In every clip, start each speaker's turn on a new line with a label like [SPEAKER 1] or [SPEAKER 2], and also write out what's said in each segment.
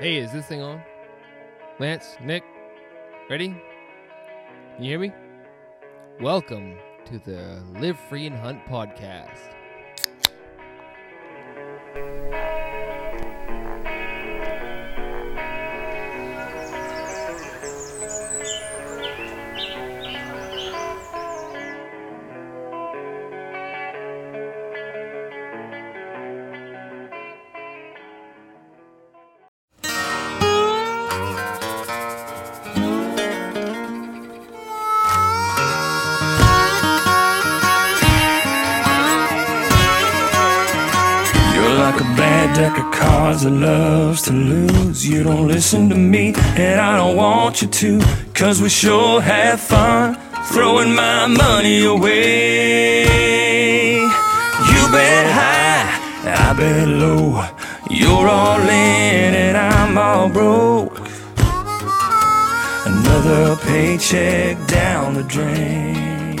[SPEAKER 1] Hey, is this thing on? Lance, Nick, ready? Can you hear me? Welcome to the Live Free and Hunt podcast.
[SPEAKER 2] You're like a bad deck of cards that loves to lose. You don't listen to me, and I don't want you to. Cause we sure have fun throwing my money away. You bet high, I bet low. You're all in, and I'm all broke. Another paycheck down the drain.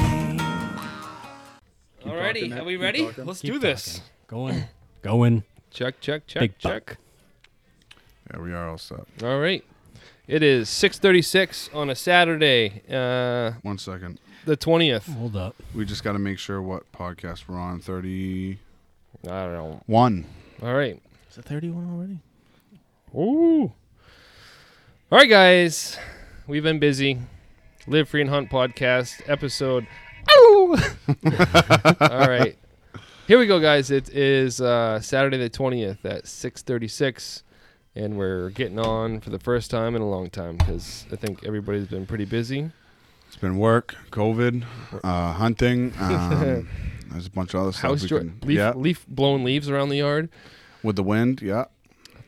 [SPEAKER 1] Alrighty, are we ready? Let's do this.
[SPEAKER 3] Going, going.
[SPEAKER 1] Check, check, check,
[SPEAKER 3] Big
[SPEAKER 1] check.
[SPEAKER 4] Yeah, we are all set.
[SPEAKER 1] All right. It is 6:36 on a Saturday, uh,
[SPEAKER 4] One second.
[SPEAKER 1] the
[SPEAKER 2] Oh.
[SPEAKER 1] 20th.
[SPEAKER 3] Hold up.
[SPEAKER 4] We just got to make sure what podcast we're on. 31.
[SPEAKER 1] I don't know. All right.
[SPEAKER 5] Is it 31 already?
[SPEAKER 1] Ooh. All right, guys. We've been busy. Live Free and Hunt podcast episode. Ow! All right. Here we go, guys. It is uh, Saturday the 20th at 6:36 and we're getting on for the first time in a long time cuz I think everybody's been pretty busy.
[SPEAKER 4] It's been work, COVID, uh, hunting. Um, there's a bunch of other stuff.
[SPEAKER 1] House
[SPEAKER 4] we
[SPEAKER 1] dro-
[SPEAKER 4] can-
[SPEAKER 1] leaf,
[SPEAKER 4] yeah,
[SPEAKER 1] leaf blown leaves around the yard.
[SPEAKER 4] with the wind. Yeah.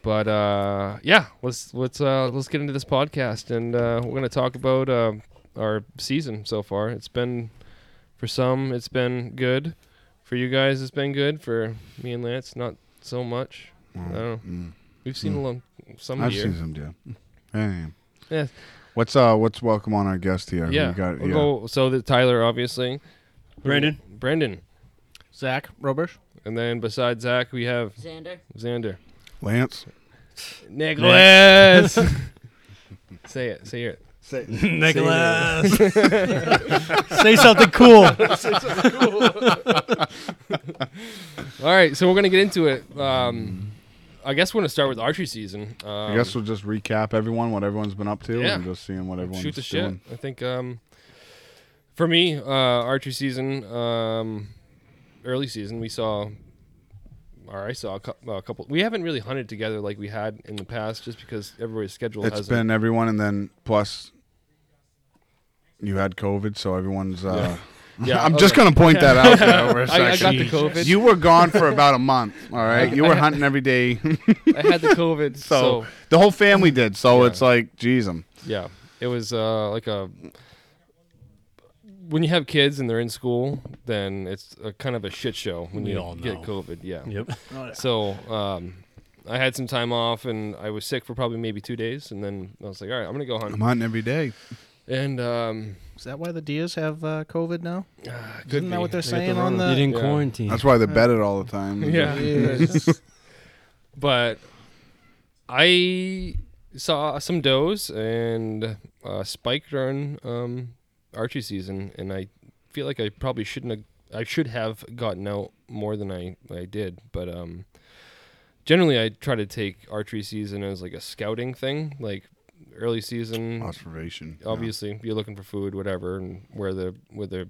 [SPEAKER 1] But uh, yeah, let's let's uh, let's get into this podcast, and uh, we're gonna talk about uh, our season so far. It's been for some, it's been good. For you guys, it's been good. For me and Lance, not so much. I don't know.
[SPEAKER 4] Mm.
[SPEAKER 1] We've seen a long Uh, some
[SPEAKER 4] I've
[SPEAKER 1] year.
[SPEAKER 4] seen some deer. Hey.
[SPEAKER 1] Yeah.
[SPEAKER 4] What's uh? What's welcome on our guest here? Who
[SPEAKER 1] yeah.
[SPEAKER 4] we got,
[SPEAKER 1] We'll
[SPEAKER 4] yeah.
[SPEAKER 1] go- so the Tyler, obviously,
[SPEAKER 3] Brandon.
[SPEAKER 1] Brandon,
[SPEAKER 5] Zach Roberts.
[SPEAKER 1] and then besides Zach, we have
[SPEAKER 6] Xander.
[SPEAKER 1] Xander,
[SPEAKER 4] Lance.
[SPEAKER 1] Nicholas. say it. Say it.
[SPEAKER 3] Nicholas. Say something cool.
[SPEAKER 1] All right, so we're gonna get into it. Um, I guess we're gonna start with archery season. Um,
[SPEAKER 4] I guess we'll just recap everyone, what everyone's been up to,
[SPEAKER 1] Yeah.
[SPEAKER 4] and just seeing what everyone's
[SPEAKER 1] shoot the shit.
[SPEAKER 4] doing.
[SPEAKER 1] I think um, for me, uh, archery season, um, early season, we saw, or I saw a, cou- a couple. We haven't really hunted together like we had in the past, just because everybody's schedule
[SPEAKER 4] It's
[SPEAKER 1] hasn't.
[SPEAKER 4] been everyone, and then plus you had COVID, so everyone's. Uh,
[SPEAKER 1] Yeah,
[SPEAKER 4] I'm just gonna point that out there for a
[SPEAKER 1] I, I
[SPEAKER 4] second.
[SPEAKER 1] got the COVID.
[SPEAKER 4] You were gone for about a month, all right? You were hunting every day.
[SPEAKER 1] I had the COVID.
[SPEAKER 4] so,
[SPEAKER 1] so
[SPEAKER 4] the whole family did. So
[SPEAKER 1] Yeah.
[SPEAKER 4] it's like, geez, um,
[SPEAKER 1] Yeah, it was uh, like a when you have kids and they're in school, then it's a kind of a shit show when
[SPEAKER 3] We
[SPEAKER 1] you
[SPEAKER 3] all
[SPEAKER 1] get
[SPEAKER 3] know.
[SPEAKER 1] COVID. Yeah.
[SPEAKER 3] Yep.
[SPEAKER 5] Oh,
[SPEAKER 1] So um, I had some time off and I was sick for probably maybe two days, and then I was like, all right, I'm gonna go
[SPEAKER 4] I'm
[SPEAKER 1] hunt.
[SPEAKER 4] hunting every day.
[SPEAKER 1] And um,
[SPEAKER 5] Is that why the Diaz have uh, COVID now?
[SPEAKER 1] could
[SPEAKER 5] Isn't that
[SPEAKER 1] be.
[SPEAKER 5] what they're
[SPEAKER 1] They get
[SPEAKER 5] saying
[SPEAKER 1] the
[SPEAKER 5] on
[SPEAKER 1] Rona.
[SPEAKER 5] the-
[SPEAKER 3] You didn't
[SPEAKER 1] Yeah.
[SPEAKER 3] quarantine.
[SPEAKER 4] That's why they bet it all the time.
[SPEAKER 1] Yeah.
[SPEAKER 5] Yes.
[SPEAKER 1] but I saw some does and uh, spiked on um, archery season, and I feel like I probably shouldn't. Have, I should have gotten out more than I I did, but um, generally I try to take archery season as like a scouting thing, like early season
[SPEAKER 4] Oh, Observation. yeah.
[SPEAKER 1] obviously you're looking for food whatever and where the where the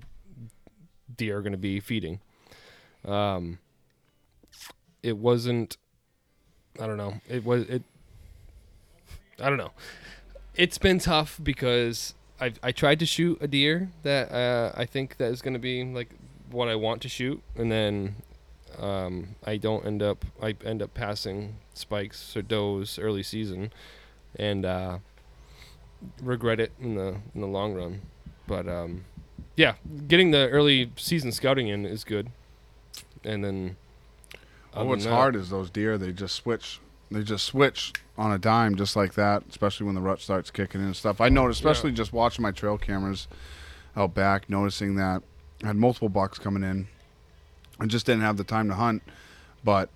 [SPEAKER 1] deer are going to be feeding um it wasn't i don't know it was it i don't know it's been tough because i i tried to shoot a deer that uh, i think that is going to be like what i want to shoot and then um, I don't end up. I end up passing spikes or does early season, and uh, regret it in the in the long run. But um, yeah, getting the early season scouting in is good, and then
[SPEAKER 4] Well,
[SPEAKER 1] other
[SPEAKER 4] what's
[SPEAKER 1] than that-
[SPEAKER 4] Oh, hard is those deer, they just switch. They just switch on a dime just like that, especially when the rut starts kicking in and stuff. I noticed,
[SPEAKER 1] Yeah.
[SPEAKER 4] especially just watching my trail cameras out back, noticing that I had multiple bucks coming in. I just didn't have the time to hunt, but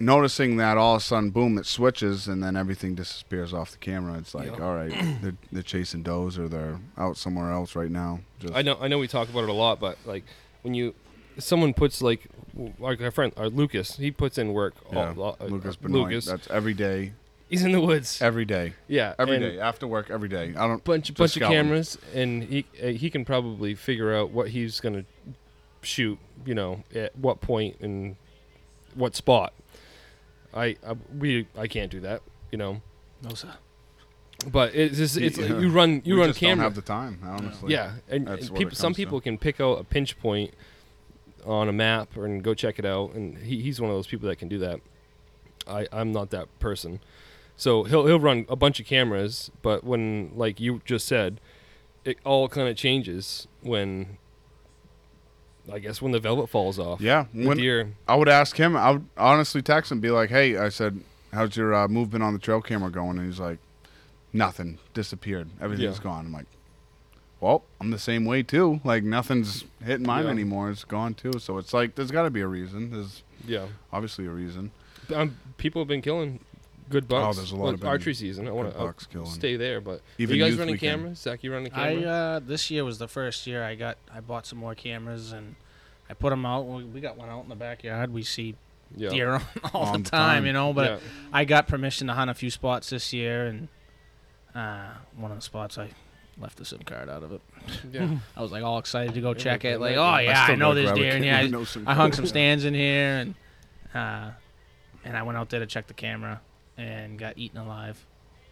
[SPEAKER 4] noticing that all of a sudden, boom, it switches, and then everything disappears off the camera. It's like,
[SPEAKER 6] Yep.
[SPEAKER 4] all right, they're, they're chasing does or they're out somewhere else right now. Just,
[SPEAKER 6] I know I know we talk about it a lot, but like when you someone puts like w- like our friend
[SPEAKER 1] uh,
[SPEAKER 6] our Lucas, he puts in work.
[SPEAKER 4] Yeah,
[SPEAKER 6] all, uh,
[SPEAKER 4] Lucas Benoit.
[SPEAKER 6] Lucas,
[SPEAKER 4] That's every day,
[SPEAKER 6] he's in the woods.
[SPEAKER 4] every day,
[SPEAKER 6] yeah,
[SPEAKER 4] every
[SPEAKER 6] and
[SPEAKER 4] day after work, every day. I don't.
[SPEAKER 6] Bunch
[SPEAKER 4] just
[SPEAKER 6] bunch of
[SPEAKER 4] scouting.
[SPEAKER 6] cameras, and he uh, he can probably figure out what he's gonna shoot. You know, at what point and what spot. I, I we I can't do that. You know,
[SPEAKER 5] No, sir.
[SPEAKER 6] but it's just, it's
[SPEAKER 4] Yeah.
[SPEAKER 6] like you run you
[SPEAKER 4] we
[SPEAKER 6] run
[SPEAKER 4] just
[SPEAKER 6] camera.
[SPEAKER 4] Don't have the time, honestly.
[SPEAKER 6] yeah, and,
[SPEAKER 4] that's
[SPEAKER 6] and
[SPEAKER 4] what it
[SPEAKER 6] people, some
[SPEAKER 4] comes to.
[SPEAKER 6] people can pick out a pinch point on a map and go check it out, and he, he's one of those people that can do that. I, I'm not that person, so he'll he'll run a bunch of cameras, but when like you just said, it all kind of changes when, I guess when the velvet falls off.
[SPEAKER 4] Yeah,
[SPEAKER 6] the
[SPEAKER 4] when-
[SPEAKER 6] deer.
[SPEAKER 4] I would ask him. I would honestly text him, be like, "Hey," I said, "How's your uh, movement on the trail camera going?" And he's like, "Nothing. Disappeared. Everything's
[SPEAKER 6] Yeah.
[SPEAKER 4] gone." I'm like, "Well, I'm the same way too. Like nothing's hitting mine
[SPEAKER 6] Yeah.
[SPEAKER 4] anymore. It's gone too. So it's like there's got to be a reason. There's
[SPEAKER 6] Yeah,
[SPEAKER 4] obviously a reason.
[SPEAKER 6] um, people have been killing good bucks.
[SPEAKER 4] Oh, there's a lot
[SPEAKER 6] Well,
[SPEAKER 4] of been
[SPEAKER 6] archery season. I want
[SPEAKER 4] good bucks
[SPEAKER 6] to
[SPEAKER 4] killing.
[SPEAKER 6] stay there, but
[SPEAKER 4] Even
[SPEAKER 6] are you guys
[SPEAKER 4] youth
[SPEAKER 6] running
[SPEAKER 4] weekend.
[SPEAKER 6] cameras? Zach, you running
[SPEAKER 5] I
[SPEAKER 6] camera?
[SPEAKER 5] uh, this year was the first year I got I bought some more cameras and I put them out. We we got one out in the backyard. We see
[SPEAKER 6] yeah.
[SPEAKER 5] deer on all
[SPEAKER 4] On
[SPEAKER 5] the time,
[SPEAKER 4] time.
[SPEAKER 5] you know. But
[SPEAKER 6] Yeah.
[SPEAKER 5] I got permission to hunt a few spots this year, and uh, one of the spots I left the SIM card out of it.
[SPEAKER 6] yeah.
[SPEAKER 5] I was like all excited to go
[SPEAKER 6] It
[SPEAKER 5] check
[SPEAKER 6] would-
[SPEAKER 5] it,
[SPEAKER 6] it
[SPEAKER 5] like,
[SPEAKER 6] would-
[SPEAKER 5] oh yeah, I,
[SPEAKER 4] still
[SPEAKER 5] know
[SPEAKER 4] gotta
[SPEAKER 5] this
[SPEAKER 4] grab a
[SPEAKER 5] deer, and
[SPEAKER 4] camera.
[SPEAKER 5] yeah,
[SPEAKER 4] I
[SPEAKER 5] I,
[SPEAKER 4] know some
[SPEAKER 5] I hung some
[SPEAKER 4] cameras.
[SPEAKER 5] stands in here, and uh, and I went out there to check the camera and got eaten alive.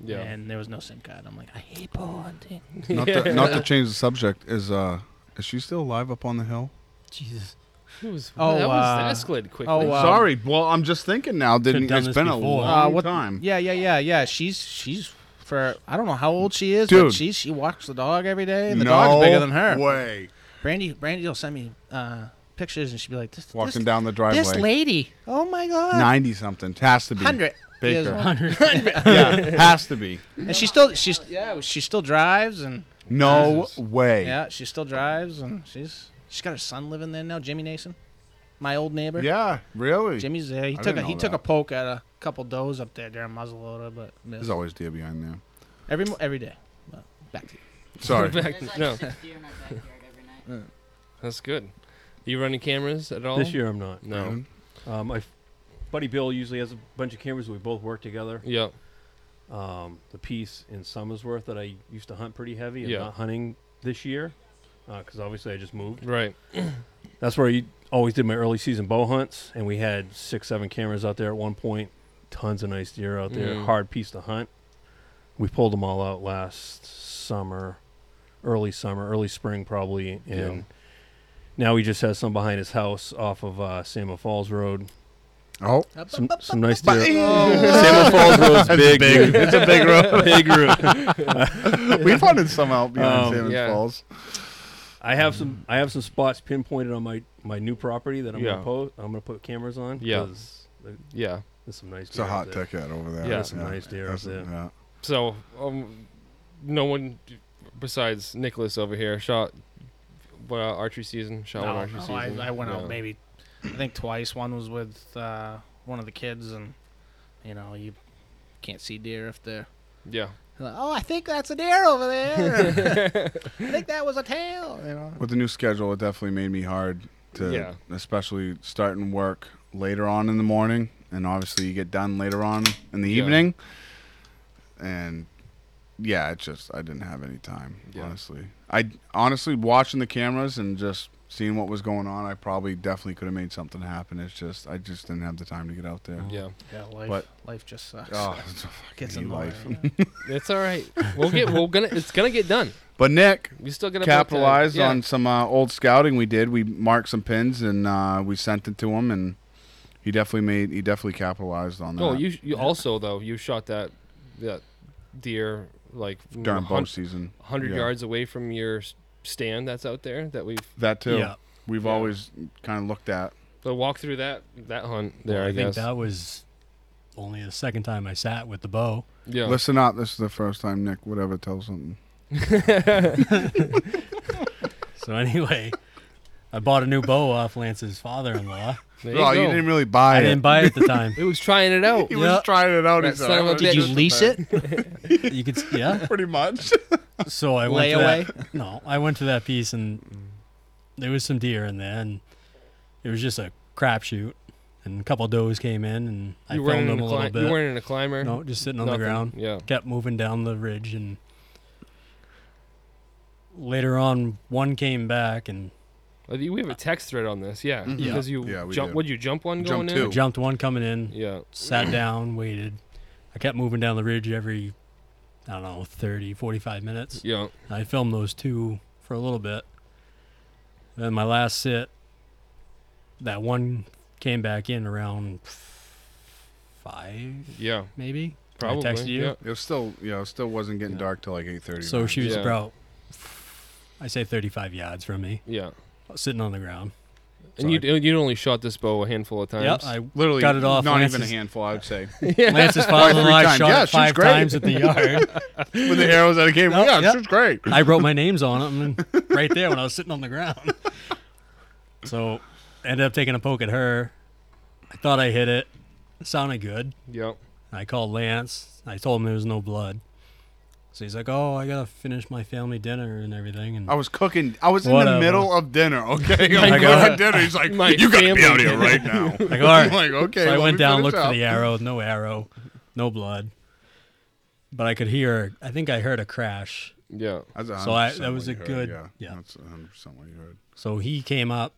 [SPEAKER 6] Yeah.
[SPEAKER 5] And there was no SIM card. I'm like, I hate bow hunting.
[SPEAKER 4] Not, to, not to change the subject. Is uh, is she still alive up on the hill?
[SPEAKER 7] Jesus.
[SPEAKER 6] Who was,
[SPEAKER 5] Oh,
[SPEAKER 6] that,
[SPEAKER 5] uh,
[SPEAKER 6] was, that escalated quickly.
[SPEAKER 5] oh, uh,
[SPEAKER 4] Sorry. Well, I'm just thinking now. Didn't
[SPEAKER 7] Should've done
[SPEAKER 4] it's
[SPEAKER 7] this
[SPEAKER 4] been a
[SPEAKER 7] before.
[SPEAKER 4] long
[SPEAKER 5] Uh, what-
[SPEAKER 4] time?
[SPEAKER 5] Yeah, yeah, yeah, yeah. She's she's for I don't know how old she is,
[SPEAKER 4] Dude.
[SPEAKER 5] but she she walks the dog every day, and the
[SPEAKER 4] no
[SPEAKER 5] dog's bigger than her.
[SPEAKER 4] way.
[SPEAKER 5] Brandy Brandy will send me uh, pictures, and she'd be like, this, this-
[SPEAKER 4] Walking down the driveway.
[SPEAKER 5] this lady. Oh my god,
[SPEAKER 4] Ninety something has to be
[SPEAKER 5] hundred.
[SPEAKER 4] Baker.
[SPEAKER 7] Hundred.
[SPEAKER 4] yeah, has to be.
[SPEAKER 5] And she still she's yeah she still drives and
[SPEAKER 4] No
[SPEAKER 7] Jesus.
[SPEAKER 4] way.
[SPEAKER 5] yeah she still drives and she's she's got her son living there now, Jimmy Nason, my old neighbor.
[SPEAKER 4] Yeah, really.
[SPEAKER 5] Jimmy's there. He
[SPEAKER 4] I
[SPEAKER 5] took a,
[SPEAKER 4] didn't
[SPEAKER 5] he
[SPEAKER 4] know
[SPEAKER 5] took a
[SPEAKER 4] that.
[SPEAKER 5] poke at a couple does up there during muzzleloader, but missed.
[SPEAKER 4] There's always deer behind there.
[SPEAKER 5] every mo- every day. But back to you.
[SPEAKER 4] Sorry.
[SPEAKER 6] Back-
[SPEAKER 8] There's like
[SPEAKER 6] no,
[SPEAKER 8] six deer in my backyard every night.
[SPEAKER 6] that's good. You running cameras at all
[SPEAKER 2] This year I'm not.
[SPEAKER 4] Mm-hmm.
[SPEAKER 6] No.
[SPEAKER 2] Um, my f- buddy Bill usually has a bunch of cameras. We both work together.
[SPEAKER 6] Yeah.
[SPEAKER 2] Um, the piece in Summersworth that I used to hunt pretty heavy. I'm
[SPEAKER 6] Yeah.
[SPEAKER 2] not hunting this year because obviously I just moved.
[SPEAKER 6] Right.
[SPEAKER 2] That's where I always did my early season bow hunts, and we had six, seven cameras out there at one point. Tons of nice deer out there.
[SPEAKER 6] Mm.
[SPEAKER 2] Hard piece to hunt. We pulled them all out last summer, early summer, early spring probably, and
[SPEAKER 6] Yeah.
[SPEAKER 2] now he just has some behind his house off of uh, Samo Falls Road.
[SPEAKER 4] Oh.
[SPEAKER 2] Some some nice
[SPEAKER 4] But,
[SPEAKER 2] deer. Samo Falls Road's big. dude.
[SPEAKER 4] It's a big road.
[SPEAKER 2] Big root.
[SPEAKER 4] We've hunted some out behind
[SPEAKER 2] Um,
[SPEAKER 4] Salmon
[SPEAKER 6] yeah.
[SPEAKER 4] Falls.
[SPEAKER 2] I have some I have some spots pinpointed on my my new property that I'm
[SPEAKER 6] Yeah.
[SPEAKER 2] gonna post. I'm gonna put cameras on.
[SPEAKER 6] Yeah.
[SPEAKER 2] 'cause there-
[SPEAKER 6] Yeah.
[SPEAKER 2] There's some nice.
[SPEAKER 4] It's a
[SPEAKER 2] deer out
[SPEAKER 4] hot
[SPEAKER 2] there.
[SPEAKER 4] tech out over there.
[SPEAKER 6] Yeah. That's
[SPEAKER 2] some nice deer
[SPEAKER 4] That's-
[SPEAKER 2] out there.
[SPEAKER 4] yeah.
[SPEAKER 6] So, um, no one d- besides Nicholas over here shot uh, archery season. Shot one
[SPEAKER 5] No,
[SPEAKER 6] archery
[SPEAKER 5] no,
[SPEAKER 6] season.
[SPEAKER 5] I, I went
[SPEAKER 6] No.
[SPEAKER 5] out maybe, I think twice. One was with uh, one of the kids, and you know you can't see deer if they're.
[SPEAKER 6] Yeah.
[SPEAKER 5] they're like, oh, I think that's a deer over there. I think that was a tail. You know.
[SPEAKER 4] With the new schedule, it definitely made me hard to,
[SPEAKER 6] Yeah.
[SPEAKER 4] especially starting work later on in the morning, and obviously you get done later on in the
[SPEAKER 6] Yeah.
[SPEAKER 4] evening. And yeah, it just I didn't have any time.
[SPEAKER 6] Yeah.
[SPEAKER 4] Honestly, I honestly watching the cameras and just seeing what was going on, I probably definitely could have made something happen. It's just I just didn't have the time to get out there.
[SPEAKER 6] Yeah.
[SPEAKER 5] Yeah, life.
[SPEAKER 4] But-
[SPEAKER 5] life just sucks.
[SPEAKER 4] Oh, it's a fucking
[SPEAKER 5] Gets
[SPEAKER 4] hate
[SPEAKER 5] in the way,
[SPEAKER 4] life.
[SPEAKER 5] you know.
[SPEAKER 6] It's all right. We'll get. We're gonna. It's gonna get done.
[SPEAKER 4] But Nick,
[SPEAKER 6] You still gonna
[SPEAKER 4] capitalized on some uh, old scouting we did. We marked some pins and uh, we sent it to him, and he definitely made he definitely capitalized on that.
[SPEAKER 6] Oh, you. You also though. You shot that. That deer like
[SPEAKER 4] during bow season,
[SPEAKER 6] hundred
[SPEAKER 4] Yeah.
[SPEAKER 6] yards away from your s- stand that's out there that we've
[SPEAKER 4] That too.
[SPEAKER 7] Yeah.
[SPEAKER 4] We've
[SPEAKER 6] Yeah.
[SPEAKER 4] always kind of looked at.
[SPEAKER 6] So walk through that that hunt there. I,
[SPEAKER 7] I think
[SPEAKER 6] guess.
[SPEAKER 7] that was only the second time I sat with the bow.
[SPEAKER 6] yeah.
[SPEAKER 4] Listen up. This is the first time Nick would ever tell something.
[SPEAKER 7] So anyway,
[SPEAKER 2] I bought a new bow off Lance's father-in-law.
[SPEAKER 6] There you
[SPEAKER 4] Well, Oh, you,
[SPEAKER 6] go.
[SPEAKER 4] didn't really buy
[SPEAKER 2] I
[SPEAKER 4] it.
[SPEAKER 2] didn't buy it at the time.
[SPEAKER 6] It was trying it out.
[SPEAKER 4] He
[SPEAKER 2] Yeah.
[SPEAKER 4] was trying it out.
[SPEAKER 6] That
[SPEAKER 4] He said,
[SPEAKER 6] son
[SPEAKER 4] "I
[SPEAKER 6] of a
[SPEAKER 4] wanna
[SPEAKER 6] bitch.
[SPEAKER 5] Did
[SPEAKER 4] do
[SPEAKER 5] you
[SPEAKER 4] this
[SPEAKER 5] lease
[SPEAKER 4] with
[SPEAKER 5] it?
[SPEAKER 2] You could, s- yeah.
[SPEAKER 4] that." Pretty much.
[SPEAKER 2] So I went to
[SPEAKER 5] Layaway?
[SPEAKER 2] that, No, I went to that piece and there was some deer in there, and it was just a crapshoot. And a couple does came in, and I
[SPEAKER 6] you
[SPEAKER 2] filmed
[SPEAKER 6] weren't
[SPEAKER 2] them
[SPEAKER 6] in
[SPEAKER 2] a
[SPEAKER 6] a
[SPEAKER 2] little
[SPEAKER 6] cli-
[SPEAKER 2] bit.
[SPEAKER 6] you weren't in a climber.
[SPEAKER 2] no, just sitting on
[SPEAKER 6] nothing.
[SPEAKER 2] the ground.
[SPEAKER 6] Yeah.
[SPEAKER 2] kept moving down the ridge and later on one came back and
[SPEAKER 6] Uh, We have a text thread on this. Yeah.
[SPEAKER 4] Mhm.
[SPEAKER 6] Because you
[SPEAKER 4] Yeah, we
[SPEAKER 6] jump.
[SPEAKER 4] do.
[SPEAKER 6] Would you jump one
[SPEAKER 4] Jump
[SPEAKER 6] going
[SPEAKER 2] I
[SPEAKER 6] in?
[SPEAKER 4] two.
[SPEAKER 2] jumped one coming in
[SPEAKER 6] Yeah.
[SPEAKER 2] sat down waited i kept moving down the ridge every i don't know 30 45 minutes
[SPEAKER 6] Yeah.
[SPEAKER 2] i filmed those two for a little bit then my last sit that one came back in around five
[SPEAKER 6] Yeah.
[SPEAKER 2] maybe I
[SPEAKER 6] Probably.
[SPEAKER 2] texted you.
[SPEAKER 6] Yeah.
[SPEAKER 4] It was still, you know, it still wasn't getting dark till like eight thirty.
[SPEAKER 2] so she was
[SPEAKER 6] Yeah.
[SPEAKER 2] about i say 35 yards from me
[SPEAKER 6] Yeah.
[SPEAKER 2] sitting on the ground
[SPEAKER 6] And you you only shot this bow a handful of times.
[SPEAKER 2] yep i
[SPEAKER 4] literally
[SPEAKER 2] Got it off
[SPEAKER 4] Not even a
[SPEAKER 2] Lance's-
[SPEAKER 4] handful, I would say.
[SPEAKER 2] Lance's
[SPEAKER 4] three
[SPEAKER 2] father-in-law
[SPEAKER 4] times.
[SPEAKER 2] shot
[SPEAKER 4] Yeah,
[SPEAKER 2] it
[SPEAKER 4] she's
[SPEAKER 2] five
[SPEAKER 4] great.
[SPEAKER 2] times at the yard.
[SPEAKER 4] With the arrows that it came,
[SPEAKER 2] Yep,
[SPEAKER 4] yeah,
[SPEAKER 2] yep.
[SPEAKER 4] yep. great.
[SPEAKER 2] I wrote my names on them and right there when I was sitting on the ground. So ended up taking a poke at her. I thought I hit it. It sounded good.
[SPEAKER 6] Yep.
[SPEAKER 2] I called Lance. I told him there was no blood. So he's like, "Oh, I gotta finish my family dinner and everything." And
[SPEAKER 4] I was cooking. I was in
[SPEAKER 2] Whatever.
[SPEAKER 4] the middle of dinner. Okay,
[SPEAKER 6] My
[SPEAKER 4] I'm
[SPEAKER 6] God.
[SPEAKER 4] good at dinner. He's like,
[SPEAKER 6] My
[SPEAKER 4] you gotta
[SPEAKER 6] family
[SPEAKER 4] be out here
[SPEAKER 6] dinner."
[SPEAKER 4] right now.
[SPEAKER 2] like, all right.
[SPEAKER 4] I'm like, okay.
[SPEAKER 2] so I
[SPEAKER 4] let
[SPEAKER 2] went
[SPEAKER 4] me
[SPEAKER 2] down,
[SPEAKER 4] finish
[SPEAKER 2] looked
[SPEAKER 4] up.
[SPEAKER 2] for the arrow. No arrow. No blood. But I could hear. I think I heard a crash.
[SPEAKER 6] Yeah.
[SPEAKER 4] That's
[SPEAKER 2] So I-
[SPEAKER 4] 100%
[SPEAKER 2] that was
[SPEAKER 4] what you
[SPEAKER 2] a
[SPEAKER 4] heard,
[SPEAKER 2] good-
[SPEAKER 4] Yeah,
[SPEAKER 2] yeah.
[SPEAKER 4] that's 100 percent what you heard.
[SPEAKER 2] So he came up,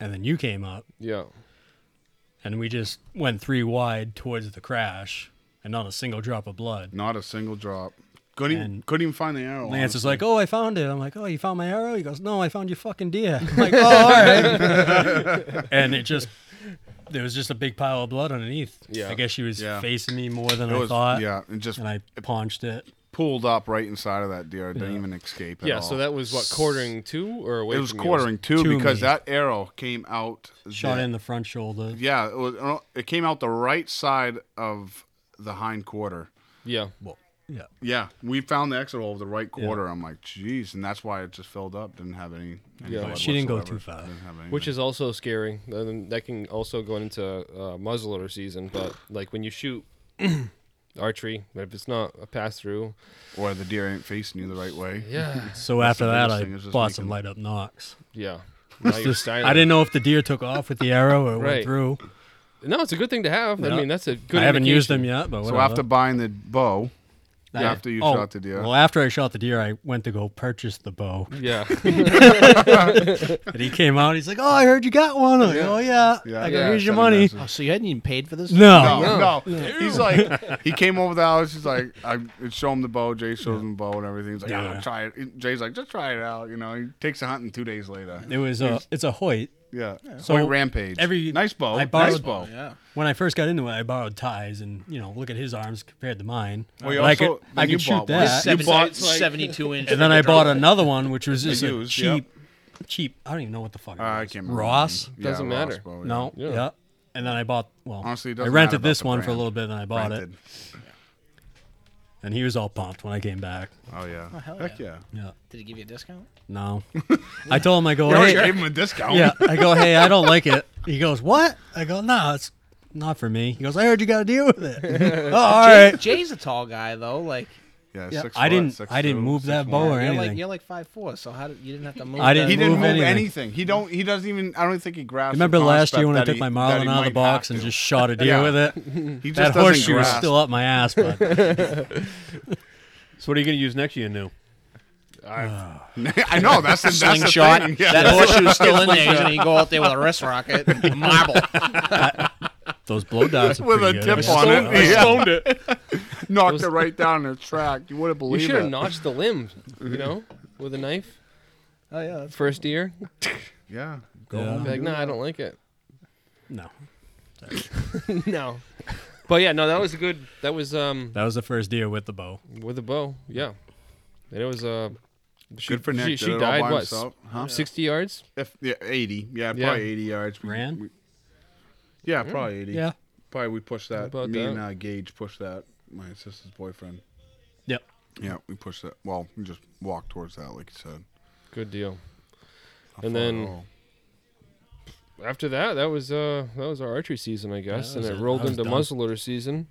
[SPEAKER 2] and then you came up,
[SPEAKER 6] Yeah.
[SPEAKER 2] and we just went three wide towards the crash, and not a single drop of blood.
[SPEAKER 4] Not a single drop. Couldn't even,
[SPEAKER 2] And
[SPEAKER 4] couldn't even find the arrow.
[SPEAKER 2] Lance is
[SPEAKER 4] honestly.
[SPEAKER 2] like, "Oh, I found it." I'm like, "Oh, you found my arrow?" He goes, "No, I found your fucking deer." I'm like, "Oh, all right." and it just there was just a big pile of blood underneath.
[SPEAKER 6] Yeah.
[SPEAKER 2] I guess she was
[SPEAKER 4] Yeah.
[SPEAKER 2] facing me more than
[SPEAKER 4] it
[SPEAKER 2] I
[SPEAKER 4] was,
[SPEAKER 2] thought.
[SPEAKER 4] yeah, and just
[SPEAKER 2] And I paunched it.
[SPEAKER 4] pulled up right inside of that deer. It didn't
[SPEAKER 2] Yeah.
[SPEAKER 4] even escape. At
[SPEAKER 6] Yeah.
[SPEAKER 4] all.
[SPEAKER 6] So that was what quartering two or away
[SPEAKER 4] it was
[SPEAKER 6] from
[SPEAKER 4] quartering two
[SPEAKER 2] To
[SPEAKER 4] because
[SPEAKER 2] me.
[SPEAKER 4] that arrow came out.
[SPEAKER 2] Shot
[SPEAKER 4] the-
[SPEAKER 2] in the front shoulder.
[SPEAKER 4] Yeah, it was. It came out the right side of the hind quarter.
[SPEAKER 6] Yours?
[SPEAKER 2] Yeah.
[SPEAKER 4] Yeah, we found the exit hole of the right quarter. I'm like, jeez, and that's why it just filled up. Didn't have any. any
[SPEAKER 6] Yeah.
[SPEAKER 4] blood
[SPEAKER 2] She didn't go
[SPEAKER 4] whatsoever.
[SPEAKER 2] too far.
[SPEAKER 4] Didn't have
[SPEAKER 6] Yeah.
[SPEAKER 4] anything.
[SPEAKER 6] Which is also scary. Then that can also go into uh, muzzleloader season. But like when you shoot archery, if it's not a pass through,
[SPEAKER 4] or the deer ain't facing you the right way.
[SPEAKER 6] yeah,
[SPEAKER 2] So
[SPEAKER 4] That's
[SPEAKER 2] after
[SPEAKER 4] the
[SPEAKER 2] that,
[SPEAKER 4] biggest
[SPEAKER 2] I
[SPEAKER 4] thing is just
[SPEAKER 2] bought
[SPEAKER 4] making-
[SPEAKER 2] some light up knocks.
[SPEAKER 6] yeah. Now you're
[SPEAKER 2] Just-
[SPEAKER 6] styling.
[SPEAKER 2] I didn't know if the deer took off with the arrow or it
[SPEAKER 6] Right.
[SPEAKER 2] went through.
[SPEAKER 6] No, it's a good thing to have. I
[SPEAKER 2] Yeah.
[SPEAKER 6] mean, that's a good.
[SPEAKER 2] I haven't used them
[SPEAKER 6] indication.
[SPEAKER 2] yet, but
[SPEAKER 4] So
[SPEAKER 2] whatever.
[SPEAKER 4] after buying the bow,
[SPEAKER 2] I-
[SPEAKER 4] after you shot the deer.
[SPEAKER 2] Oh, Well, after I shot the deer, I went to go purchase the bow,
[SPEAKER 6] Yeah.
[SPEAKER 2] and he came out. He's like, "Oh, I heard you got one." I'm like,
[SPEAKER 4] Yeah.
[SPEAKER 2] oh yeah.
[SPEAKER 4] Yeah,
[SPEAKER 2] I go,
[SPEAKER 6] yeah,
[SPEAKER 2] "Here's your
[SPEAKER 4] send a
[SPEAKER 2] money." Oh,
[SPEAKER 4] message.
[SPEAKER 5] Oh, so you hadn't even paid for this?
[SPEAKER 2] No.
[SPEAKER 4] No, no. He's like, he came over the house. He's like, I I'd show him the bow. Jay shows him the bow and everything. He's like,
[SPEAKER 2] Yeah.
[SPEAKER 4] "Ah, try it. Jay's like, just try it out. You know, he takes a hunting two days later.
[SPEAKER 2] It was a. It's a Hoyt.
[SPEAKER 4] Yeah.
[SPEAKER 2] So
[SPEAKER 4] So rampage.
[SPEAKER 2] every-
[SPEAKER 4] nice bow.
[SPEAKER 2] I
[SPEAKER 4] nice
[SPEAKER 2] borrowed-
[SPEAKER 4] bow.
[SPEAKER 5] Yeah.
[SPEAKER 2] When I first got into it, I borrowed ties, and you know, look at his arms compared to mine.
[SPEAKER 4] Well, you
[SPEAKER 2] But I
[SPEAKER 4] also-
[SPEAKER 2] could,
[SPEAKER 4] then
[SPEAKER 2] I
[SPEAKER 4] you
[SPEAKER 2] could shoot
[SPEAKER 4] bought one.
[SPEAKER 2] that,
[SPEAKER 4] You
[SPEAKER 5] Seven,
[SPEAKER 4] bought,
[SPEAKER 5] it's
[SPEAKER 4] like-
[SPEAKER 5] 72 inch.
[SPEAKER 2] and then I bought another one, which was just a
[SPEAKER 4] Used, yeah.
[SPEAKER 2] cheap, cheap. I don't even know what the fuck. It
[SPEAKER 4] Uh, I
[SPEAKER 2] was.
[SPEAKER 4] can't remember.
[SPEAKER 2] Ross.
[SPEAKER 4] Yeah,
[SPEAKER 6] Doesn't
[SPEAKER 4] Ross
[SPEAKER 6] matter.
[SPEAKER 4] bow, yeah.
[SPEAKER 2] No.
[SPEAKER 6] Yeah.
[SPEAKER 2] Yeah. And then I bought. Well,
[SPEAKER 4] Honestly, it
[SPEAKER 2] I
[SPEAKER 4] doesn't matter
[SPEAKER 2] rented
[SPEAKER 4] about
[SPEAKER 2] this
[SPEAKER 4] the
[SPEAKER 2] one for a
[SPEAKER 4] brand.
[SPEAKER 2] little bit, then I bought
[SPEAKER 4] Rented.
[SPEAKER 2] it, and he was all pumped when I came back.
[SPEAKER 4] Oh yeah.
[SPEAKER 5] hell
[SPEAKER 4] Heck
[SPEAKER 5] yeah.
[SPEAKER 4] yeah.
[SPEAKER 2] Yeah.
[SPEAKER 5] Did he give you a discount?
[SPEAKER 2] No. I told him I go,
[SPEAKER 4] You already
[SPEAKER 2] hey,
[SPEAKER 4] gave him a discount.
[SPEAKER 2] yeah. I go, hey, I don't like it. He goes, what? I go, no, it's not for me. He goes, I heard you got to deal with it. oh, all
[SPEAKER 5] Jay-
[SPEAKER 2] right.
[SPEAKER 5] Jay's a tall guy though. Like
[SPEAKER 4] Yeah.
[SPEAKER 2] Yeah,
[SPEAKER 4] Six
[SPEAKER 2] I
[SPEAKER 4] foot,
[SPEAKER 2] didn't-
[SPEAKER 4] six
[SPEAKER 2] I didn't
[SPEAKER 4] two,
[SPEAKER 2] move
[SPEAKER 4] six
[SPEAKER 2] that
[SPEAKER 4] one.
[SPEAKER 2] bow or
[SPEAKER 5] you're
[SPEAKER 2] anything.
[SPEAKER 5] like you're like five four. So how did you didn't have to move?
[SPEAKER 2] I didn't
[SPEAKER 4] He
[SPEAKER 5] that-
[SPEAKER 4] didn't
[SPEAKER 2] Move
[SPEAKER 4] move anything.
[SPEAKER 2] anything.
[SPEAKER 4] He don't. He doesn't even. I don't think he grabs.
[SPEAKER 2] Remember
[SPEAKER 4] the
[SPEAKER 2] last year
[SPEAKER 4] concept
[SPEAKER 2] when I
[SPEAKER 4] that
[SPEAKER 2] took
[SPEAKER 4] he-
[SPEAKER 2] my
[SPEAKER 4] that
[SPEAKER 2] Marlin
[SPEAKER 4] he
[SPEAKER 2] out of the
[SPEAKER 4] might
[SPEAKER 2] box
[SPEAKER 4] have
[SPEAKER 2] and
[SPEAKER 4] to.
[SPEAKER 2] just shot a deer
[SPEAKER 4] Yeah.
[SPEAKER 2] with it?
[SPEAKER 4] He just
[SPEAKER 2] That
[SPEAKER 4] doesn't
[SPEAKER 2] horseshoe was
[SPEAKER 4] grasp.
[SPEAKER 2] still up my ass, but
[SPEAKER 9] So what are you going to use next year, new?
[SPEAKER 4] I know that's the that's the
[SPEAKER 5] slingshot.
[SPEAKER 4] thing. Yeah.
[SPEAKER 5] That horseshoe's still in there. He's gonna go out there with a wrist rocket, and a marble.
[SPEAKER 2] those blow dots are
[SPEAKER 4] With a
[SPEAKER 2] pretty good.
[SPEAKER 4] tip
[SPEAKER 2] I
[SPEAKER 4] on
[SPEAKER 2] still-
[SPEAKER 4] it.
[SPEAKER 2] I
[SPEAKER 4] Yeah.
[SPEAKER 2] still-
[SPEAKER 6] it.
[SPEAKER 4] knocked it right down in its track. You wouldn't
[SPEAKER 6] You
[SPEAKER 4] believe
[SPEAKER 6] should have
[SPEAKER 4] it.
[SPEAKER 6] notched the limb, you know, with a knife.
[SPEAKER 5] Oh yeah. That's
[SPEAKER 6] First deer.
[SPEAKER 4] Yeah.
[SPEAKER 2] Yeah.
[SPEAKER 6] Be like, nah, I don't like it.
[SPEAKER 2] No.
[SPEAKER 6] no. But yeah, no, that was a good. That was um
[SPEAKER 2] That was the first deer with the bow.
[SPEAKER 6] with a bow. Yeah, and it was uh. She,
[SPEAKER 4] Good for
[SPEAKER 6] She,
[SPEAKER 4] Nick.
[SPEAKER 6] she
[SPEAKER 4] Did it all
[SPEAKER 6] died
[SPEAKER 4] by
[SPEAKER 6] what?
[SPEAKER 4] himself.
[SPEAKER 6] s-
[SPEAKER 4] Huh?
[SPEAKER 6] Sixty yards.
[SPEAKER 4] If, yeah, eighty. Yeah, probably
[SPEAKER 6] Yeah.
[SPEAKER 4] eighty yards. We-
[SPEAKER 2] Ran?
[SPEAKER 4] we- yeah, probably eighty.
[SPEAKER 2] Yeah.
[SPEAKER 4] Probably we pushed
[SPEAKER 6] How
[SPEAKER 4] that.
[SPEAKER 6] about
[SPEAKER 4] Me
[SPEAKER 6] that?
[SPEAKER 4] and uh, Gage pushed that. My sister's boyfriend.
[SPEAKER 2] Yep.
[SPEAKER 4] Yeah, we pushed that. Well, we just walked towards that, like you said.
[SPEAKER 6] Good
[SPEAKER 4] I
[SPEAKER 6] deal.
[SPEAKER 4] thought,
[SPEAKER 6] And then-
[SPEAKER 4] oh.
[SPEAKER 6] After that, that was uh that was our archery season, I guess,
[SPEAKER 2] that
[SPEAKER 6] and
[SPEAKER 2] was
[SPEAKER 6] it
[SPEAKER 2] it.
[SPEAKER 6] rolled
[SPEAKER 2] I was
[SPEAKER 6] into
[SPEAKER 2] done.
[SPEAKER 6] muzzleloader season.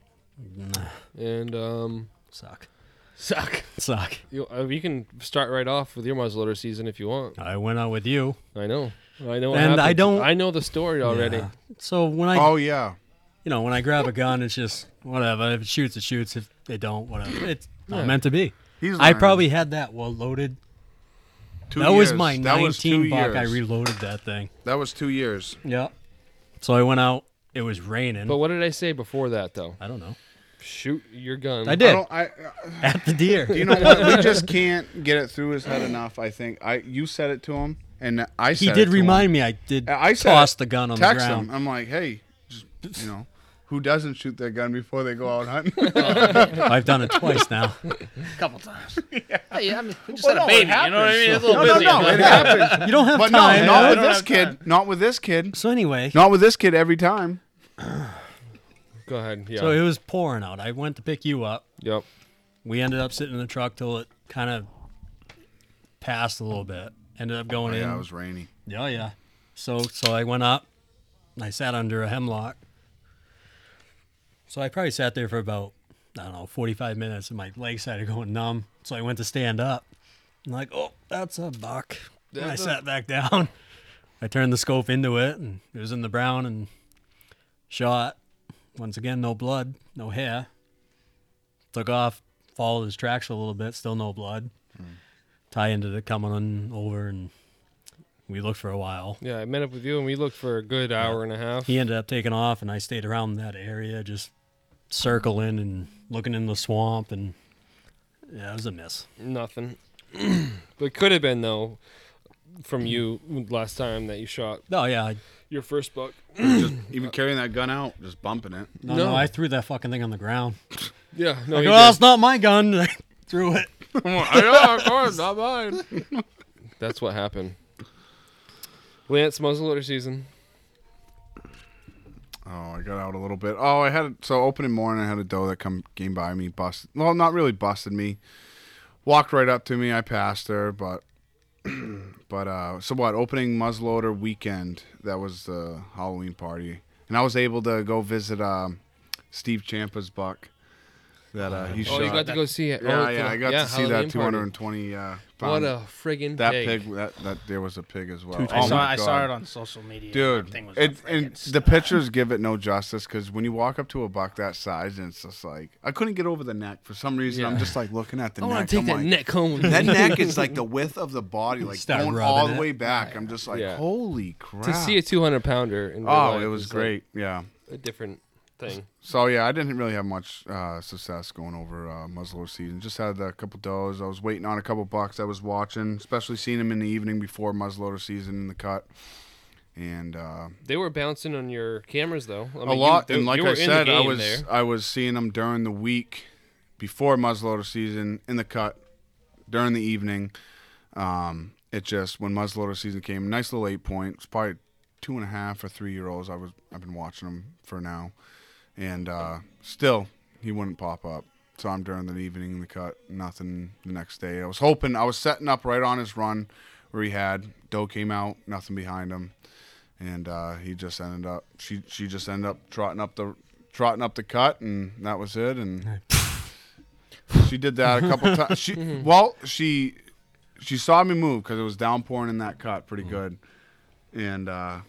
[SPEAKER 2] Nah,
[SPEAKER 6] And um,
[SPEAKER 2] suck.
[SPEAKER 6] suck.
[SPEAKER 2] Suck.
[SPEAKER 6] You, uh, you can start right off with your muzzleloader season if you want.
[SPEAKER 2] I went out with you.
[SPEAKER 6] I know. I know. what
[SPEAKER 2] And I
[SPEAKER 6] happened.
[SPEAKER 2] don't-
[SPEAKER 6] I know the story already.
[SPEAKER 2] Yeah. So when I,
[SPEAKER 4] oh yeah,
[SPEAKER 2] you know, when I grab a gun, it's just whatever. If it shoots, it shoots. If it don't, whatever. It's not
[SPEAKER 6] Yeah.
[SPEAKER 2] meant to be.
[SPEAKER 4] he's.
[SPEAKER 2] I
[SPEAKER 4] learning.
[SPEAKER 2] probably had that well loaded.
[SPEAKER 4] two
[SPEAKER 2] that was
[SPEAKER 4] years.
[SPEAKER 2] my
[SPEAKER 4] That
[SPEAKER 2] 19
[SPEAKER 4] was two
[SPEAKER 2] buck. I
[SPEAKER 4] years.
[SPEAKER 2] reloaded that thing.
[SPEAKER 4] That was two years.
[SPEAKER 2] Yeah. So I went out. It was raining.
[SPEAKER 6] But what did I say before that though?
[SPEAKER 2] I don't know.
[SPEAKER 6] Shoot your gun.
[SPEAKER 2] I
[SPEAKER 4] I
[SPEAKER 2] did
[SPEAKER 4] don't. I, uh,
[SPEAKER 2] at the deer.
[SPEAKER 4] you know what? We just can't get it through his head enough. I think I. You said it to him, and I. Said
[SPEAKER 2] he
[SPEAKER 4] it
[SPEAKER 2] did
[SPEAKER 4] to
[SPEAKER 2] remind
[SPEAKER 4] him.
[SPEAKER 2] me. I did
[SPEAKER 4] I I said
[SPEAKER 2] toss
[SPEAKER 4] it.
[SPEAKER 2] the gun on the
[SPEAKER 4] Text
[SPEAKER 2] ground.
[SPEAKER 4] him. I'm like, hey, just, you know, who doesn't shoot their gun before they go out hunting?
[SPEAKER 2] I've done it twice now.
[SPEAKER 5] a couple times. Hey, I mean, we just
[SPEAKER 4] Well, no, it
[SPEAKER 5] had a baby. You know what I mean? It's a
[SPEAKER 4] no,
[SPEAKER 5] little
[SPEAKER 4] no,
[SPEAKER 5] busy.
[SPEAKER 4] no. It happens.
[SPEAKER 2] You don't have
[SPEAKER 4] But no,
[SPEAKER 2] time.
[SPEAKER 4] not
[SPEAKER 5] I
[SPEAKER 4] with
[SPEAKER 5] don't
[SPEAKER 4] this
[SPEAKER 5] have
[SPEAKER 4] kid.
[SPEAKER 5] time.
[SPEAKER 4] Not with this kid.
[SPEAKER 2] so anyway,
[SPEAKER 4] Not with this kid. Every time.
[SPEAKER 6] Go ahead. Yeah.
[SPEAKER 2] so it was pouring out. I went to pick you up.
[SPEAKER 6] yep.
[SPEAKER 2] We ended up sitting in the truck till it kind of passed a little bit. Ended up going in.
[SPEAKER 4] Oh, Yeah, it was rainy.
[SPEAKER 2] Yeah, yeah. So so I went up. and I sat under a hemlock. So I probably sat there for about I don't know forty five minutes, and my legs started going numb. So I went to stand up. I'm like, oh, that's a buck. And I
[SPEAKER 6] That's a-
[SPEAKER 2] sat back down. I turned the scope into it, and it was in the brown and shot. Once again, no blood, no hair. Took off, followed his tracks a little bit, still no blood.
[SPEAKER 6] Hmm.
[SPEAKER 2] Tie into it coming on over, and we looked for a while.
[SPEAKER 6] Yeah. I met up with you and we looked for a good hour and a half.
[SPEAKER 2] He ended up taking off, and I stayed around that area, just circling and looking in the swamp. And yeah, it was a miss.
[SPEAKER 6] Nothing. but could have been though, from you last time that you shot
[SPEAKER 2] Oh yeah, I,
[SPEAKER 6] your first buck.
[SPEAKER 4] just even carrying that gun out, just bumping it.
[SPEAKER 2] no, no,
[SPEAKER 6] No.
[SPEAKER 2] I threw that fucking thing on the ground.
[SPEAKER 6] Yeah. No.
[SPEAKER 2] I
[SPEAKER 6] you
[SPEAKER 2] go, oh,
[SPEAKER 6] did.
[SPEAKER 2] it's not my gun. I threw it.
[SPEAKER 6] yeah, of course, not mine. That's what happened. Lance muzzleloader season.
[SPEAKER 4] Oh, I got out a little bit. Oh, I had so opening morning. I had a doe that come came by me, busted. Well, not really busted me. Walked right up to me. I passed her, but but uh, so what? Opening muzzleloader weekend. That was the Halloween party, and I was able to go visit um, Steve Champa's buck. That uh, he
[SPEAKER 6] Oh,
[SPEAKER 4] shot.
[SPEAKER 6] you got to go see it.
[SPEAKER 4] yeah,
[SPEAKER 6] oh,
[SPEAKER 4] yeah,
[SPEAKER 6] the-
[SPEAKER 4] I got to see
[SPEAKER 6] Halloween
[SPEAKER 4] that
[SPEAKER 6] party.
[SPEAKER 4] 220 uh,
[SPEAKER 6] What
[SPEAKER 4] pound.
[SPEAKER 6] a friggin'
[SPEAKER 4] that
[SPEAKER 6] pig.
[SPEAKER 4] pig. That that there was a pig as well.
[SPEAKER 10] Two
[SPEAKER 4] Oh
[SPEAKER 5] I saw,
[SPEAKER 4] my
[SPEAKER 5] I saw
[SPEAKER 4] God
[SPEAKER 5] it on social media.
[SPEAKER 4] dude
[SPEAKER 5] That thing was
[SPEAKER 4] it,
[SPEAKER 5] a
[SPEAKER 4] and
[SPEAKER 5] freaking
[SPEAKER 4] the pictures give it no justice because when you walk up to a buck that size and it's just like i couldn't get over the neck for some reason i'm
[SPEAKER 6] Yeah.
[SPEAKER 4] just like looking at the
[SPEAKER 6] I
[SPEAKER 4] neck
[SPEAKER 6] want to take
[SPEAKER 4] I'm
[SPEAKER 6] that
[SPEAKER 4] like,
[SPEAKER 6] neck home.
[SPEAKER 4] that neck is like the width of the body like
[SPEAKER 2] Start
[SPEAKER 4] going
[SPEAKER 2] rubbing
[SPEAKER 4] all the
[SPEAKER 2] it.
[SPEAKER 4] way back i'm just like
[SPEAKER 6] Yeah.
[SPEAKER 4] holy crap
[SPEAKER 6] to see a 200 pounder. In real
[SPEAKER 4] oh
[SPEAKER 6] life
[SPEAKER 4] it was
[SPEAKER 6] is, like,
[SPEAKER 4] great yeah
[SPEAKER 6] a different thing.
[SPEAKER 4] so yeah i didn't really have much uh, success going over uh, muzzleloader season just had a couple does i was waiting on a couple bucks i was watching especially seeing them in the evening before muzzleloader season in the cut and uh,
[SPEAKER 6] They were bouncing on your cameras though. I mean,
[SPEAKER 4] a
[SPEAKER 6] you-
[SPEAKER 4] lot.
[SPEAKER 6] they-
[SPEAKER 4] and like
[SPEAKER 6] you were
[SPEAKER 4] I
[SPEAKER 6] in the
[SPEAKER 4] said, I
[SPEAKER 6] game
[SPEAKER 4] was
[SPEAKER 6] there.
[SPEAKER 4] I was seeing them during the week before muzzleloader season in the cut during the evening. Um, it just when muzzleloader season came, nice little eight point. It's probably two and a half or three year olds. I was I've been watching them for now, and uh, still he wouldn't pop up. So I'm during the evening in the cut, nothing the next day. I was hoping I was setting up right on his run where he had doe came out, nothing behind him and uh, he just ended up she she just ended up trotting up the trotting up the cut and that was it and she did that a couple times she well she she saw me move because it was downpouring in that cut pretty good and uh,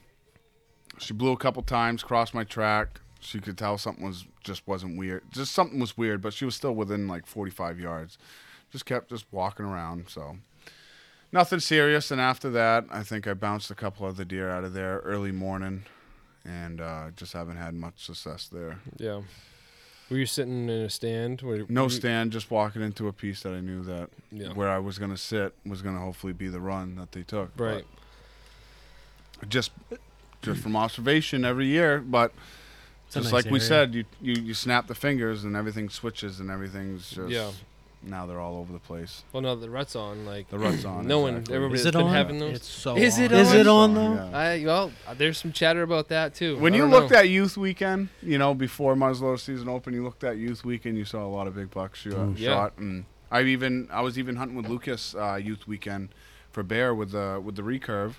[SPEAKER 4] she blew a couple times crossed my track she could tell something was just wasn't weird just something was weird but she was still within like 45 yards just kept just walking around so nothing serious. And after that, I think I bounced a couple other deer out of there early morning, and uh, just haven't had much success there.
[SPEAKER 6] Yeah. Were you sitting in a stand? Were-
[SPEAKER 4] No
[SPEAKER 6] were you-
[SPEAKER 4] stand, just walking into a piece that I knew that
[SPEAKER 6] Mm. Yeah.
[SPEAKER 4] where I was gonna sit was gonna hopefully be the run that they took. But
[SPEAKER 6] Right.
[SPEAKER 4] Just, just from observation every year, but.
[SPEAKER 2] It's a
[SPEAKER 4] Just like
[SPEAKER 2] nice
[SPEAKER 4] we
[SPEAKER 2] area.
[SPEAKER 4] said, you, you you snap the fingers and everything switches and everything's just
[SPEAKER 6] Yeah.
[SPEAKER 4] now they're all over the place.
[SPEAKER 6] Well, no, the rut's on. Like
[SPEAKER 4] The rut's on.
[SPEAKER 6] no one,
[SPEAKER 4] exactly.
[SPEAKER 6] everybody's
[SPEAKER 2] Is it
[SPEAKER 6] been
[SPEAKER 2] on?
[SPEAKER 6] having those.
[SPEAKER 5] It's so.
[SPEAKER 6] Is it
[SPEAKER 5] on?
[SPEAKER 2] Is it
[SPEAKER 4] So,
[SPEAKER 2] on though?
[SPEAKER 4] yeah.
[SPEAKER 6] I well, there's some chatter about that too.
[SPEAKER 4] When
[SPEAKER 6] I
[SPEAKER 4] you
[SPEAKER 6] don't
[SPEAKER 4] looked
[SPEAKER 6] know.
[SPEAKER 4] at youth weekend, you know, before muzzleloader season opened, you looked at youth weekend. You saw a lot of big bucks shot,
[SPEAKER 6] yeah.
[SPEAKER 4] shot, and I even I was even hunting with Lucas uh, youth weekend for bear with the with the recurve,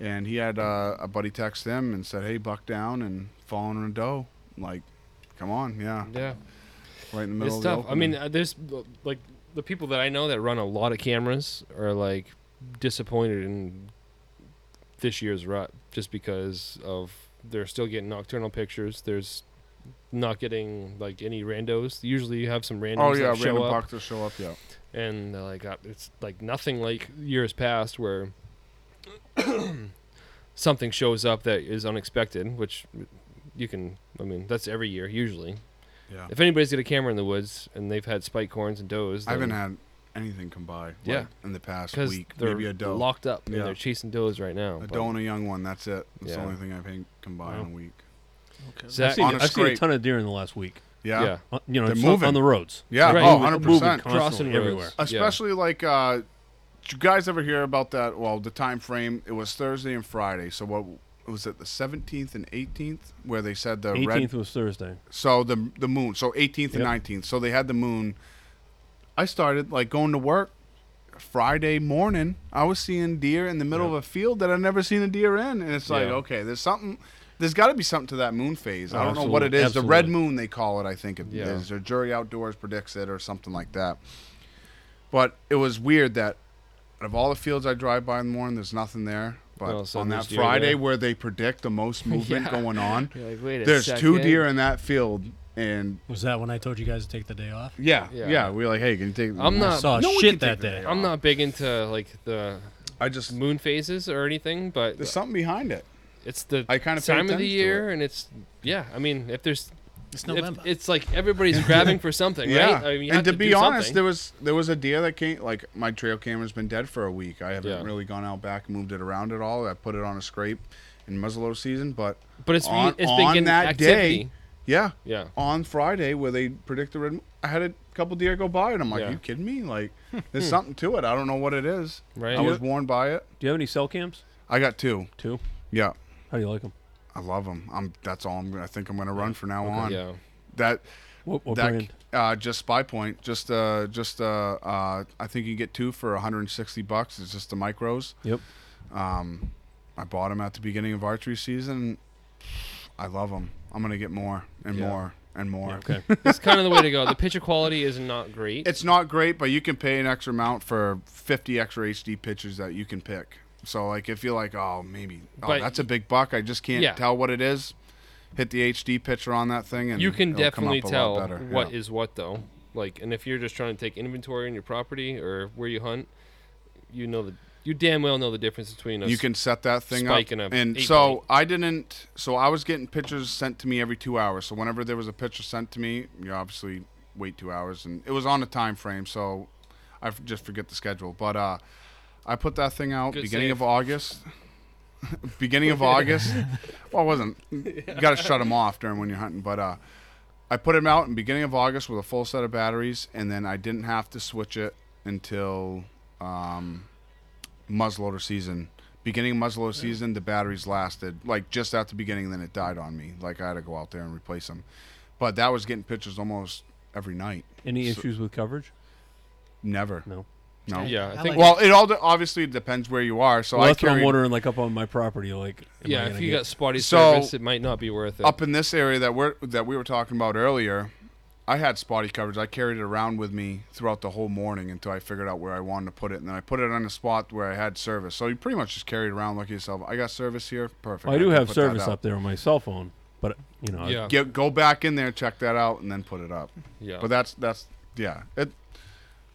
[SPEAKER 4] and he had uh, a buddy text him and said, "Hey, buck down and falling on a doe." Like, come on, yeah,
[SPEAKER 6] Yeah.
[SPEAKER 4] right in the middle.
[SPEAKER 6] it's
[SPEAKER 4] of the
[SPEAKER 6] tough. I
[SPEAKER 4] opening.
[SPEAKER 6] mean, uh, there's uh, like the people that I know that run a lot of cameras are like disappointed in this year's rut just because of they're still getting nocturnal pictures. There's not getting like any randos. Usually you have some randos
[SPEAKER 4] oh
[SPEAKER 6] that
[SPEAKER 4] yeah,
[SPEAKER 6] show
[SPEAKER 4] random
[SPEAKER 6] up
[SPEAKER 4] bucks will show up. Yeah,
[SPEAKER 6] and they're like uh, it's like nothing like years past where something shows up that is unexpected, which you can I mean, that's every year usually.
[SPEAKER 4] yeah.
[SPEAKER 6] If anybody's got a camera in the woods and they've had spike horns and does,
[SPEAKER 4] I haven't
[SPEAKER 6] then-
[SPEAKER 4] had anything come by. like,
[SPEAKER 6] Yeah.
[SPEAKER 4] in the past
[SPEAKER 6] because
[SPEAKER 4] week,
[SPEAKER 6] they're
[SPEAKER 4] maybe a doe,
[SPEAKER 6] locked up and
[SPEAKER 4] Yeah.
[SPEAKER 6] they're chasing does right now.
[SPEAKER 4] a
[SPEAKER 6] but-
[SPEAKER 4] doe and a young one. That's it. That's the
[SPEAKER 6] Yeah.
[SPEAKER 4] only thing I've had come by in a week.
[SPEAKER 2] I've,
[SPEAKER 6] Zach,
[SPEAKER 2] seen,
[SPEAKER 4] on a
[SPEAKER 2] I've seen a
[SPEAKER 4] scrape.
[SPEAKER 2] ton of deer in the last week.
[SPEAKER 4] Yeah,
[SPEAKER 6] yeah,
[SPEAKER 4] yeah.
[SPEAKER 2] Uh, you know,
[SPEAKER 4] They're
[SPEAKER 2] it's on-
[SPEAKER 4] moving.
[SPEAKER 2] on the roads.
[SPEAKER 6] Right.
[SPEAKER 4] Oh,
[SPEAKER 6] Moving-
[SPEAKER 4] 100
[SPEAKER 2] moving
[SPEAKER 4] percent.
[SPEAKER 2] constantly
[SPEAKER 6] crossing
[SPEAKER 2] everywhere.
[SPEAKER 6] everywhere.
[SPEAKER 4] especially like uh did you guys ever hear about that well the time frame it was thursday and friday so what was it the 17th and 18th where they said the
[SPEAKER 2] 18th
[SPEAKER 4] red
[SPEAKER 2] was Thursday.
[SPEAKER 4] so the the moon so 18th and
[SPEAKER 2] Yep.
[SPEAKER 4] 19th so they had the moon i started like going to work friday morning i was seeing deer in the middle of a field that i've never seen a deer in and it's like
[SPEAKER 6] Yeah.
[SPEAKER 4] okay there's something there's got to be something to that moon phase. I
[SPEAKER 2] Oh,
[SPEAKER 4] don't know what it is. The red
[SPEAKER 2] absolutely.
[SPEAKER 4] moon, they call it, I think. It
[SPEAKER 6] Yeah.
[SPEAKER 4] is. Or Jury Outdoors predicts it or something like that. But it was weird that out of all the fields I drive by in the morning, there's nothing there. But
[SPEAKER 6] Well, so
[SPEAKER 4] on that
[SPEAKER 6] there's deer
[SPEAKER 4] Friday
[SPEAKER 6] there.
[SPEAKER 4] where they predict the most movement
[SPEAKER 6] Yeah.
[SPEAKER 4] going on,
[SPEAKER 6] You're like, wait a
[SPEAKER 4] there's two
[SPEAKER 6] second.
[SPEAKER 4] deer in that field. And
[SPEAKER 7] Was that when I told you guys to take the day off?
[SPEAKER 4] yeah, yeah,
[SPEAKER 6] Yeah.
[SPEAKER 4] we're like, hey, can you take?
[SPEAKER 6] I'm
[SPEAKER 7] I
[SPEAKER 6] not.
[SPEAKER 7] saw
[SPEAKER 4] Uh, no one can
[SPEAKER 7] shit that
[SPEAKER 4] take the
[SPEAKER 7] day.
[SPEAKER 4] day
[SPEAKER 6] I'm not big into like the
[SPEAKER 4] I just
[SPEAKER 6] moon phases or anything, but
[SPEAKER 4] there's something behind it.
[SPEAKER 6] it's the
[SPEAKER 4] I kinda pay
[SPEAKER 6] time of
[SPEAKER 4] attention to
[SPEAKER 6] the year, and it's yeah. I mean, if there's
[SPEAKER 7] It's
[SPEAKER 6] if-
[SPEAKER 7] November.
[SPEAKER 6] it's like everybody's grabbing for something,
[SPEAKER 4] Yeah,
[SPEAKER 6] right? I mean, you
[SPEAKER 4] and
[SPEAKER 6] have
[SPEAKER 4] to,
[SPEAKER 6] do
[SPEAKER 4] be honest,
[SPEAKER 6] something.
[SPEAKER 4] there was there was a deer that came. Like my trail camera's been dead for a week. I haven't
[SPEAKER 6] Yeah.
[SPEAKER 4] really gone out back, moved it around at all. I put it on a scrape in muzzleloader season, but
[SPEAKER 6] but it's
[SPEAKER 4] on-
[SPEAKER 6] it's
[SPEAKER 4] on
[SPEAKER 6] been getting
[SPEAKER 4] that
[SPEAKER 6] activity.
[SPEAKER 4] day- yeah,
[SPEAKER 6] Yeah,
[SPEAKER 4] on Friday where they predict the red. Moon, I had a couple deer go by, and I'm like,
[SPEAKER 6] Yeah.
[SPEAKER 4] "You kidding me? Like, there's something to it. I don't know what it is.
[SPEAKER 6] right.
[SPEAKER 4] I was warned by it.
[SPEAKER 2] Do you have any cell cams?
[SPEAKER 4] I got two.
[SPEAKER 2] Two.
[SPEAKER 4] Yeah,
[SPEAKER 2] How do you like them?
[SPEAKER 4] I love them. I'm. That's all. I'm. gonna- I think I'm gonna run from now on.
[SPEAKER 6] yeah,
[SPEAKER 4] That
[SPEAKER 2] What, what
[SPEAKER 4] that
[SPEAKER 2] brand?
[SPEAKER 4] uh, just spy point. Just uh, just uh, uh, I think you get two for 160 bucks. It's just the micros.
[SPEAKER 2] Yep.
[SPEAKER 4] Um, I bought them at the beginning of archery season. I love them. I'm gonna get more and
[SPEAKER 6] Yeah.
[SPEAKER 4] more and more.
[SPEAKER 2] Yeah, okay.
[SPEAKER 6] it's kind of the way to go. The picture quality is not great.
[SPEAKER 4] It's not great, but you can pay an extra amount for 50 extra HD pictures that you can pick. So like if you're like, oh maybe, oh
[SPEAKER 6] But
[SPEAKER 4] that's a big buck. I just can't
[SPEAKER 6] Yeah.
[SPEAKER 4] tell what it is. Hit the HD picture on that thing, and
[SPEAKER 6] you can
[SPEAKER 4] it'll come
[SPEAKER 6] definitely
[SPEAKER 4] up a lot
[SPEAKER 6] tell what
[SPEAKER 4] better.
[SPEAKER 6] is
[SPEAKER 4] Yeah.
[SPEAKER 6] what though like and if you're just trying to take inventory on your property or where you hunt you know the you damn well know the difference between us
[SPEAKER 4] you can set that thing
[SPEAKER 6] spike
[SPEAKER 4] up.
[SPEAKER 6] in a
[SPEAKER 4] and
[SPEAKER 6] eight
[SPEAKER 4] so
[SPEAKER 6] point.
[SPEAKER 4] I didn't. So I was getting pictures sent to me every two hours. So whenever there was a picture sent to me, you obviously wait two hours, and it was on a time frame. So I f- just forget the schedule. But uh, I put that thing out
[SPEAKER 6] Good
[SPEAKER 4] beginning
[SPEAKER 6] save.
[SPEAKER 4] of August. beginning of August. Well, I wasn't. You got to shut them off during when you're hunting. But uh, I put him out in beginning of August with a full set of batteries, and then I didn't have to switch it until um, muzzleloader season. Beginning of muzzleloader season, the batteries lasted like just at the beginning. Then it died on me. Like I had to go out there and replace them. But that was getting pictures almost every night.
[SPEAKER 2] Any
[SPEAKER 4] So-
[SPEAKER 2] issues with coverage?
[SPEAKER 4] Never.
[SPEAKER 2] No.
[SPEAKER 4] No.
[SPEAKER 6] yeah i
[SPEAKER 7] I
[SPEAKER 6] think
[SPEAKER 7] like-
[SPEAKER 4] Well, it all de- obviously depends where you are. So
[SPEAKER 2] well,
[SPEAKER 4] I
[SPEAKER 2] that's what I'm
[SPEAKER 4] carried-
[SPEAKER 2] wondering, like up on my property, like. am I
[SPEAKER 6] yeah if
[SPEAKER 2] gonna
[SPEAKER 6] you
[SPEAKER 2] get-
[SPEAKER 6] got spotty
[SPEAKER 4] So-
[SPEAKER 6] service it might not be worth it
[SPEAKER 4] up in this area that we're that we were talking about earlier, I had spotty coverage. I carried it around with me throughout the whole morning until I figured out where I wanted to put it, and then I put it on a spot where I had service. So you pretty much just carry it around, look at yourself. I got service here, perfect.
[SPEAKER 2] I do
[SPEAKER 4] can
[SPEAKER 2] have
[SPEAKER 4] put that
[SPEAKER 2] service
[SPEAKER 4] out.
[SPEAKER 2] up there on my cell phone, but you know, I-
[SPEAKER 6] yeah
[SPEAKER 4] Get, go back in there, check that out, and then put it up.
[SPEAKER 6] yeah
[SPEAKER 4] But that's that's yeah, it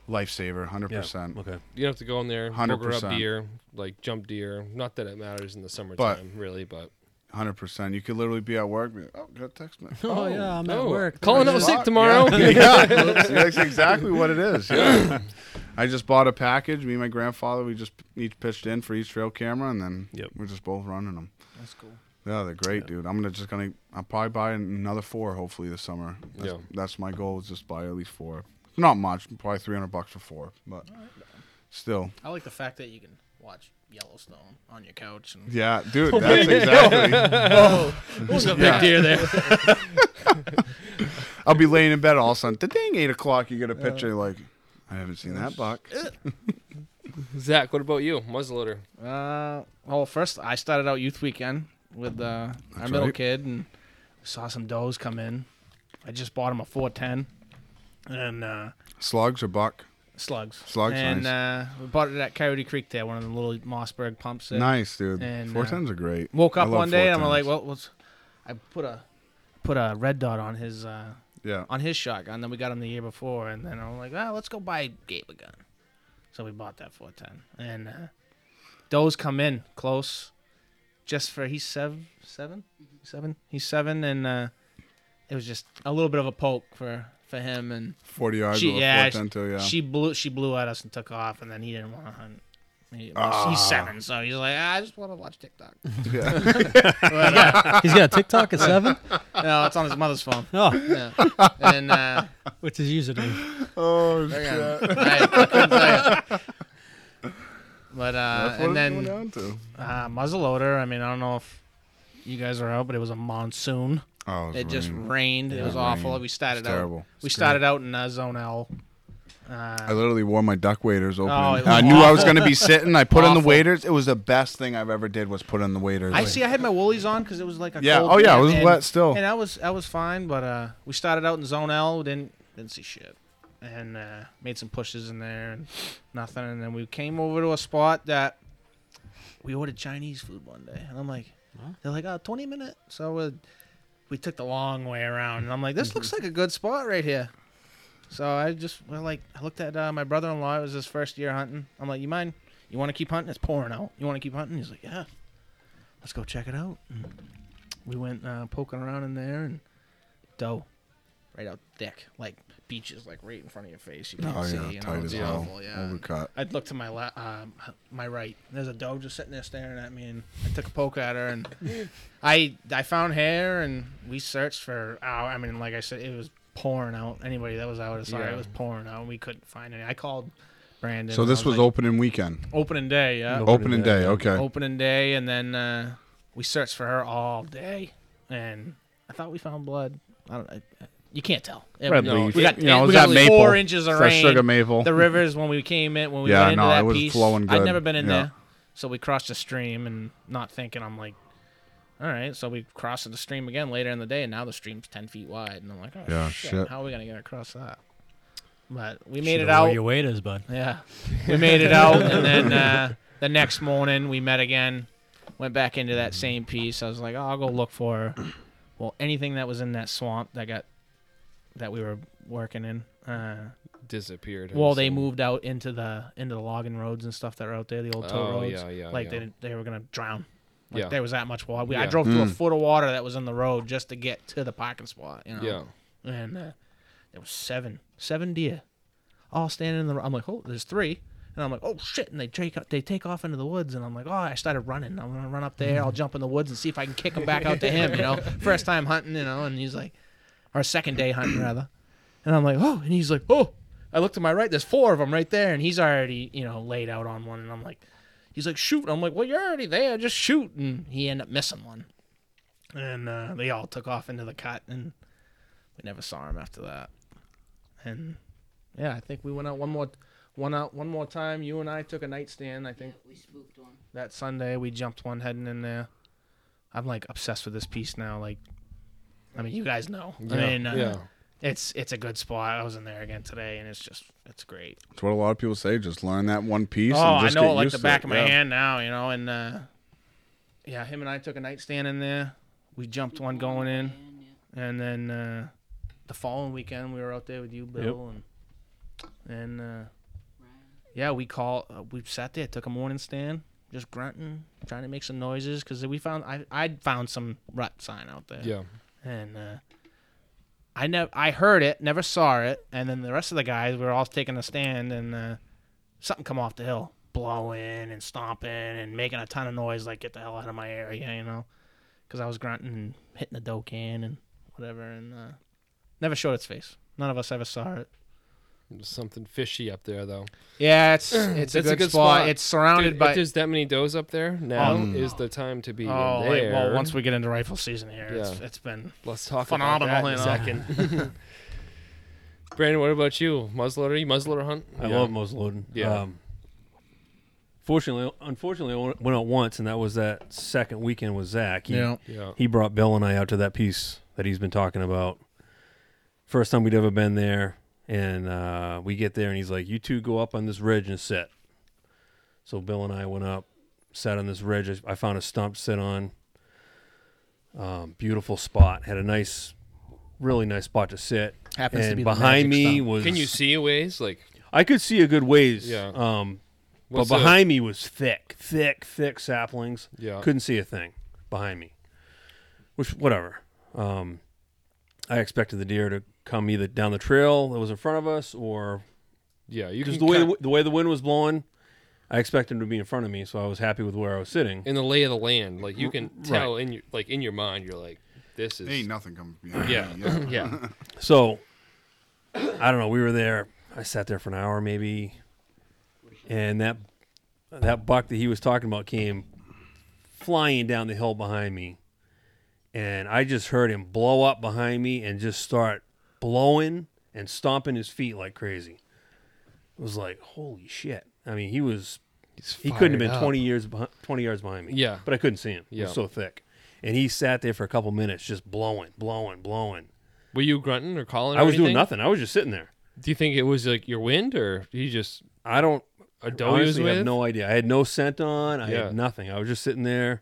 [SPEAKER 4] lifesaver, hundred
[SPEAKER 2] yeah,
[SPEAKER 4] percent.
[SPEAKER 2] Okay.
[SPEAKER 6] you have to go in there booger
[SPEAKER 4] 100%.
[SPEAKER 6] up deer like jump deer not that it matters in the summertime really but
[SPEAKER 4] Hundred percent. You could literally be at work. Be, like, oh, got a text message.
[SPEAKER 7] Oh, yeah, I'm
[SPEAKER 6] Oh,
[SPEAKER 7] at work.
[SPEAKER 6] calling out
[SPEAKER 7] That's
[SPEAKER 6] sick
[SPEAKER 4] Yeah.
[SPEAKER 6] tomorrow
[SPEAKER 4] Yeah, Yeah. that's exactly what it is. Yeah. I just bought a package. Me and my grandfather, we just each pitched in for each trail camera, and then
[SPEAKER 2] Yep.
[SPEAKER 4] we're just both running them.
[SPEAKER 5] That's cool.
[SPEAKER 4] Yeah, they're great, dude. I'm gonna just gonna I'll probably buy another four hopefully this summer. That's,
[SPEAKER 6] Yeah.
[SPEAKER 4] that's my goal is just buy at least four. Not much, probably 300 bucks for four, but still.
[SPEAKER 5] I like the fact that you can watch Yellowstone on your couch and
[SPEAKER 4] Yeah, dude, that's exactly.
[SPEAKER 5] there's
[SPEAKER 4] Yeah.
[SPEAKER 5] a big deer there.
[SPEAKER 4] I'll be laying in bed all of a sudden. Ding, eight o'clock. You get a picture like, I haven't seen that buck.
[SPEAKER 6] Zach, what about you? Muzzleloader.
[SPEAKER 5] Uh, well, first I started out youth weekend with uh, our
[SPEAKER 4] That's
[SPEAKER 5] middle
[SPEAKER 4] right.
[SPEAKER 5] kid, and we saw some does come in. I just bought him a 410 and uh,
[SPEAKER 4] Slugs or buck?
[SPEAKER 5] slugs.
[SPEAKER 4] Slugs,
[SPEAKER 5] And
[SPEAKER 4] nice.
[SPEAKER 5] uh, we bought it at Coyote Creek there, one of the little Mossberg pumps. There.
[SPEAKER 4] nice, dude.
[SPEAKER 5] and, uh,
[SPEAKER 4] Four tens are great.
[SPEAKER 5] Woke
[SPEAKER 4] I
[SPEAKER 5] up
[SPEAKER 4] love
[SPEAKER 5] one day, and I'm
[SPEAKER 4] 410s.
[SPEAKER 5] like, well, what's? I put a put a red dot on his uh,
[SPEAKER 4] yeah,
[SPEAKER 5] on his shotgun that we got him the year before, and then I'm like, ah, let's go buy Gabe a gun. So we bought that 410, and uh, those come in close, just for he's seven, seven, seven. He's seven, and uh, it was just a little bit of a poke for for him, and
[SPEAKER 4] forty yards
[SPEAKER 5] She-
[SPEAKER 4] with a
[SPEAKER 5] yeah,
[SPEAKER 4] four ten too. Yeah,
[SPEAKER 5] she blew she blew at us and took off, and then he didn't want to hunt. He-
[SPEAKER 4] Ah.
[SPEAKER 5] He's seven, so he's like, "Ah, I just want to watch TikTok.
[SPEAKER 4] yeah.
[SPEAKER 5] But, uh,
[SPEAKER 7] He's got TikTok at seven.
[SPEAKER 5] no, it's on his mother's phone.
[SPEAKER 7] Oh,
[SPEAKER 5] Yeah. And uh,
[SPEAKER 7] what's his username?
[SPEAKER 4] oh
[SPEAKER 5] Hang
[SPEAKER 4] shit.
[SPEAKER 5] on. I- I couldn't tell you. But uh,
[SPEAKER 4] That's what
[SPEAKER 5] and
[SPEAKER 4] it's
[SPEAKER 5] then
[SPEAKER 4] going down to.
[SPEAKER 5] uh, muzzleloader. I mean, I don't know if you guys are out, but it was a monsoon.
[SPEAKER 4] Oh,
[SPEAKER 5] It just
[SPEAKER 4] raining.
[SPEAKER 5] rained.
[SPEAKER 4] Yeah,
[SPEAKER 5] it was
[SPEAKER 4] it
[SPEAKER 5] awful.
[SPEAKER 4] rained.
[SPEAKER 5] We
[SPEAKER 4] It's
[SPEAKER 5] started out.
[SPEAKER 4] terrible.
[SPEAKER 5] We started out in uh, Zone L. Uh,
[SPEAKER 4] I literally wore my duck waders open.
[SPEAKER 5] Oh, it was
[SPEAKER 4] I knew I was
[SPEAKER 5] awful.
[SPEAKER 4] going to be sitting. I put on the
[SPEAKER 5] Awful.
[SPEAKER 4] waders. It was the best thing I've ever did was put on the waders.
[SPEAKER 5] I see. I had my woolies on because it was like a
[SPEAKER 4] Yeah.
[SPEAKER 5] Cold
[SPEAKER 4] Oh yeah. It
[SPEAKER 5] day,
[SPEAKER 4] was
[SPEAKER 5] and-
[SPEAKER 4] wet still.
[SPEAKER 5] And I was I was fine, but uh, we started out in Zone L. Didn't didn't see shit, and uh, made some pushes in there and nothing. And then we came over to a spot that we ordered Chinese food one day, and I'm like, they're like, oh, 20 minute. So we we took the long way around, and I'm like, this looks like a good spot right here. So I just well, like I looked at uh, my brother-in-law. It was his first year hunting. I'm like, you mind? You want to keep hunting? It's pouring out. You want to keep hunting? He's like, yeah. Let's go check it out. And we went uh, poking around in there and doe, right out thick, like beaches, like right in front of your face. You can't
[SPEAKER 4] Oh
[SPEAKER 5] see.
[SPEAKER 4] yeah.
[SPEAKER 5] you know,
[SPEAKER 4] Tight
[SPEAKER 5] it's
[SPEAKER 4] as hell.
[SPEAKER 5] awful, yeah.
[SPEAKER 4] Overcut.
[SPEAKER 5] I'd look to my la- um, my right. There's a dog just sitting there staring at me, and I took a poke at her, and I I found hair, and we searched for hour. I mean, like I said, it was pouring out. Anybody that was out, of sorry,
[SPEAKER 6] Yeah.
[SPEAKER 5] it was pouring out. and We couldn't find any. I called Brandon.
[SPEAKER 4] So
[SPEAKER 5] and I
[SPEAKER 4] this was
[SPEAKER 5] like,
[SPEAKER 4] opening weekend.
[SPEAKER 5] opening day, yeah,
[SPEAKER 2] Nope. Opening
[SPEAKER 4] Opening
[SPEAKER 2] day,
[SPEAKER 4] day.
[SPEAKER 2] yeah.
[SPEAKER 4] Okay.
[SPEAKER 5] opening day, and then uh, we searched for her all day, and I thought we found blood. I don't. I, you can't tell. It-
[SPEAKER 2] Red
[SPEAKER 6] no,
[SPEAKER 2] leaf.
[SPEAKER 5] We got,
[SPEAKER 4] You know, it
[SPEAKER 5] we
[SPEAKER 4] was
[SPEAKER 5] got
[SPEAKER 4] that maple.
[SPEAKER 5] four inches of
[SPEAKER 4] It's that
[SPEAKER 5] rain
[SPEAKER 4] sugar maple.
[SPEAKER 5] the rivers when we came in when we
[SPEAKER 4] Yeah,
[SPEAKER 5] went into
[SPEAKER 4] no,
[SPEAKER 5] that
[SPEAKER 4] it was
[SPEAKER 5] piece.
[SPEAKER 4] flowing
[SPEAKER 5] I'd
[SPEAKER 4] good.
[SPEAKER 5] never been in
[SPEAKER 4] Yeah.
[SPEAKER 5] there, so we crossed a stream and not thinking. I'm like, all right. So we crossed the stream again later in the day, and now the stream's ten feet wide, and I'm like, oh
[SPEAKER 4] Yeah,
[SPEAKER 5] shit,
[SPEAKER 4] shit.
[SPEAKER 5] how are we gonna get across that? But we made
[SPEAKER 7] Should've
[SPEAKER 5] it
[SPEAKER 7] wore
[SPEAKER 5] out.
[SPEAKER 7] Your weight is, bud.
[SPEAKER 5] Yeah, we made it out, and then uh, the next morning we met again. Went back into that same piece. I was like, oh, I'll go look for, well, anything that was in that swamp that got, that we were working in. Uh,
[SPEAKER 6] Disappeared.
[SPEAKER 5] well, they
[SPEAKER 6] So-
[SPEAKER 5] moved out into the into the logging roads and stuff that are out there, the old tow
[SPEAKER 6] Oh,
[SPEAKER 5] roads.
[SPEAKER 6] yeah, yeah,
[SPEAKER 5] like
[SPEAKER 6] yeah.
[SPEAKER 5] they they were gonna drown. Like
[SPEAKER 6] Yeah.
[SPEAKER 5] there was that much water. We, I
[SPEAKER 6] Yeah.
[SPEAKER 5] drove through a
[SPEAKER 4] Mm.
[SPEAKER 5] foot of water that was in the road just to get to the parking spot. You know.
[SPEAKER 6] Yeah.
[SPEAKER 5] And uh, there was seven seven deer, all standing in the. ro- I'm like, oh, there's three. And I'm like, oh shit! And they take they take off into the woods, and I'm like, oh, I started running. I'm gonna run up there. I'll jump in the woods and see if I can kick them back out to him. You know, first time hunting, you know. And he's like, or second day hunting rather. And I'm like, oh, and he's like, oh. I look to my right. There's four of them right there, and he's already, you know, laid out on one. And I'm like, he's like, shoot. I'm like, well, you're already there. Just shoot. And he ended up missing one. And uh, they all took off into the cut, and we never saw him after that. And yeah, I think we went out one more, one out one more time. You and I took a nightstand. I think
[SPEAKER 8] We spooked one.
[SPEAKER 5] that Sunday we jumped one heading in there. I'm like obsessed with this piece now. Like, I mean, you guys know. I mean, uh,
[SPEAKER 6] yeah.
[SPEAKER 5] it's it's a good spot. I was in there again today, and it's just it's great.
[SPEAKER 4] It's what a lot of people say. Just learn that one piece.
[SPEAKER 5] Oh,
[SPEAKER 4] and
[SPEAKER 5] I
[SPEAKER 4] just
[SPEAKER 5] know
[SPEAKER 4] get
[SPEAKER 5] it like
[SPEAKER 4] used
[SPEAKER 5] the
[SPEAKER 4] to
[SPEAKER 5] back
[SPEAKER 4] it.
[SPEAKER 5] of my
[SPEAKER 4] Yeah.
[SPEAKER 5] hand now, you know. And uh, yeah, him and I took a nightstand in there. We jumped one going in,
[SPEAKER 8] And, yeah.
[SPEAKER 5] and then uh, the following weekend we were out there with you, Bill, and and uh,
[SPEAKER 8] Ryan.
[SPEAKER 5] yeah, we call uh, we sat there, took a morning stand, just grunting, trying to make some noises because we found I I found some rut sign out there.
[SPEAKER 6] Yeah.
[SPEAKER 5] and uh, I never I heard it, never saw it, and then the rest of the guys we were all taking a stand, and uh, something come off the hill, blowing and stomping and making a ton of noise, like get the hell out of my area, you know, because I was grunting and hitting the dough can and whatever, and uh, never showed its face. None of us ever saw it.
[SPEAKER 6] There's something fishy up there though.
[SPEAKER 5] Yeah, it's it's a,
[SPEAKER 6] That's
[SPEAKER 5] good, spot. It's surrounded
[SPEAKER 6] Dude,
[SPEAKER 5] by.
[SPEAKER 6] if there's that many does up there, now
[SPEAKER 2] Um,
[SPEAKER 5] Oh.
[SPEAKER 6] is the time to be
[SPEAKER 5] Oh,
[SPEAKER 6] in
[SPEAKER 5] like,
[SPEAKER 6] there.
[SPEAKER 5] well, once we get into rifle season here, it's,
[SPEAKER 6] Yeah.
[SPEAKER 5] it's been
[SPEAKER 6] let's talk
[SPEAKER 5] phenomenal,
[SPEAKER 6] about
[SPEAKER 5] you
[SPEAKER 6] that in a second. Brandon, what about you? Muzzleloader? You muzzleloader hunt?
[SPEAKER 2] I love muzzleloading.
[SPEAKER 6] Yeah.
[SPEAKER 2] Um, Fortunately, unfortunately, I went- went out once, and that was that second weekend with Zach. He,
[SPEAKER 5] Yeah.
[SPEAKER 6] Yeah.
[SPEAKER 2] he brought Bill and I out to that piece that he's been talking about. First time we'd ever been there, and uh, we get there, and he's like, "You two go up on this ridge and sit." So Bill and I went up, sat on this ridge. I- I found a stump to sit on. Um, beautiful spot. Had a nice, really nice spot to sit.
[SPEAKER 5] Happens to
[SPEAKER 2] and
[SPEAKER 5] be the
[SPEAKER 2] behind
[SPEAKER 5] magic
[SPEAKER 2] me
[SPEAKER 5] stump.
[SPEAKER 2] was
[SPEAKER 6] Can you see ways like?
[SPEAKER 2] I could see a good ways.
[SPEAKER 6] Yeah.
[SPEAKER 2] Um, but
[SPEAKER 6] what's the-
[SPEAKER 2] behind me was thick, thick, thick saplings.
[SPEAKER 6] Yeah.
[SPEAKER 2] Couldn't see a thing behind me. Which, whatever. Um, I expected the deer to come either down the trail that was in front of us, or
[SPEAKER 6] yeah, you can
[SPEAKER 2] because the way
[SPEAKER 6] kin-
[SPEAKER 2] the, w- the way the wind was blowing, I expected him to be in front of me. So I was happy with where I was sitting.
[SPEAKER 6] in the lay of the land, like you can tell in your like in your mind, you're like, this is
[SPEAKER 4] Ain't nothing coming behind
[SPEAKER 6] Yeah.
[SPEAKER 4] me, yeah.
[SPEAKER 6] yeah,
[SPEAKER 2] So I don't know. We were there. I sat there for an hour maybe, and that that buck that he was talking about came flying down the hill behind me, and I just heard him blow up behind me and just start blowing and stomping his feet like crazy. It was like holy shit. I mean, he was he couldn't have been
[SPEAKER 6] fired up.
[SPEAKER 2] 20 years behind, 20 yards behind me.
[SPEAKER 6] Yeah.
[SPEAKER 2] But I couldn't see him. It
[SPEAKER 6] Yeah.
[SPEAKER 2] was so thick. And he sat there for a couple minutes just blowing, blowing, blowing.
[SPEAKER 6] Were you grunting or calling?
[SPEAKER 2] I
[SPEAKER 6] or
[SPEAKER 2] was doing
[SPEAKER 6] anything?
[SPEAKER 2] nothing. I was just sitting there.
[SPEAKER 6] Do you think it was like your wind, or you just
[SPEAKER 2] I don't.
[SPEAKER 6] a
[SPEAKER 2] I
[SPEAKER 6] doe you was
[SPEAKER 2] honestly
[SPEAKER 6] with?
[SPEAKER 2] have no idea. I had no scent on. I
[SPEAKER 6] Yeah.
[SPEAKER 2] had nothing. I was just sitting there.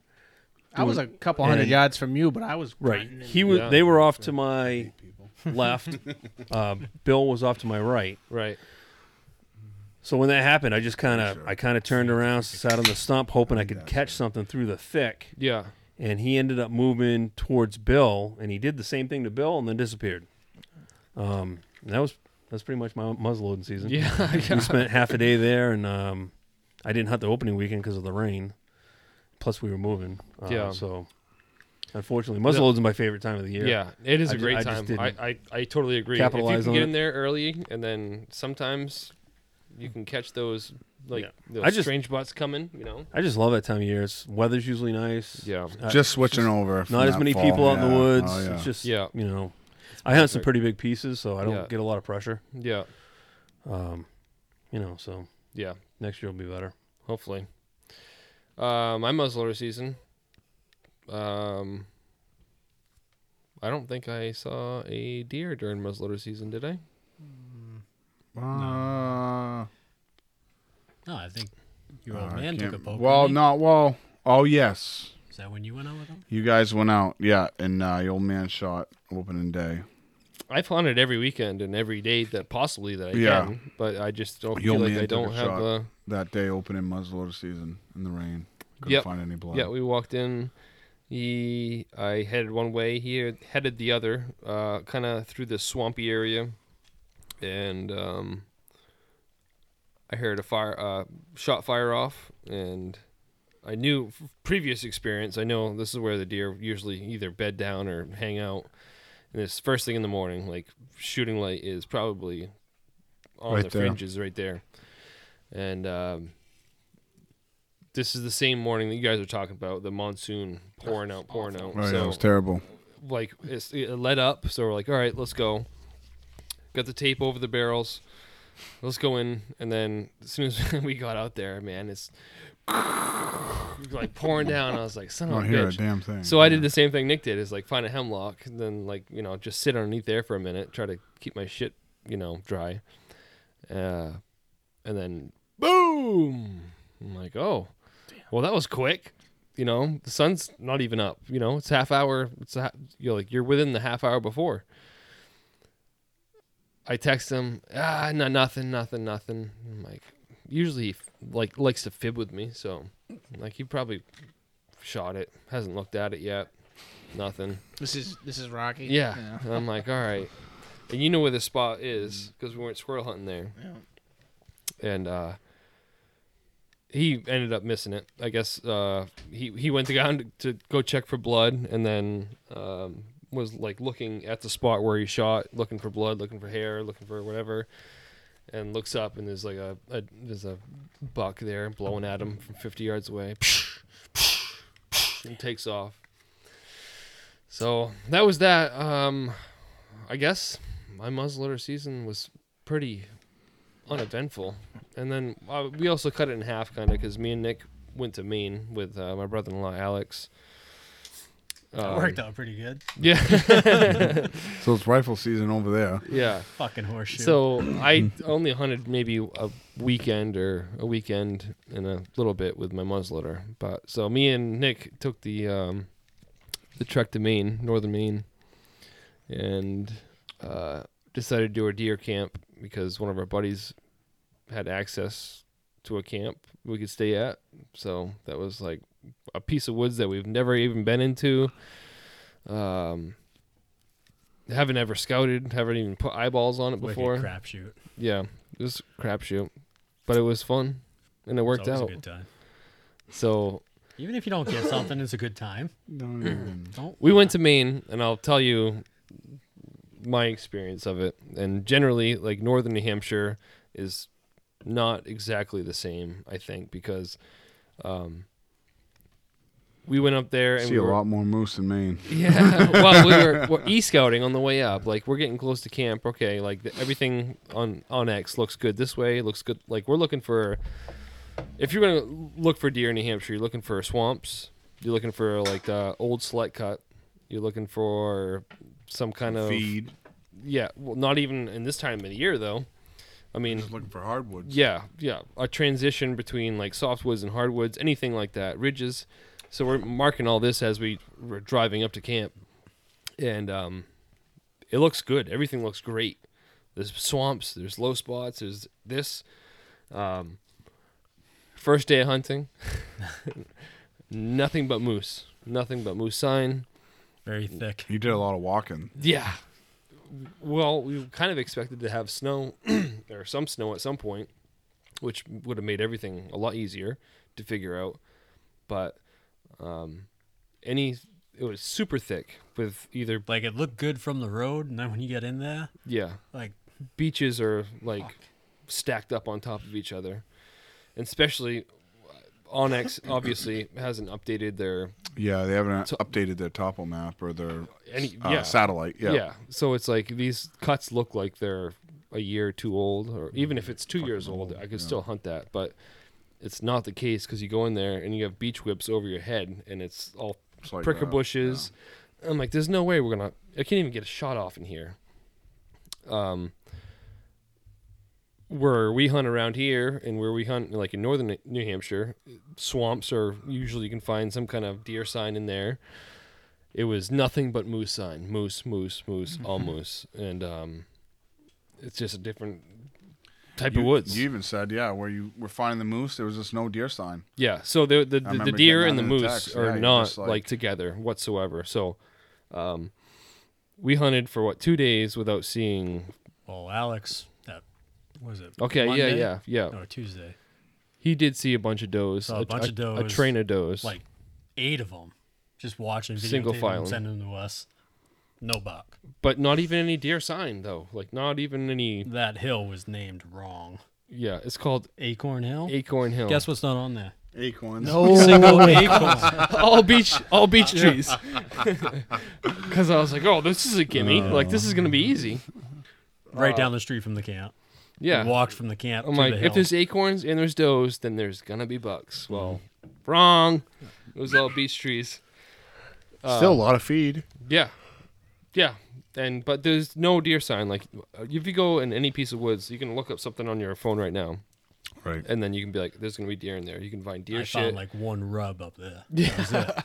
[SPEAKER 5] I was a couple hundred
[SPEAKER 2] and-
[SPEAKER 5] yards from you, but I was grunting and-
[SPEAKER 2] He was.
[SPEAKER 6] Yeah.
[SPEAKER 2] They were off to my left. uh, Bill was off to my right.
[SPEAKER 6] Right.
[SPEAKER 2] So when that happened, I just kind of, I kind of turned around, sat on the stump, hoping I could catch something through the thick.
[SPEAKER 6] Yeah.
[SPEAKER 2] And he ended up moving towards Bill, and he did the same thing to Bill, and then disappeared. Um, and that was that's pretty much my muzzleloading season.
[SPEAKER 6] Yeah.
[SPEAKER 2] we spent half a day there, and um, I didn't hunt the opening weekend because of the rain. Plus, we were moving. Uh,
[SPEAKER 6] Yeah.
[SPEAKER 2] So, unfortunately, muzzleloading is my favorite time of the year.
[SPEAKER 6] Yeah, it is
[SPEAKER 2] I
[SPEAKER 6] a
[SPEAKER 2] ju-
[SPEAKER 6] great
[SPEAKER 2] I just
[SPEAKER 6] time.
[SPEAKER 2] didn't
[SPEAKER 6] I, I, I totally agree. if you
[SPEAKER 2] capitalize
[SPEAKER 6] can
[SPEAKER 2] on
[SPEAKER 6] get
[SPEAKER 2] it.
[SPEAKER 6] in there early, and then sometimes you can catch those like
[SPEAKER 2] Yeah.
[SPEAKER 6] those
[SPEAKER 2] I just-
[SPEAKER 6] strange butts coming. You know.
[SPEAKER 2] I just love that time of year. It's weather's usually nice.
[SPEAKER 6] Yeah.
[SPEAKER 2] Uh,
[SPEAKER 4] Just switching over. from
[SPEAKER 2] Not as
[SPEAKER 4] that
[SPEAKER 2] many
[SPEAKER 4] fall,
[SPEAKER 2] people out in
[SPEAKER 4] yeah.
[SPEAKER 2] the woods.
[SPEAKER 4] Oh, yeah.
[SPEAKER 2] It's just
[SPEAKER 6] Yeah.
[SPEAKER 2] you know, I hunt some
[SPEAKER 6] perfect.
[SPEAKER 2] pretty big pieces, so I don't
[SPEAKER 6] Yeah.
[SPEAKER 2] get a lot of pressure.
[SPEAKER 6] Yeah.
[SPEAKER 2] Um, you know, so
[SPEAKER 6] Yeah.
[SPEAKER 2] next year will be better.
[SPEAKER 6] Hopefully. Uh, my muzzleloader season. Um. I don't think I saw a deer during muzzleloader season, did I?
[SPEAKER 4] Uh,
[SPEAKER 7] No, I think your
[SPEAKER 4] I
[SPEAKER 7] old man took a
[SPEAKER 4] can't-
[SPEAKER 7] poke.
[SPEAKER 4] well,
[SPEAKER 7] didn't he?
[SPEAKER 4] not well. Oh yes,
[SPEAKER 7] Is that when you went out with him?
[SPEAKER 4] you guys went out. Yeah, and uh, your old man shot opening day.
[SPEAKER 6] I've hunted every weekend and every day that possibly that I
[SPEAKER 4] Yeah.
[SPEAKER 6] can, but I just don't
[SPEAKER 4] Your
[SPEAKER 6] feel like
[SPEAKER 4] man
[SPEAKER 6] I
[SPEAKER 4] took
[SPEAKER 6] don't
[SPEAKER 4] a
[SPEAKER 6] have
[SPEAKER 4] shot.
[SPEAKER 6] the.
[SPEAKER 4] That day opening muzzleloader season in the rain. Couldn't
[SPEAKER 6] Yep.
[SPEAKER 4] find any blood.
[SPEAKER 6] Yeah, we walked in. He, I headed one way. He headed the other, uh, kind of through this swampy area, and um, I heard a fire, uh, shot fire off, and I knew f- previous experience. I know this is where the deer usually either bed down or hang out. And it's first thing in the morning. Like shooting light is probably on
[SPEAKER 4] Right
[SPEAKER 6] the
[SPEAKER 4] there.
[SPEAKER 6] fringes right there, and. Um, this is the same morning that you guys are talking about the monsoon pouring out pouring out
[SPEAKER 4] Oh, yeah, it
[SPEAKER 6] so
[SPEAKER 4] was terrible.
[SPEAKER 6] like it's, it let up so we're like all right let's go got the tape over the barrels let's go in and then as soon as we got out there man it's like pouring down i was like son
[SPEAKER 4] I
[SPEAKER 6] of
[SPEAKER 4] don't
[SPEAKER 6] a
[SPEAKER 4] hear a
[SPEAKER 6] bitch
[SPEAKER 4] damn thing.
[SPEAKER 6] so I did the same thing Nick did is like find a hemlock and then like, you know, just sit underneath there for a minute, try to keep my shit, you know, dry. Uh, and then boom. I'm like, "Oh. Well, that was quick." You know, the sun's not even up, you know. It's half hour, it's a, ha- you're like you're within the half hour before. I text him, "Ah, no nothing, nothing, nothing." I'm like usually he f- like likes to fib with me, so like he probably shot it. Hasn't looked at it yet. Nothing.
[SPEAKER 5] This is this is Rocky.
[SPEAKER 6] Yeah. And I'm like, all right. And you know where this spot is because we weren't squirrel hunting there. And uh, he ended up missing it. I guess uh, he he went to go to go check for blood, and then um, was like looking at the spot where he shot, looking for blood, looking for hair, looking for whatever. And looks up and there's like a, a there's a buck there blowing at him from 50 yards away. and takes off. So that was that. Um, I guess my muzzleloader season was pretty uneventful. And then uh, we also cut it in half, kind of, because me and Nick went to Maine with uh, my brother-in-law Alex. Um,
[SPEAKER 7] That worked out pretty good.
[SPEAKER 6] Yeah,
[SPEAKER 4] So it's rifle season over there.
[SPEAKER 6] yeah.
[SPEAKER 7] Fucking horseshoe.
[SPEAKER 6] So I only hunted maybe a weekend or a weekend and a little bit with my muzzleloader. But so me and Nick took the um, the trek to Maine, northern Maine, and uh, decided to do a deer camp because one of our buddies had access to a camp we could stay at. So that was like a piece of woods that we've never even been into. Um, haven't ever scouted, haven't even put eyeballs on it
[SPEAKER 7] Wicked
[SPEAKER 6] before.
[SPEAKER 7] crapshoot.
[SPEAKER 6] Yeah, it was a crapshoot, but it was fun and it
[SPEAKER 7] It's
[SPEAKER 6] worked
[SPEAKER 7] always a
[SPEAKER 6] out.
[SPEAKER 7] good time.
[SPEAKER 6] So
[SPEAKER 7] Even if you don't get something, it's a good time.
[SPEAKER 6] Mm-hmm.
[SPEAKER 4] Don't even-
[SPEAKER 7] Don't.
[SPEAKER 6] we went to Maine, and I'll tell you my experience of it. And generally, like northern New Hampshire is not exactly the same, I think, because um, we went up there and
[SPEAKER 4] See
[SPEAKER 6] we
[SPEAKER 4] a
[SPEAKER 6] were-
[SPEAKER 4] lot more moose in Maine.
[SPEAKER 6] Yeah. well, we were, we're e-scouting on the way up. Like we're getting close to camp. Okay, like the, everything on on X looks good this way. Looks good. Like we're looking for. If you're gonna look for deer in New Hampshire, you're looking for swamps. You're looking for like the old slut cut. You're looking for some kind of
[SPEAKER 4] Feed.
[SPEAKER 6] yeah. Well, not even in this time of the year though. I mean,
[SPEAKER 4] Just looking for hardwoods.
[SPEAKER 6] yeah, yeah. A transition between like softwoods and hardwoods, anything like that, ridges. So we're marking all this as we were driving up to camp, and um, it looks good. Everything looks great. There's swamps. There's low spots. There's this. Um, first day of hunting, nothing but moose. Nothing but moose sign.
[SPEAKER 7] Very thick.
[SPEAKER 4] You did a lot of walking.
[SPEAKER 6] Yeah. Well, we kind of expected to have snow or some snow at some point, which would have made everything a lot easier to figure out. But um, any, it was super thick with either
[SPEAKER 7] Like it looked good from the road, and then when you get in there,
[SPEAKER 6] yeah
[SPEAKER 7] like
[SPEAKER 6] beaches are like stacked up on top of each other, and especially uh, Onyx obviously hasn't updated their
[SPEAKER 4] Yeah, they haven't
[SPEAKER 6] So-
[SPEAKER 4] updated their topo map or their
[SPEAKER 6] any
[SPEAKER 4] uh,
[SPEAKER 6] yeah
[SPEAKER 4] satellite. Yeah.
[SPEAKER 6] Yeah. So it's like these cuts look like they're a year or two old, or even if it's two years old, I could still hunt that. But it's not the case because you go in there and you have beach whips over your head, and it's all
[SPEAKER 4] It's like uh,
[SPEAKER 6] pricker
[SPEAKER 4] that,
[SPEAKER 6] bushes. I'm like, there's no way we're gonna. I can't even get a shot off in here. Um, where we hunt around here, and where we hunt like in northern New Hampshire, swamps are usually you can find some kind of deer sign in there. It was nothing but moose sign, moose, moose, moose, all
[SPEAKER 4] Mm-hmm.
[SPEAKER 6] moose, and um, it's just a different type
[SPEAKER 4] You,
[SPEAKER 6] of woods.
[SPEAKER 4] you even said, yeah, where you were finding the moose, there was just no deer sign.
[SPEAKER 6] Yeah. So the the, the,
[SPEAKER 4] remember
[SPEAKER 6] the deer
[SPEAKER 4] getting
[SPEAKER 6] and
[SPEAKER 4] that
[SPEAKER 6] the
[SPEAKER 4] in the
[SPEAKER 6] moose
[SPEAKER 4] text, yeah,
[SPEAKER 6] are
[SPEAKER 4] you're
[SPEAKER 6] not
[SPEAKER 4] just
[SPEAKER 6] like,
[SPEAKER 4] like-
[SPEAKER 6] together whatsoever. So, um, we hunted for what two days without seeing.
[SPEAKER 7] well, Alex, that was it.
[SPEAKER 6] Okay.
[SPEAKER 7] Monday?
[SPEAKER 6] Yeah. Yeah. Yeah.
[SPEAKER 7] No, Tuesday.
[SPEAKER 6] He did see a bunch of does.
[SPEAKER 7] Saw a bunch of
[SPEAKER 6] A
[SPEAKER 7] does,
[SPEAKER 6] train of does.
[SPEAKER 7] Like eight of them, just watching,
[SPEAKER 6] Single
[SPEAKER 7] single
[SPEAKER 6] file 'em.
[SPEAKER 7] file, sending them to us. No buck.
[SPEAKER 6] but not even any deer sign though. Like not even any.
[SPEAKER 7] That hill was named wrong.
[SPEAKER 6] Yeah. It's called
[SPEAKER 7] Acorn Hill.
[SPEAKER 6] Acorn Hill.
[SPEAKER 7] Guess what's not on there?
[SPEAKER 4] Acorns.
[SPEAKER 7] No single acorn.
[SPEAKER 6] all beach all beach trees. Because I was like, oh, this is a gimme. like this is gonna be easy. Uh,
[SPEAKER 7] right down the street from the camp.
[SPEAKER 6] Yeah.
[SPEAKER 7] We walked from the camp.
[SPEAKER 6] I'm
[SPEAKER 7] to
[SPEAKER 6] like,
[SPEAKER 7] the
[SPEAKER 6] if
[SPEAKER 7] hill.
[SPEAKER 6] there's acorns and there's does, then there's gonna be bucks. Well,
[SPEAKER 7] Mm-hmm.
[SPEAKER 6] wrong. It was all beech trees. Uh,
[SPEAKER 1] Still a lot of feed.
[SPEAKER 6] Yeah, yeah. And but there's no deer sign. Like uh, if you go in any piece of woods, you can look up something on your phone right now,
[SPEAKER 4] Right.
[SPEAKER 6] and then you can be like, "There's gonna be deer in there." You can find deer
[SPEAKER 7] I
[SPEAKER 6] shit.
[SPEAKER 7] found like one rub up there. Yeah.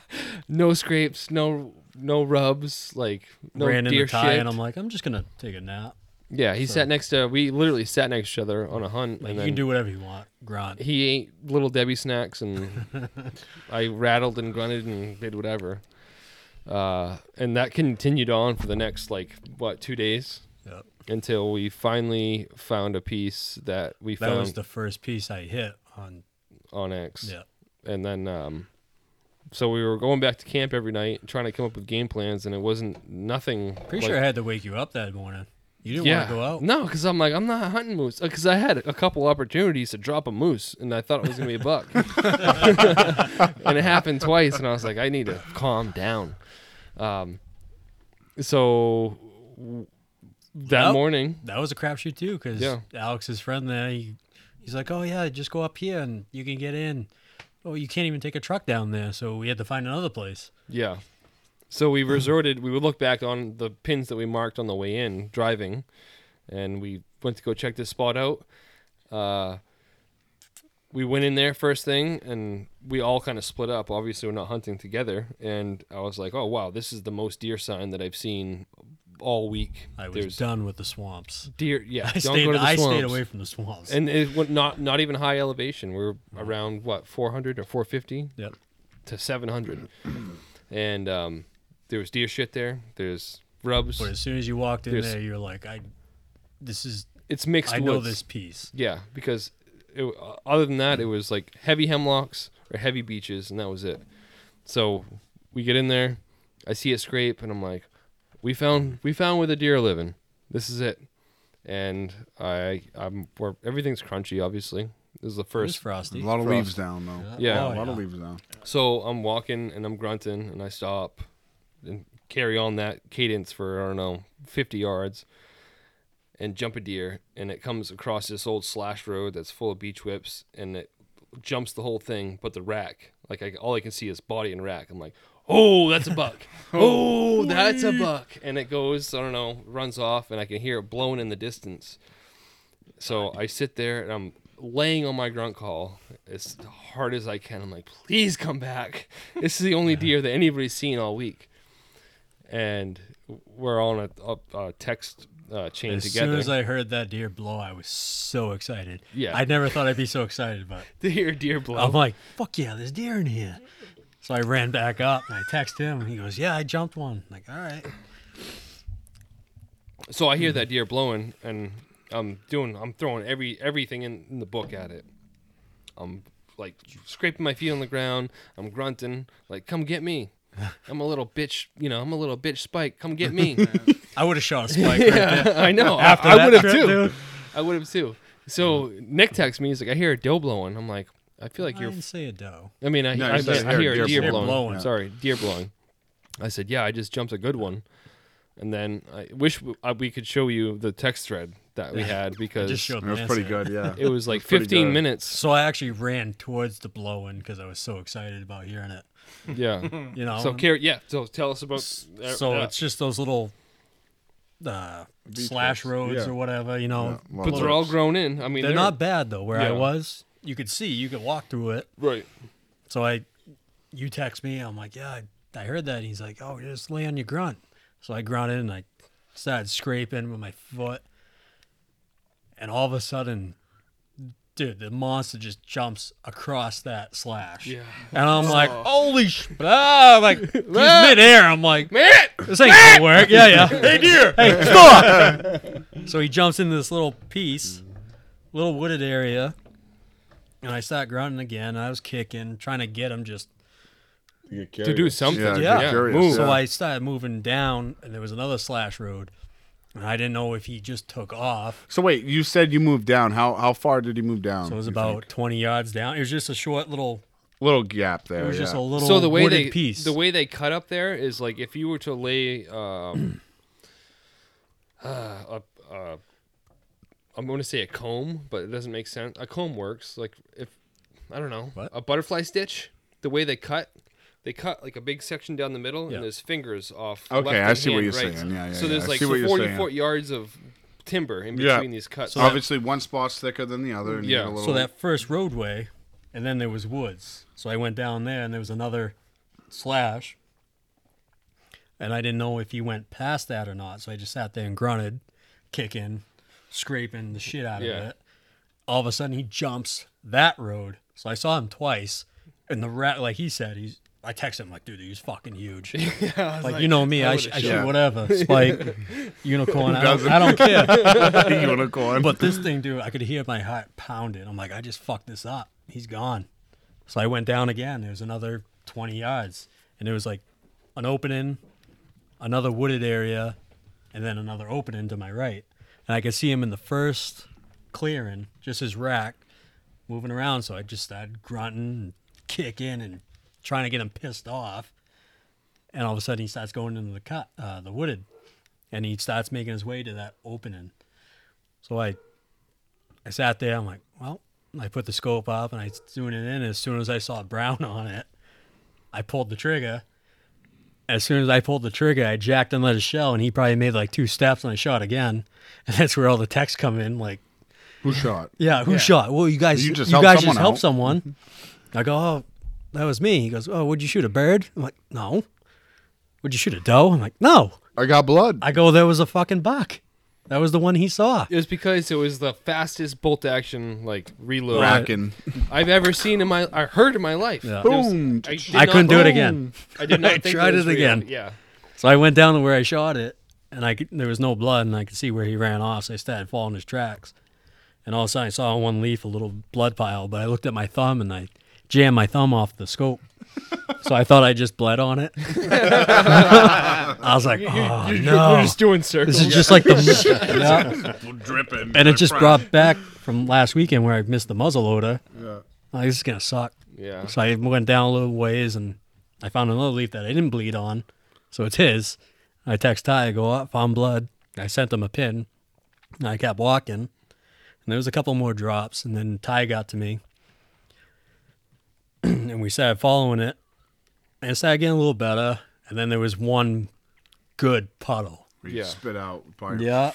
[SPEAKER 6] no scrapes, no no rubs, like no
[SPEAKER 7] Ran in
[SPEAKER 6] deer
[SPEAKER 7] the tie,
[SPEAKER 6] shit.
[SPEAKER 7] and I'm like, I'm just gonna take a nap.
[SPEAKER 6] yeah, he sat next to. We literally sat next to each other on a hunt.
[SPEAKER 7] Like
[SPEAKER 6] and
[SPEAKER 7] you
[SPEAKER 6] then,
[SPEAKER 7] can do whatever you want, grunt.
[SPEAKER 6] he ate little Debbie snacks and I rattled and grunted and did whatever. Uh, and that continued on for the next like what two days
[SPEAKER 7] Yep.
[SPEAKER 6] until we finally found a piece that we
[SPEAKER 7] That
[SPEAKER 6] found
[SPEAKER 7] was the first piece I hit on.
[SPEAKER 6] on X.
[SPEAKER 7] Yeah.
[SPEAKER 6] And then um, so we were going back to camp every night trying to come up with game plans and it wasn't nothing.
[SPEAKER 7] Pretty
[SPEAKER 6] like-
[SPEAKER 7] sure I had to wake you up that morning. You didn't
[SPEAKER 6] yeah.
[SPEAKER 7] want to go out.
[SPEAKER 6] No, because I'm like I'm not hunting moose. Because I had a couple opportunities to drop a moose, and I thought it was gonna be a buck, and it happened twice. And I was like, I need to calm down. Um, so w- that
[SPEAKER 7] Nope.
[SPEAKER 6] morning.
[SPEAKER 7] That was a crapshoot too, because
[SPEAKER 6] Yeah.
[SPEAKER 7] Alex's friend there, he, he's like, "Oh yeah, just go up here and you can get in." Oh, you can't even take a truck down there, so we had to find another place.
[SPEAKER 6] Yeah. So
[SPEAKER 7] Mm-hmm.
[SPEAKER 6] we resorted. We would look back on the pins that we marked on the way in driving, and we went to go check this spot out. Uh, we went in there first thing, and we all kind of split up. Obviously, we're not hunting together. And I was like, "Oh wow, this is the most deer sign that I've seen all week."
[SPEAKER 7] I was done with the swamps.
[SPEAKER 6] deer. Yeah,
[SPEAKER 7] I
[SPEAKER 6] don't
[SPEAKER 7] stayed.
[SPEAKER 6] go to the
[SPEAKER 7] I stayed
[SPEAKER 6] swamps.
[SPEAKER 7] away from the swamps.
[SPEAKER 6] And it was not not even high elevation. We were around what 400 or 450
[SPEAKER 7] yep.
[SPEAKER 6] to 700, and um, there was deer shit there. There's rubs.
[SPEAKER 7] But as soon as you walked in
[SPEAKER 6] There's-
[SPEAKER 7] there, you're like, "I, this is.
[SPEAKER 6] It's mixed.
[SPEAKER 7] I know
[SPEAKER 6] woods.
[SPEAKER 7] this piece."
[SPEAKER 6] Yeah, because it, uh, other than that, it was like heavy hemlocks or heavy beaches, and that was it. So we get in there. I see it scrape, and I'm like, "We found we found where the deer are living. This is it." And I I'm where everything's crunchy. Obviously, this is the
[SPEAKER 7] It was
[SPEAKER 6] first.
[SPEAKER 4] A
[SPEAKER 7] frosty.
[SPEAKER 4] lot of
[SPEAKER 6] Frost.
[SPEAKER 4] leaves down though.
[SPEAKER 6] Yeah.
[SPEAKER 7] Oh,
[SPEAKER 4] A lot of
[SPEAKER 7] yeah.
[SPEAKER 4] leaves down.
[SPEAKER 6] So I'm walking and I'm grunting and I stop and carry on that cadence for I don't know 50 yards and jump a deer and it comes across this old slash road that's full of beach whips and it jumps the whole thing but the rack like I, all I can see is body and rack I'm like oh that's a buck oh that's a buck and it goes I don't know runs off and I can hear it blowing in the distance so I sit there and I'm laying on my grunt call as hard as I can. I'm like, please come back. This is the only deer that anybody's seen all week. And we're on a, a, a text uh, chain
[SPEAKER 7] As
[SPEAKER 6] together.
[SPEAKER 7] soon as I heard that deer blow, I was so excited.
[SPEAKER 6] Yeah.
[SPEAKER 7] I never thought I'd be so excited, but
[SPEAKER 6] to hear deer blow.
[SPEAKER 7] I'm like, fuck yeah, there's deer in here. So I ran back up and I texted him and he goes, yeah, I jumped one. I'm like, all right.
[SPEAKER 6] so I hear
[SPEAKER 7] Mm-hmm.
[SPEAKER 6] that deer blowing, and I'm doing, I'm throwing every everything in, in the book at it. I'm like scraping my feet on the ground. I'm grunting, like, "Come get me." I'm a little bitch, you know. I'm a little bitch, Spike. Come get me.
[SPEAKER 7] I would have shot a spike. right there.
[SPEAKER 6] I know.
[SPEAKER 7] After
[SPEAKER 6] I, I
[SPEAKER 7] that
[SPEAKER 6] would have
[SPEAKER 7] trip,
[SPEAKER 6] too.
[SPEAKER 7] dude.
[SPEAKER 6] I would have too. So Nick texts me. He's like, "I hear a doe blowing." I'm like, "I feel like
[SPEAKER 7] I
[SPEAKER 6] you're."
[SPEAKER 7] didn't say a doe.
[SPEAKER 6] I mean, I,
[SPEAKER 4] No,
[SPEAKER 6] I,
[SPEAKER 4] you
[SPEAKER 6] I,
[SPEAKER 4] said
[SPEAKER 6] hear a deer, blowing.
[SPEAKER 7] blowing. Yeah.
[SPEAKER 6] Sorry, deer blowing. I said, "Yeah, I just jumped a good one." And then I wish we, I, we could show you the text thread that we had because
[SPEAKER 7] Just showed
[SPEAKER 4] It was
[SPEAKER 7] Nancy
[SPEAKER 4] pretty
[SPEAKER 7] it.
[SPEAKER 4] good, yeah.
[SPEAKER 6] it was like
[SPEAKER 4] pretty
[SPEAKER 6] 15
[SPEAKER 4] good.
[SPEAKER 6] minutes.
[SPEAKER 7] So I actually ran towards the blowing because I was so excited about hearing it.
[SPEAKER 6] Yeah.
[SPEAKER 7] You know.
[SPEAKER 6] so, Carrie, yeah. So tell us about. uh,
[SPEAKER 7] Uh-huh. So
[SPEAKER 6] yeah.
[SPEAKER 7] it's just those little uh, slash
[SPEAKER 4] roads,
[SPEAKER 7] roads
[SPEAKER 4] yeah.
[SPEAKER 7] or whatever. You know.
[SPEAKER 4] Yeah,
[SPEAKER 6] but they're all grown in. I mean,
[SPEAKER 7] They're not bad though. Where I
[SPEAKER 6] Yeah.
[SPEAKER 7] was, you could see, you could walk through it.
[SPEAKER 6] right.
[SPEAKER 7] So I, you text me. I'm like, yeah, I, I heard that. he's like, oh, just lay on your grunt. So I grunted and I started scraping with my foot. And all of a sudden, dude, the monster just jumps across that slash. Yeah. And I'm like, holy sh! Ah, I'm like he's midair. I'm like,
[SPEAKER 6] Man!
[SPEAKER 7] this ain't gonna work. Yeah, yeah. Hey dear. Hey, stop. so he jumps into this little piece, little wooded area, and I start grunting again. I was kicking, trying to get him just
[SPEAKER 6] To do something.
[SPEAKER 4] Yeah,
[SPEAKER 7] Yeah.
[SPEAKER 4] yeah. Uh, Curious,
[SPEAKER 6] move.
[SPEAKER 4] yeah.
[SPEAKER 7] so I started moving down and there was another slash road. And I didn't know if he just took off.
[SPEAKER 4] So wait, you said you moved down. How how far did you move down?
[SPEAKER 7] So it was
[SPEAKER 4] you
[SPEAKER 7] about
[SPEAKER 4] think?
[SPEAKER 7] twenty yards down. It was just a short little
[SPEAKER 4] little gap there.
[SPEAKER 7] it was just
[SPEAKER 4] yeah.
[SPEAKER 7] a little
[SPEAKER 6] so the way
[SPEAKER 7] wooded
[SPEAKER 6] they
[SPEAKER 7] piece.
[SPEAKER 6] the way they cut up there is like if you were to lay um, uh, a, a, I'm going to say a comb, but it doesn't make sense. A comb works like if I don't know
[SPEAKER 7] What?
[SPEAKER 6] a butterfly stitch. The way they cut, they cut like a big section down the middle,
[SPEAKER 7] Yeah.
[SPEAKER 6] and there's fingers off.
[SPEAKER 4] Okay,
[SPEAKER 6] left
[SPEAKER 4] I
[SPEAKER 6] and
[SPEAKER 4] see what
[SPEAKER 6] hand
[SPEAKER 4] you're
[SPEAKER 6] right.
[SPEAKER 4] saying. Yeah, yeah,
[SPEAKER 6] So
[SPEAKER 4] yeah.
[SPEAKER 6] there's
[SPEAKER 4] I
[SPEAKER 6] like
[SPEAKER 4] see what you're
[SPEAKER 6] 40
[SPEAKER 4] saying.
[SPEAKER 6] foot yards of timber in
[SPEAKER 4] Yeah.
[SPEAKER 6] between these cuts.
[SPEAKER 7] So
[SPEAKER 4] Obviously, one spot's thicker than the other. And you
[SPEAKER 6] Yeah.
[SPEAKER 4] get a little,
[SPEAKER 7] so that first roadway and then there was woods. So I went down there and there was another slash. And I didn't know if he went past that or not. So I just sat there and grunted, kicking, scraping the shit out
[SPEAKER 6] Yeah.
[SPEAKER 7] of it. All of a sudden he jumps that road. So I saw him twice. And the rat like he said, he's I texted him like, dude, he's fucking huge. like, you know me, I, sh- I
[SPEAKER 4] Yeah.
[SPEAKER 7] shoot whatever. Spike, unicorn, I don't,
[SPEAKER 4] doesn't?
[SPEAKER 7] I don't care.
[SPEAKER 4] unicorn.
[SPEAKER 7] But this thing, dude, I could hear my heart pounding. I'm like, I just fucked this up. He's gone. So I went down again. There's another 20 yards. And it was like an opening, another wooded area, and then another opening to my right. And I could see him in the first clearing, just his rack moving around. So I just started grunting and kicking and trying to get him pissed off. And all of a sudden, he starts going into the cut, uh, the wooded. and he starts making his way to that opening. So I, I sat there. I'm like, well, I put the scope up and I tuned it in. As soon as I saw brown on it, I pulled the trigger. As soon as I pulled the trigger, I jacked and let it shell, and he probably made like two steps and I shot again. And that's where all the texts come in, like,
[SPEAKER 4] Who shot?
[SPEAKER 7] yeah, who shot? Well, you guys,
[SPEAKER 4] You
[SPEAKER 7] you,
[SPEAKER 4] just helped
[SPEAKER 7] guys
[SPEAKER 4] someone
[SPEAKER 7] just helped
[SPEAKER 4] out.
[SPEAKER 7] someone. I go, oh, that was me. He goes, oh, would you shoot a bird? I'm like, no. Would you shoot a doe? I'm like, no.
[SPEAKER 1] I got blood.
[SPEAKER 7] I go, there was a fucking buck. That was the one he saw.
[SPEAKER 6] It was because it was the fastest bolt action like reload
[SPEAKER 4] Racking.
[SPEAKER 6] I've ever seen in my I heard in my life.
[SPEAKER 7] Yeah.
[SPEAKER 6] It was-
[SPEAKER 4] Boom.
[SPEAKER 6] I, did
[SPEAKER 7] I
[SPEAKER 6] not-
[SPEAKER 7] couldn't do it again.
[SPEAKER 6] I did not
[SPEAKER 7] I
[SPEAKER 6] think it
[SPEAKER 7] tried
[SPEAKER 6] was
[SPEAKER 7] it
[SPEAKER 6] real.
[SPEAKER 7] again.
[SPEAKER 6] Yeah.
[SPEAKER 7] So I went down to where I shot it, and I could, there was no blood, and I could see where he ran off. So I started following his tracks, and all of a sudden I saw on one leaf a little blood pile. But I looked at my thumb, and I jammed my thumb off the scope. so I thought I just bled on it. I was like, oh
[SPEAKER 6] We're
[SPEAKER 7] no.
[SPEAKER 6] just doing
[SPEAKER 7] This
[SPEAKER 6] circles.
[SPEAKER 7] is just like the, yeah.
[SPEAKER 4] Dripping.
[SPEAKER 7] and it just brought back from last weekend where I missed the muzzle loader.
[SPEAKER 4] Yeah.
[SPEAKER 7] Like, this is gonna suck.
[SPEAKER 6] Yeah.
[SPEAKER 7] So I went down a little ways and I found another leaf that I didn't bleed on. So it's his. I text Ty, I go, oh, found blood. I sent him a pin. And I kept walking. And there was a couple more drops. And then Ty got to me. and we started following it. And it started getting a little better. And then there was one good puddle.
[SPEAKER 4] We
[SPEAKER 6] Yeah.
[SPEAKER 4] spit out. Oh, Probably.
[SPEAKER 7] Yeah.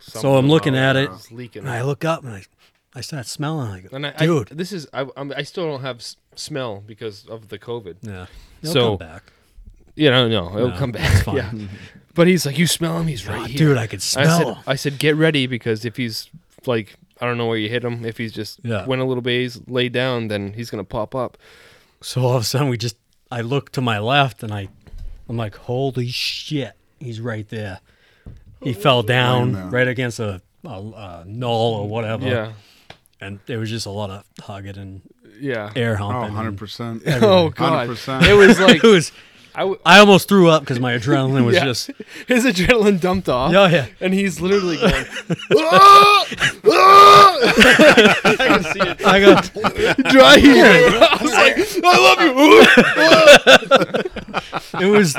[SPEAKER 7] So I'm looking at it.
[SPEAKER 6] It's leaking.
[SPEAKER 7] And I look up and I, I start smelling. I go,
[SPEAKER 6] And I,
[SPEAKER 7] dude.
[SPEAKER 6] I, this is I, I'm, I still don't have s- smell because of the COVID.
[SPEAKER 7] yeah. It'll
[SPEAKER 6] So-
[SPEAKER 7] come back.
[SPEAKER 6] You know, no, it'll
[SPEAKER 7] No,
[SPEAKER 6] come back.
[SPEAKER 7] it's fine.
[SPEAKER 6] Yeah. But he's like, you smell him? He's right
[SPEAKER 7] Oh,
[SPEAKER 6] here.
[SPEAKER 7] dude, I could
[SPEAKER 6] I
[SPEAKER 7] smell.
[SPEAKER 6] said, I said, get ready because if he's like, I don't know where you hit him. If he's just
[SPEAKER 7] Yeah.
[SPEAKER 6] went a little ways, lay down, then he's gonna pop up.
[SPEAKER 7] So all of a sudden, we just I look to my left and I, I'm like, holy shit, he's right there. He fell
[SPEAKER 4] there.
[SPEAKER 7] down right against a, a, a knoll or whatever.
[SPEAKER 6] Yeah,
[SPEAKER 7] And there was just a lot of hugging and
[SPEAKER 6] yeah.
[SPEAKER 7] air
[SPEAKER 4] Oh,
[SPEAKER 7] humping.
[SPEAKER 4] 100%.
[SPEAKER 6] Oh god,
[SPEAKER 4] 100%.
[SPEAKER 6] it was like
[SPEAKER 7] It was,
[SPEAKER 6] I, w-
[SPEAKER 7] I almost threw up because my adrenaline was
[SPEAKER 6] yeah.
[SPEAKER 7] just.
[SPEAKER 6] his adrenaline dumped off.
[SPEAKER 7] Yeah, yeah.
[SPEAKER 6] And he's literally going. I can see it.
[SPEAKER 7] I got
[SPEAKER 6] Dry heaving. I was like, I love you.
[SPEAKER 7] it was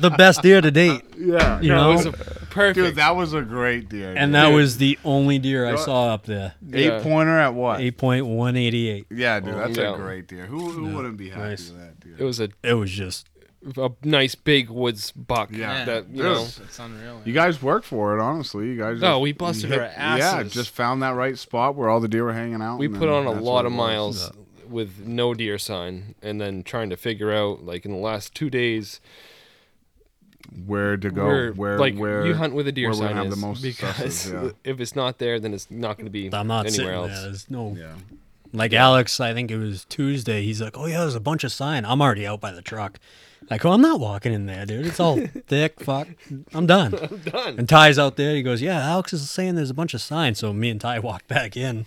[SPEAKER 7] the best deer to date.
[SPEAKER 4] Yeah.
[SPEAKER 7] You
[SPEAKER 6] That
[SPEAKER 7] know,
[SPEAKER 6] was a perfect.
[SPEAKER 4] Dude, that was a great deer.
[SPEAKER 7] and that
[SPEAKER 6] dude.
[SPEAKER 7] was the only deer I saw up there.
[SPEAKER 4] Eight
[SPEAKER 6] Yeah.
[SPEAKER 4] pointer at what?
[SPEAKER 7] Eight point one eighty eight.
[SPEAKER 4] Yeah, dude, that's
[SPEAKER 6] Yeah.
[SPEAKER 4] a great deer. Who, who wouldn't be happy
[SPEAKER 7] Nice.
[SPEAKER 4] with that deer?
[SPEAKER 6] it was a,
[SPEAKER 7] It was just
[SPEAKER 6] a nice big woods buck.
[SPEAKER 4] Yeah.
[SPEAKER 6] That you know.
[SPEAKER 4] There's-
[SPEAKER 5] It's unreal.
[SPEAKER 4] You guys work for it, honestly. You guys.
[SPEAKER 6] No,
[SPEAKER 4] just-
[SPEAKER 6] we busted
[SPEAKER 4] you
[SPEAKER 6] our
[SPEAKER 4] Yeah,
[SPEAKER 6] asses.
[SPEAKER 4] just found that right spot where all the deer were hanging out.
[SPEAKER 6] We
[SPEAKER 4] and
[SPEAKER 6] put
[SPEAKER 4] then
[SPEAKER 6] on a
[SPEAKER 4] that's
[SPEAKER 6] lot
[SPEAKER 4] what
[SPEAKER 6] of
[SPEAKER 4] it was.
[SPEAKER 6] miles with no deer sign, and then trying to figure out like in the last two days
[SPEAKER 4] Where to go?
[SPEAKER 6] where,
[SPEAKER 4] Where,
[SPEAKER 6] like
[SPEAKER 4] where
[SPEAKER 6] you hunt with a deer
[SPEAKER 4] where we
[SPEAKER 6] sign
[SPEAKER 4] have
[SPEAKER 6] is
[SPEAKER 4] the most
[SPEAKER 6] because
[SPEAKER 4] successes,
[SPEAKER 6] if it's not there, then it's not going to be
[SPEAKER 7] I'm not
[SPEAKER 6] anywhere
[SPEAKER 7] sitting
[SPEAKER 6] else.
[SPEAKER 7] there. There's no
[SPEAKER 4] yeah.
[SPEAKER 7] Like Alex, I think it was Tuesday. He's like, "Oh yeah, there's a bunch of sign. I'm already out by the truck." Like, oh, I'm not walking in there, dude. It's all thick. Fuck, I'm done. I'm done. And Ty's out there. He goes, "Yeah, Alex is saying there's a bunch of signs." So me and Ty walked back in,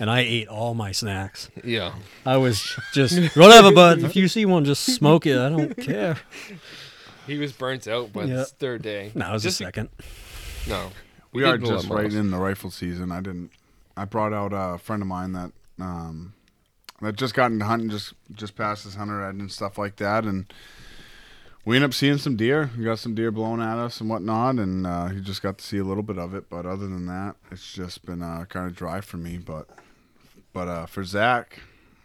[SPEAKER 7] and I ate all my snacks.
[SPEAKER 6] Yeah,
[SPEAKER 7] I was just whatever, but if you see one, just smoke it. I don't care.
[SPEAKER 6] he was burnt out by
[SPEAKER 7] Yeah.
[SPEAKER 6] this third day.
[SPEAKER 7] No, it was
[SPEAKER 6] just
[SPEAKER 7] a second.
[SPEAKER 6] be- No,
[SPEAKER 4] We,
[SPEAKER 6] did
[SPEAKER 4] are
[SPEAKER 6] a lot
[SPEAKER 4] just
[SPEAKER 6] more.
[SPEAKER 4] right in the rifle season. I didn't. I brought out a friend of mine that um, that just got into hunting, just just past his hunter ed and stuff like that, and we ended up seeing some deer. We got some deer blown at us and whatnot, and uh, he just got to see a little bit of it. But other than that, it's just been uh, kind of dry for me. But but uh, for Zach.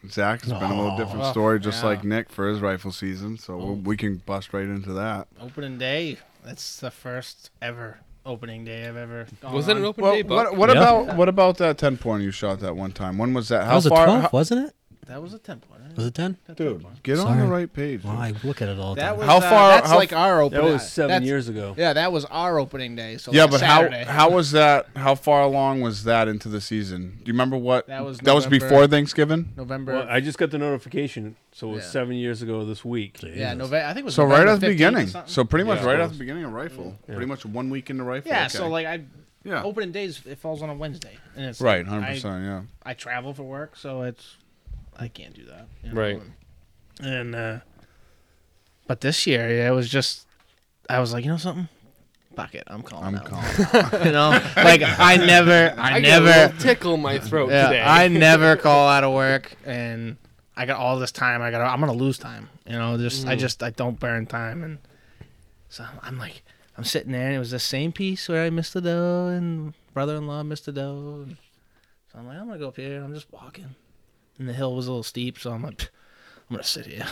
[SPEAKER 4] Zach has been a little different story, just
[SPEAKER 5] yeah.
[SPEAKER 4] like Nick for his rifle season. So we'll we can bust right into that.
[SPEAKER 5] Opening day. That's the first ever opening day I've ever. Gone
[SPEAKER 6] Was it an
[SPEAKER 5] on.
[SPEAKER 6] open
[SPEAKER 4] Well,
[SPEAKER 6] day, buck?
[SPEAKER 4] what, what
[SPEAKER 7] Yeah.
[SPEAKER 4] about what about that ten pointer you shot that one time? When was that? How
[SPEAKER 7] that was a
[SPEAKER 4] far?
[SPEAKER 7] twelve,
[SPEAKER 4] how-
[SPEAKER 7] wasn't it?
[SPEAKER 5] That was a temple. right?
[SPEAKER 7] Was it ten?
[SPEAKER 5] That
[SPEAKER 4] dude,
[SPEAKER 5] temple.
[SPEAKER 4] get on
[SPEAKER 7] Sorry.
[SPEAKER 4] the right page.
[SPEAKER 7] Well, I look at it all the
[SPEAKER 5] That
[SPEAKER 7] time.
[SPEAKER 5] was
[SPEAKER 4] How
[SPEAKER 5] uh,
[SPEAKER 4] far-
[SPEAKER 5] that's
[SPEAKER 4] how
[SPEAKER 5] like
[SPEAKER 4] f-
[SPEAKER 5] our
[SPEAKER 2] That
[SPEAKER 5] opening.
[SPEAKER 2] was seven
[SPEAKER 5] that's-
[SPEAKER 2] years ago.
[SPEAKER 5] Yeah, that was our opening day. So
[SPEAKER 4] yeah,
[SPEAKER 5] like
[SPEAKER 4] but
[SPEAKER 5] Saturday.
[SPEAKER 4] how how was that? How far along was that into the season? Do you remember what?
[SPEAKER 5] That was
[SPEAKER 4] that was
[SPEAKER 5] November.
[SPEAKER 4] before Thanksgiving.
[SPEAKER 5] November.
[SPEAKER 2] Well, I just got the notification, so it was
[SPEAKER 5] Yeah.
[SPEAKER 2] seven years ago this week.
[SPEAKER 5] yeah, November. I think it was
[SPEAKER 4] So
[SPEAKER 5] November
[SPEAKER 4] right at the
[SPEAKER 5] 15th or
[SPEAKER 4] beginning.
[SPEAKER 5] something.
[SPEAKER 4] So pretty much
[SPEAKER 2] Yeah.
[SPEAKER 4] right at the beginning of rifle. Pretty much one week into rifle.
[SPEAKER 5] yeah,
[SPEAKER 4] okay.
[SPEAKER 5] so like I
[SPEAKER 4] yeah,
[SPEAKER 5] opening days it falls on a Wednesday, and it's
[SPEAKER 4] right,
[SPEAKER 5] like,
[SPEAKER 4] hundred
[SPEAKER 5] I-
[SPEAKER 4] percent. Yeah,
[SPEAKER 5] I travel for work, so it's I can't do that. you know,
[SPEAKER 6] Right.
[SPEAKER 5] And uh but this year, yeah, it was just I was like, you know something? Fuck it, I'm calling.
[SPEAKER 4] I'm
[SPEAKER 5] out.
[SPEAKER 4] calm.
[SPEAKER 5] You know, like I never, I,
[SPEAKER 6] I get a
[SPEAKER 5] never,
[SPEAKER 6] little tickle in my throat
[SPEAKER 5] yeah,
[SPEAKER 6] today.
[SPEAKER 5] I never call out of work, and I got all this time. I got, I'm gonna lose time. You know, just I just I don't burn time, and so I'm like, I'm sitting there, and it was the same piece where I missed the dough, and brother-in-law missed the dough. And so I'm like, I'm gonna go up here. and I'm just walking, and the hill was a little steep, so I'm like, "Pff, I'm gonna sit here.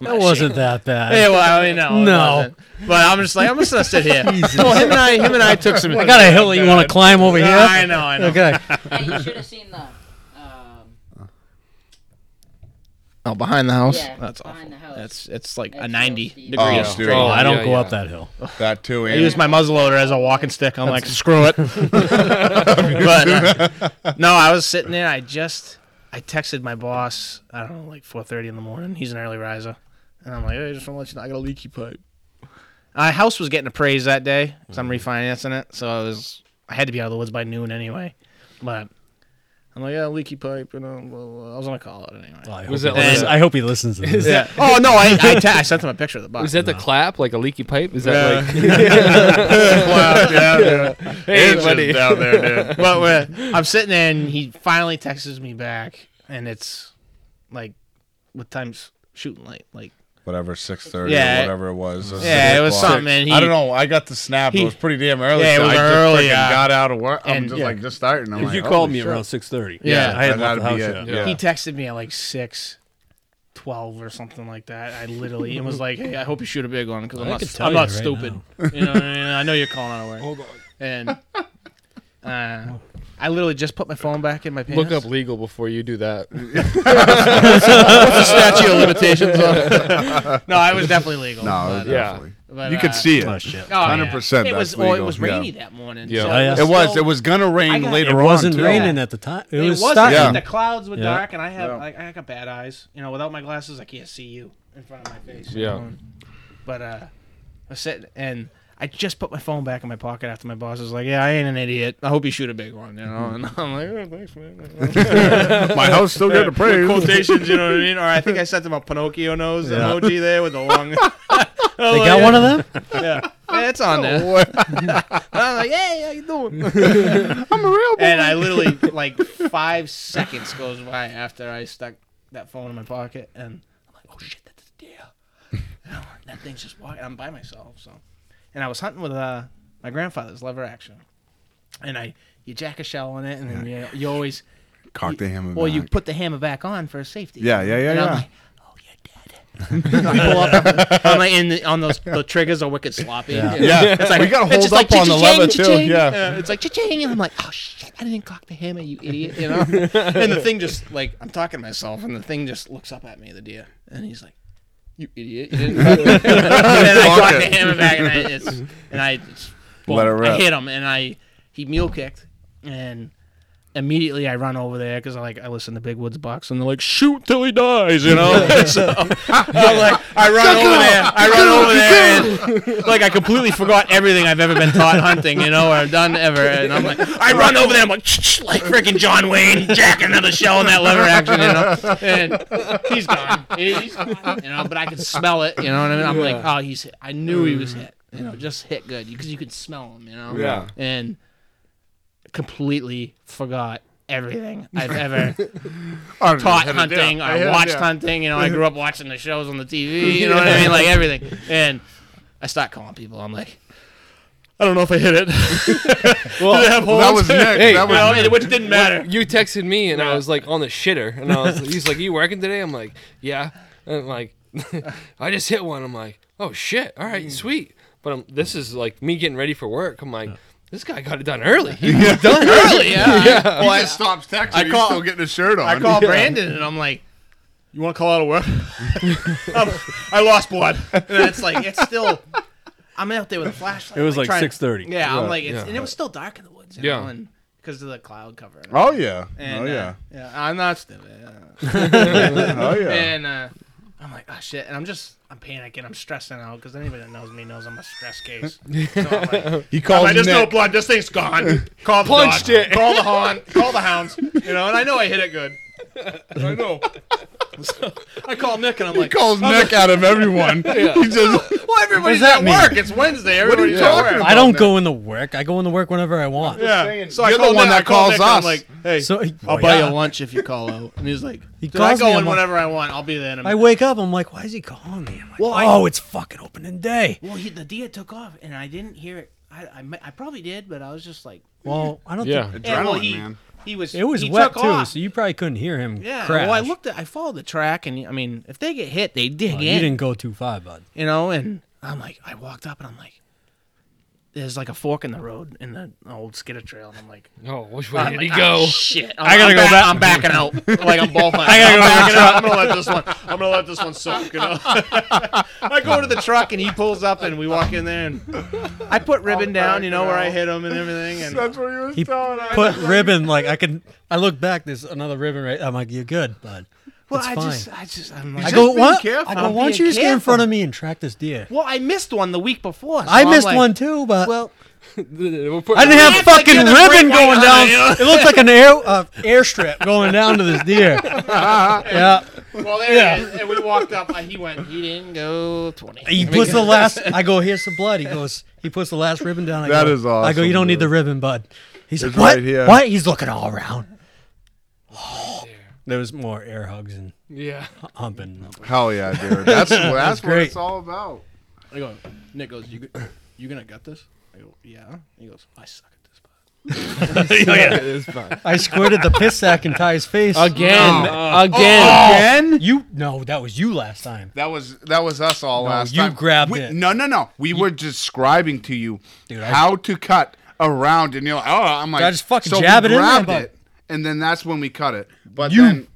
[SPEAKER 5] I'm
[SPEAKER 7] That
[SPEAKER 5] not
[SPEAKER 7] wasn't that bad.
[SPEAKER 5] Hey, well, I mean, no, it
[SPEAKER 7] No.
[SPEAKER 5] wasn't. But I'm just like, I'm just gonna sit here. well, him and I, him and I took some.
[SPEAKER 7] I got a hill that you want to climb over here.
[SPEAKER 5] I know, I know.
[SPEAKER 7] Okay.
[SPEAKER 8] Hey, you should have seen the. Um,
[SPEAKER 5] Oh, behind the house.
[SPEAKER 8] Yeah,
[SPEAKER 5] That's
[SPEAKER 8] behind
[SPEAKER 5] awful.
[SPEAKER 8] the house.
[SPEAKER 5] That's it's like
[SPEAKER 8] That's
[SPEAKER 5] a
[SPEAKER 8] so
[SPEAKER 5] 90
[SPEAKER 8] steep.
[SPEAKER 5] degree
[SPEAKER 4] Oh,
[SPEAKER 5] straight.
[SPEAKER 4] dude.
[SPEAKER 7] Oh, I don't
[SPEAKER 6] yeah,
[SPEAKER 7] go
[SPEAKER 6] yeah.
[SPEAKER 7] up that hill.
[SPEAKER 4] That too,
[SPEAKER 5] I
[SPEAKER 4] and
[SPEAKER 5] use my muzzleloader as a walking stick. I'm like, screw it. but uh, no, I was sitting there. I just I texted my boss. I don't know, like 4:30 in the morning. He's an early riser, and I'm like, hey, I just want to let you know I got a leaky pipe. My house was getting appraised that day, so
[SPEAKER 4] Mm.
[SPEAKER 5] I'm refinancing it. So I was I had to be out of the woods by noon anyway. But I'm like, yeah, leaky pipe. You know, blah, blah. I was gonna call it anyway.
[SPEAKER 7] Well, I,
[SPEAKER 6] Was
[SPEAKER 7] hope
[SPEAKER 6] that
[SPEAKER 7] he
[SPEAKER 5] like
[SPEAKER 7] lis-
[SPEAKER 6] a-
[SPEAKER 7] I hope he listens to this.
[SPEAKER 5] Yeah. Oh no, I I, ta- I sent him a picture of the box.
[SPEAKER 6] Is that the clap like a leaky pipe? Is
[SPEAKER 4] Yeah.
[SPEAKER 6] that like
[SPEAKER 4] hey,
[SPEAKER 6] buddy.
[SPEAKER 4] down there, dude.
[SPEAKER 5] but when I'm sitting there and he finally texts me back, and it's like, what time's shooting light? Like,
[SPEAKER 4] Whatever, six thirty
[SPEAKER 5] Yeah.
[SPEAKER 4] or whatever it was.
[SPEAKER 5] Yeah, it was
[SPEAKER 4] 6 o'clock.
[SPEAKER 5] something, and he-
[SPEAKER 4] I don't know. I got the snap.
[SPEAKER 5] he-
[SPEAKER 4] it was pretty damn early.
[SPEAKER 5] Yeah, it
[SPEAKER 4] so
[SPEAKER 5] was
[SPEAKER 4] I just
[SPEAKER 5] early,
[SPEAKER 4] freaking
[SPEAKER 5] yeah.
[SPEAKER 4] Got out of work. I'm
[SPEAKER 5] And-
[SPEAKER 4] just
[SPEAKER 5] Yeah.
[SPEAKER 4] like just starting. I'm
[SPEAKER 2] If
[SPEAKER 4] like,
[SPEAKER 2] you called
[SPEAKER 4] holy
[SPEAKER 2] me
[SPEAKER 4] shit.
[SPEAKER 2] around six thirty,
[SPEAKER 5] Yeah.
[SPEAKER 2] I had
[SPEAKER 4] That'd
[SPEAKER 2] left the house
[SPEAKER 4] be it,
[SPEAKER 2] yet.
[SPEAKER 4] yeah.
[SPEAKER 5] he texted me at like six. 12 or something like that. I literally it was like, hey, I hope you shoot a big one because I'm
[SPEAKER 7] I
[SPEAKER 5] not,
[SPEAKER 7] could
[SPEAKER 5] st-
[SPEAKER 7] tell
[SPEAKER 5] I'm
[SPEAKER 7] you
[SPEAKER 5] not
[SPEAKER 7] right
[SPEAKER 5] stupid. You know, what I mean? I know you're calling out of work. Hold on. And uh, I literally just put my phone back in my pants.
[SPEAKER 6] look up legal before you do that?
[SPEAKER 5] statute of limitations. no, I was definitely legal.
[SPEAKER 4] No, it
[SPEAKER 5] but,
[SPEAKER 4] was
[SPEAKER 5] uh,
[SPEAKER 6] yeah.
[SPEAKER 4] definitely.
[SPEAKER 5] but,
[SPEAKER 4] You
[SPEAKER 5] uh,
[SPEAKER 4] could see
[SPEAKER 7] Oh,
[SPEAKER 4] it.
[SPEAKER 7] shit.
[SPEAKER 5] Oh, yeah.
[SPEAKER 4] 100%
[SPEAKER 5] It was
[SPEAKER 4] that's
[SPEAKER 5] Well, it
[SPEAKER 4] legal,
[SPEAKER 5] was
[SPEAKER 4] yeah.
[SPEAKER 5] rainy that morning.
[SPEAKER 6] Yeah.
[SPEAKER 5] so
[SPEAKER 6] Oh,
[SPEAKER 7] yeah.
[SPEAKER 4] It was.
[SPEAKER 5] still-
[SPEAKER 4] It was gonna
[SPEAKER 5] I
[SPEAKER 4] rain
[SPEAKER 5] got-
[SPEAKER 4] later
[SPEAKER 7] It
[SPEAKER 4] on.
[SPEAKER 7] wasn't
[SPEAKER 4] too.
[SPEAKER 7] raining at the time. It,
[SPEAKER 5] It,
[SPEAKER 7] was
[SPEAKER 5] wasn't.
[SPEAKER 7] starting.
[SPEAKER 4] Yeah.
[SPEAKER 5] The clouds were
[SPEAKER 7] Yeah.
[SPEAKER 5] dark, and I have
[SPEAKER 4] Yeah.
[SPEAKER 5] I, I got bad eyes. You know, without my glasses, I can't see you in front of my face. you
[SPEAKER 6] Yeah.
[SPEAKER 5] know? But uh, I said, and I just put my phone back in my pocket after my boss was like, "Yeah, I ain't an idiot. I hope you shoot a big one." You
[SPEAKER 4] Mm-hmm.
[SPEAKER 5] know, and I'm like, "Oh, "Thanks, man."
[SPEAKER 4] My house still got appraised.
[SPEAKER 5] Quotations, you know what I mean? Or I think I sent him a Pinocchio nose
[SPEAKER 7] Yeah.
[SPEAKER 5] emoji there with the long.
[SPEAKER 7] They got one of them?
[SPEAKER 5] Yeah, yeah it's on there. Oh, And I'm like, hey, how you doing? I'm a real boy. And I literally, like, five seconds goes by after I stuck that phone in my pocket, and I'm like, oh shit, that's a deer. And I'm like, that thing's just walking. I'm by myself, so. And I was hunting with uh, my grandfather's lever action, and I you jack a shell on it, and then you, you always
[SPEAKER 4] Cock the hammer.
[SPEAKER 5] well you
[SPEAKER 4] back.
[SPEAKER 5] put the hammer back on for safety.
[SPEAKER 4] Yeah, yeah, yeah,
[SPEAKER 5] And I'm
[SPEAKER 4] yeah.
[SPEAKER 5] like, oh, you're dead. I pull up, I'm like, and the, on those the triggers are wicked sloppy.
[SPEAKER 7] Yeah.
[SPEAKER 4] Yeah,
[SPEAKER 5] It's like,
[SPEAKER 4] we gotta hold up
[SPEAKER 5] it's just like
[SPEAKER 4] on the
[SPEAKER 5] cha-ching,
[SPEAKER 4] lever too.
[SPEAKER 5] cha-ching.
[SPEAKER 4] Yeah,
[SPEAKER 5] it's like cha-ching, and I'm like, oh shit, I didn't cock the hammer, you idiot, you know. and the thing just like I'm talking to myself, and the thing just looks up at me, the deer, and he's like, you idiot, you didn't. cock the-" and then I
[SPEAKER 4] Fuck
[SPEAKER 5] cocked
[SPEAKER 4] it.
[SPEAKER 5] the hammer back, and I it's, and I it's,
[SPEAKER 4] Let it
[SPEAKER 5] I
[SPEAKER 4] rip.
[SPEAKER 5] hit him, and I he mule kicked, and immediately I run over there because I like I listen to Big Woods Box, and they're like, shoot till he dies, you know. so, I'm like, I run over there, I run over there, and like I completely forgot everything I've ever been taught hunting, you know, or done ever. And I'm like, I run over there, I'm like, "Shh, shh," like freaking John Wayne, jack another shell in that lever action, you know. And he's gone, he's gone, you know. But I could smell it, you know what I mean? I'm like, oh, he's, hit. I knew he was hit, you know, just hit good because you could smell him, you know.
[SPEAKER 4] Yeah.
[SPEAKER 5] And completely forgot everything I've ever taught hunting. I watched hunting. You know, I grew up watching the shows on the TV. You know what I mean? Like everything. And I start calling people. I'm like, I don't know if I hit it. well, Did it have holes?
[SPEAKER 4] That was Nick.
[SPEAKER 6] Hey,
[SPEAKER 4] that
[SPEAKER 5] You know,
[SPEAKER 4] was
[SPEAKER 5] it- which didn't matter.
[SPEAKER 6] You texted me and
[SPEAKER 5] Yeah.
[SPEAKER 6] I was like on the shitter and I was he's like, You working today? I'm like, Yeah. And I'm like I just hit one. I'm like, Oh shit, all
[SPEAKER 7] Mm.
[SPEAKER 6] right, sweet. But i this is like me getting ready for work. I'm like, this guy got it done early. He got it done early.
[SPEAKER 5] Yeah.
[SPEAKER 6] yeah.
[SPEAKER 4] He just stops texting.
[SPEAKER 5] I
[SPEAKER 4] He's
[SPEAKER 5] call-
[SPEAKER 4] still getting his shirt on.
[SPEAKER 5] I call Brandon and I'm like, "You want to call out of work?" I'm- I lost blood. And it's like it's still. I'm out there with a flashlight.
[SPEAKER 2] It was like
[SPEAKER 5] trying to-
[SPEAKER 2] six thirty.
[SPEAKER 5] Yeah, I'm
[SPEAKER 6] Yeah,
[SPEAKER 5] like, it's,
[SPEAKER 6] yeah.
[SPEAKER 5] and it was still dark in the woods. You
[SPEAKER 6] Yeah.
[SPEAKER 5] know, because of the cloud cover. and all.
[SPEAKER 4] Oh yeah.
[SPEAKER 5] And,
[SPEAKER 4] oh
[SPEAKER 5] uh,
[SPEAKER 4] yeah.
[SPEAKER 5] yeah, I'm not stupid.
[SPEAKER 4] Oh yeah.
[SPEAKER 5] And uh, I'm like, oh shit. And I'm just, I'm panicking. I'm stressing out because anybody that knows me knows I'm a stress case. So I'm like,
[SPEAKER 4] He calls
[SPEAKER 5] I just know
[SPEAKER 4] Nick.
[SPEAKER 5] blood. This thing's gone. Call the
[SPEAKER 6] Punched
[SPEAKER 5] dog.
[SPEAKER 6] it.
[SPEAKER 5] Call the hound. Call the hounds. You know, and I know I hit it good. I know. So I call Nick and I'm
[SPEAKER 4] He
[SPEAKER 5] like,
[SPEAKER 4] calls Nick out of everyone. He just
[SPEAKER 5] well, everybody's
[SPEAKER 7] What does
[SPEAKER 5] at
[SPEAKER 7] that mean?
[SPEAKER 5] work. It's Wednesday.
[SPEAKER 4] What are you
[SPEAKER 5] Everybody's at
[SPEAKER 4] talking
[SPEAKER 5] work.
[SPEAKER 4] about?
[SPEAKER 7] I don't
[SPEAKER 4] Nick?
[SPEAKER 7] go in the work. I go in the work whenever I want.
[SPEAKER 4] Yeah.
[SPEAKER 5] So I
[SPEAKER 4] You're
[SPEAKER 5] call
[SPEAKER 4] the one
[SPEAKER 5] Nick- I
[SPEAKER 4] that calls
[SPEAKER 5] call Nick
[SPEAKER 4] us.
[SPEAKER 5] and I'm like, hey,
[SPEAKER 7] So
[SPEAKER 5] I'll
[SPEAKER 7] oh,
[SPEAKER 5] buy
[SPEAKER 7] yeah.
[SPEAKER 5] you lunch if you call out. And he's like,
[SPEAKER 7] He
[SPEAKER 5] dude, I
[SPEAKER 7] calls
[SPEAKER 5] go
[SPEAKER 7] me,
[SPEAKER 5] in
[SPEAKER 7] I'm like-
[SPEAKER 5] whenever I want. I'll be there. In a
[SPEAKER 7] I
[SPEAKER 5] minute."
[SPEAKER 7] wake up. I'm like, why is he calling me? I'm like,
[SPEAKER 5] Well, I-
[SPEAKER 7] oh, it's fucking opening day.
[SPEAKER 8] Well, he, the deer took off, and I didn't hear it. I, I, mi- I probably did, but I was just like,
[SPEAKER 7] Well, I don't
[SPEAKER 6] Yeah.
[SPEAKER 7] think
[SPEAKER 5] Yeah, well,
[SPEAKER 4] Adrenaline,
[SPEAKER 5] he,
[SPEAKER 4] man.
[SPEAKER 5] He was.
[SPEAKER 7] it was
[SPEAKER 5] he
[SPEAKER 7] wet
[SPEAKER 5] took
[SPEAKER 7] too,
[SPEAKER 5] off.
[SPEAKER 7] so you probably couldn't hear him.
[SPEAKER 5] yeah.
[SPEAKER 7] crash.
[SPEAKER 5] Well, I looked at. I followed the track, and I mean, if they get hit, they dig
[SPEAKER 7] Oh,
[SPEAKER 5] in.
[SPEAKER 7] you didn't go too far, bud.
[SPEAKER 5] you know, and I'm like, I walked up and I'm like, there's like a fork in the road in the old skitter trail, and I'm like,
[SPEAKER 6] Oh, which way did
[SPEAKER 5] I'm like,
[SPEAKER 6] he
[SPEAKER 5] "Ah,
[SPEAKER 6] go?
[SPEAKER 5] shit, I'm,
[SPEAKER 7] I
[SPEAKER 5] I'm
[SPEAKER 7] gotta go back.
[SPEAKER 5] I'm backing out. Like I'm both. I
[SPEAKER 7] gotta
[SPEAKER 5] am
[SPEAKER 7] go to the
[SPEAKER 5] backing out. I'm gonna let this one. I'm gonna let this one soak. You know. I go to the truck and he pulls up and we walk in there and I put ribbon down, you know, where I hit him and everything. And
[SPEAKER 4] That's what he was
[SPEAKER 7] He
[SPEAKER 4] telling us.
[SPEAKER 7] put ribbon like I can. I look back. There's another ribbon right. I'm like, you're good, bud.
[SPEAKER 5] well,
[SPEAKER 7] it's
[SPEAKER 5] I
[SPEAKER 7] fine.
[SPEAKER 5] just, I just, I'm like,
[SPEAKER 7] I go,
[SPEAKER 4] being
[SPEAKER 7] what?
[SPEAKER 4] careful.
[SPEAKER 7] I go,
[SPEAKER 5] I'm
[SPEAKER 7] why don't you
[SPEAKER 5] being
[SPEAKER 7] just get in
[SPEAKER 5] careful.
[SPEAKER 7] front of me and track this deer?
[SPEAKER 5] well, I missed one the week before. so
[SPEAKER 7] I
[SPEAKER 5] I'm
[SPEAKER 7] missed
[SPEAKER 5] like,
[SPEAKER 7] one too, but
[SPEAKER 5] Well,
[SPEAKER 6] We're putting
[SPEAKER 7] I didn't have
[SPEAKER 5] That's like
[SPEAKER 7] fucking
[SPEAKER 5] you're the
[SPEAKER 7] ribbon
[SPEAKER 5] great white
[SPEAKER 7] going down.
[SPEAKER 5] eye.
[SPEAKER 7] It looked like an air uh, airstrip going down to this deer. yeah,
[SPEAKER 5] well, there yeah. it is. And we walked up. and He went. He didn't go twenty.
[SPEAKER 7] he puts the last. I go, here's some blood. He goes, he puts the last ribbon down. I
[SPEAKER 4] That
[SPEAKER 7] go,
[SPEAKER 4] is
[SPEAKER 7] I go,
[SPEAKER 4] awesome,
[SPEAKER 7] you don't need
[SPEAKER 4] dude.
[SPEAKER 7] the ribbon, bud. He's
[SPEAKER 4] It's
[SPEAKER 7] like, what?
[SPEAKER 4] right here.
[SPEAKER 7] What? He's looking all around. there was more air hugs and
[SPEAKER 6] Yeah.
[SPEAKER 7] humping.
[SPEAKER 4] Hell yeah, dude. That's, that's what
[SPEAKER 7] great.
[SPEAKER 4] it's all about.
[SPEAKER 5] I go, Nick goes, you, go- you gonna gut this? I go, yeah. He goes, I suck at this. But
[SPEAKER 7] I squirted the piss sack in Ty's face
[SPEAKER 6] Again.
[SPEAKER 7] Oh,
[SPEAKER 6] Again.
[SPEAKER 4] Again?
[SPEAKER 7] You no, that was you last time.
[SPEAKER 4] That was that was us all last
[SPEAKER 7] you
[SPEAKER 4] time.
[SPEAKER 7] grabbed
[SPEAKER 4] we,
[SPEAKER 7] it.
[SPEAKER 4] No, no, no. We were describing to you
[SPEAKER 7] Dude, I-
[SPEAKER 4] how to cut around, and you're like, oh, I'm like,
[SPEAKER 7] I just fucking
[SPEAKER 4] so we
[SPEAKER 7] jab it in there,
[SPEAKER 4] grabbed
[SPEAKER 7] bud.
[SPEAKER 4] it, and then that's when we cut it. But
[SPEAKER 7] You-
[SPEAKER 4] then,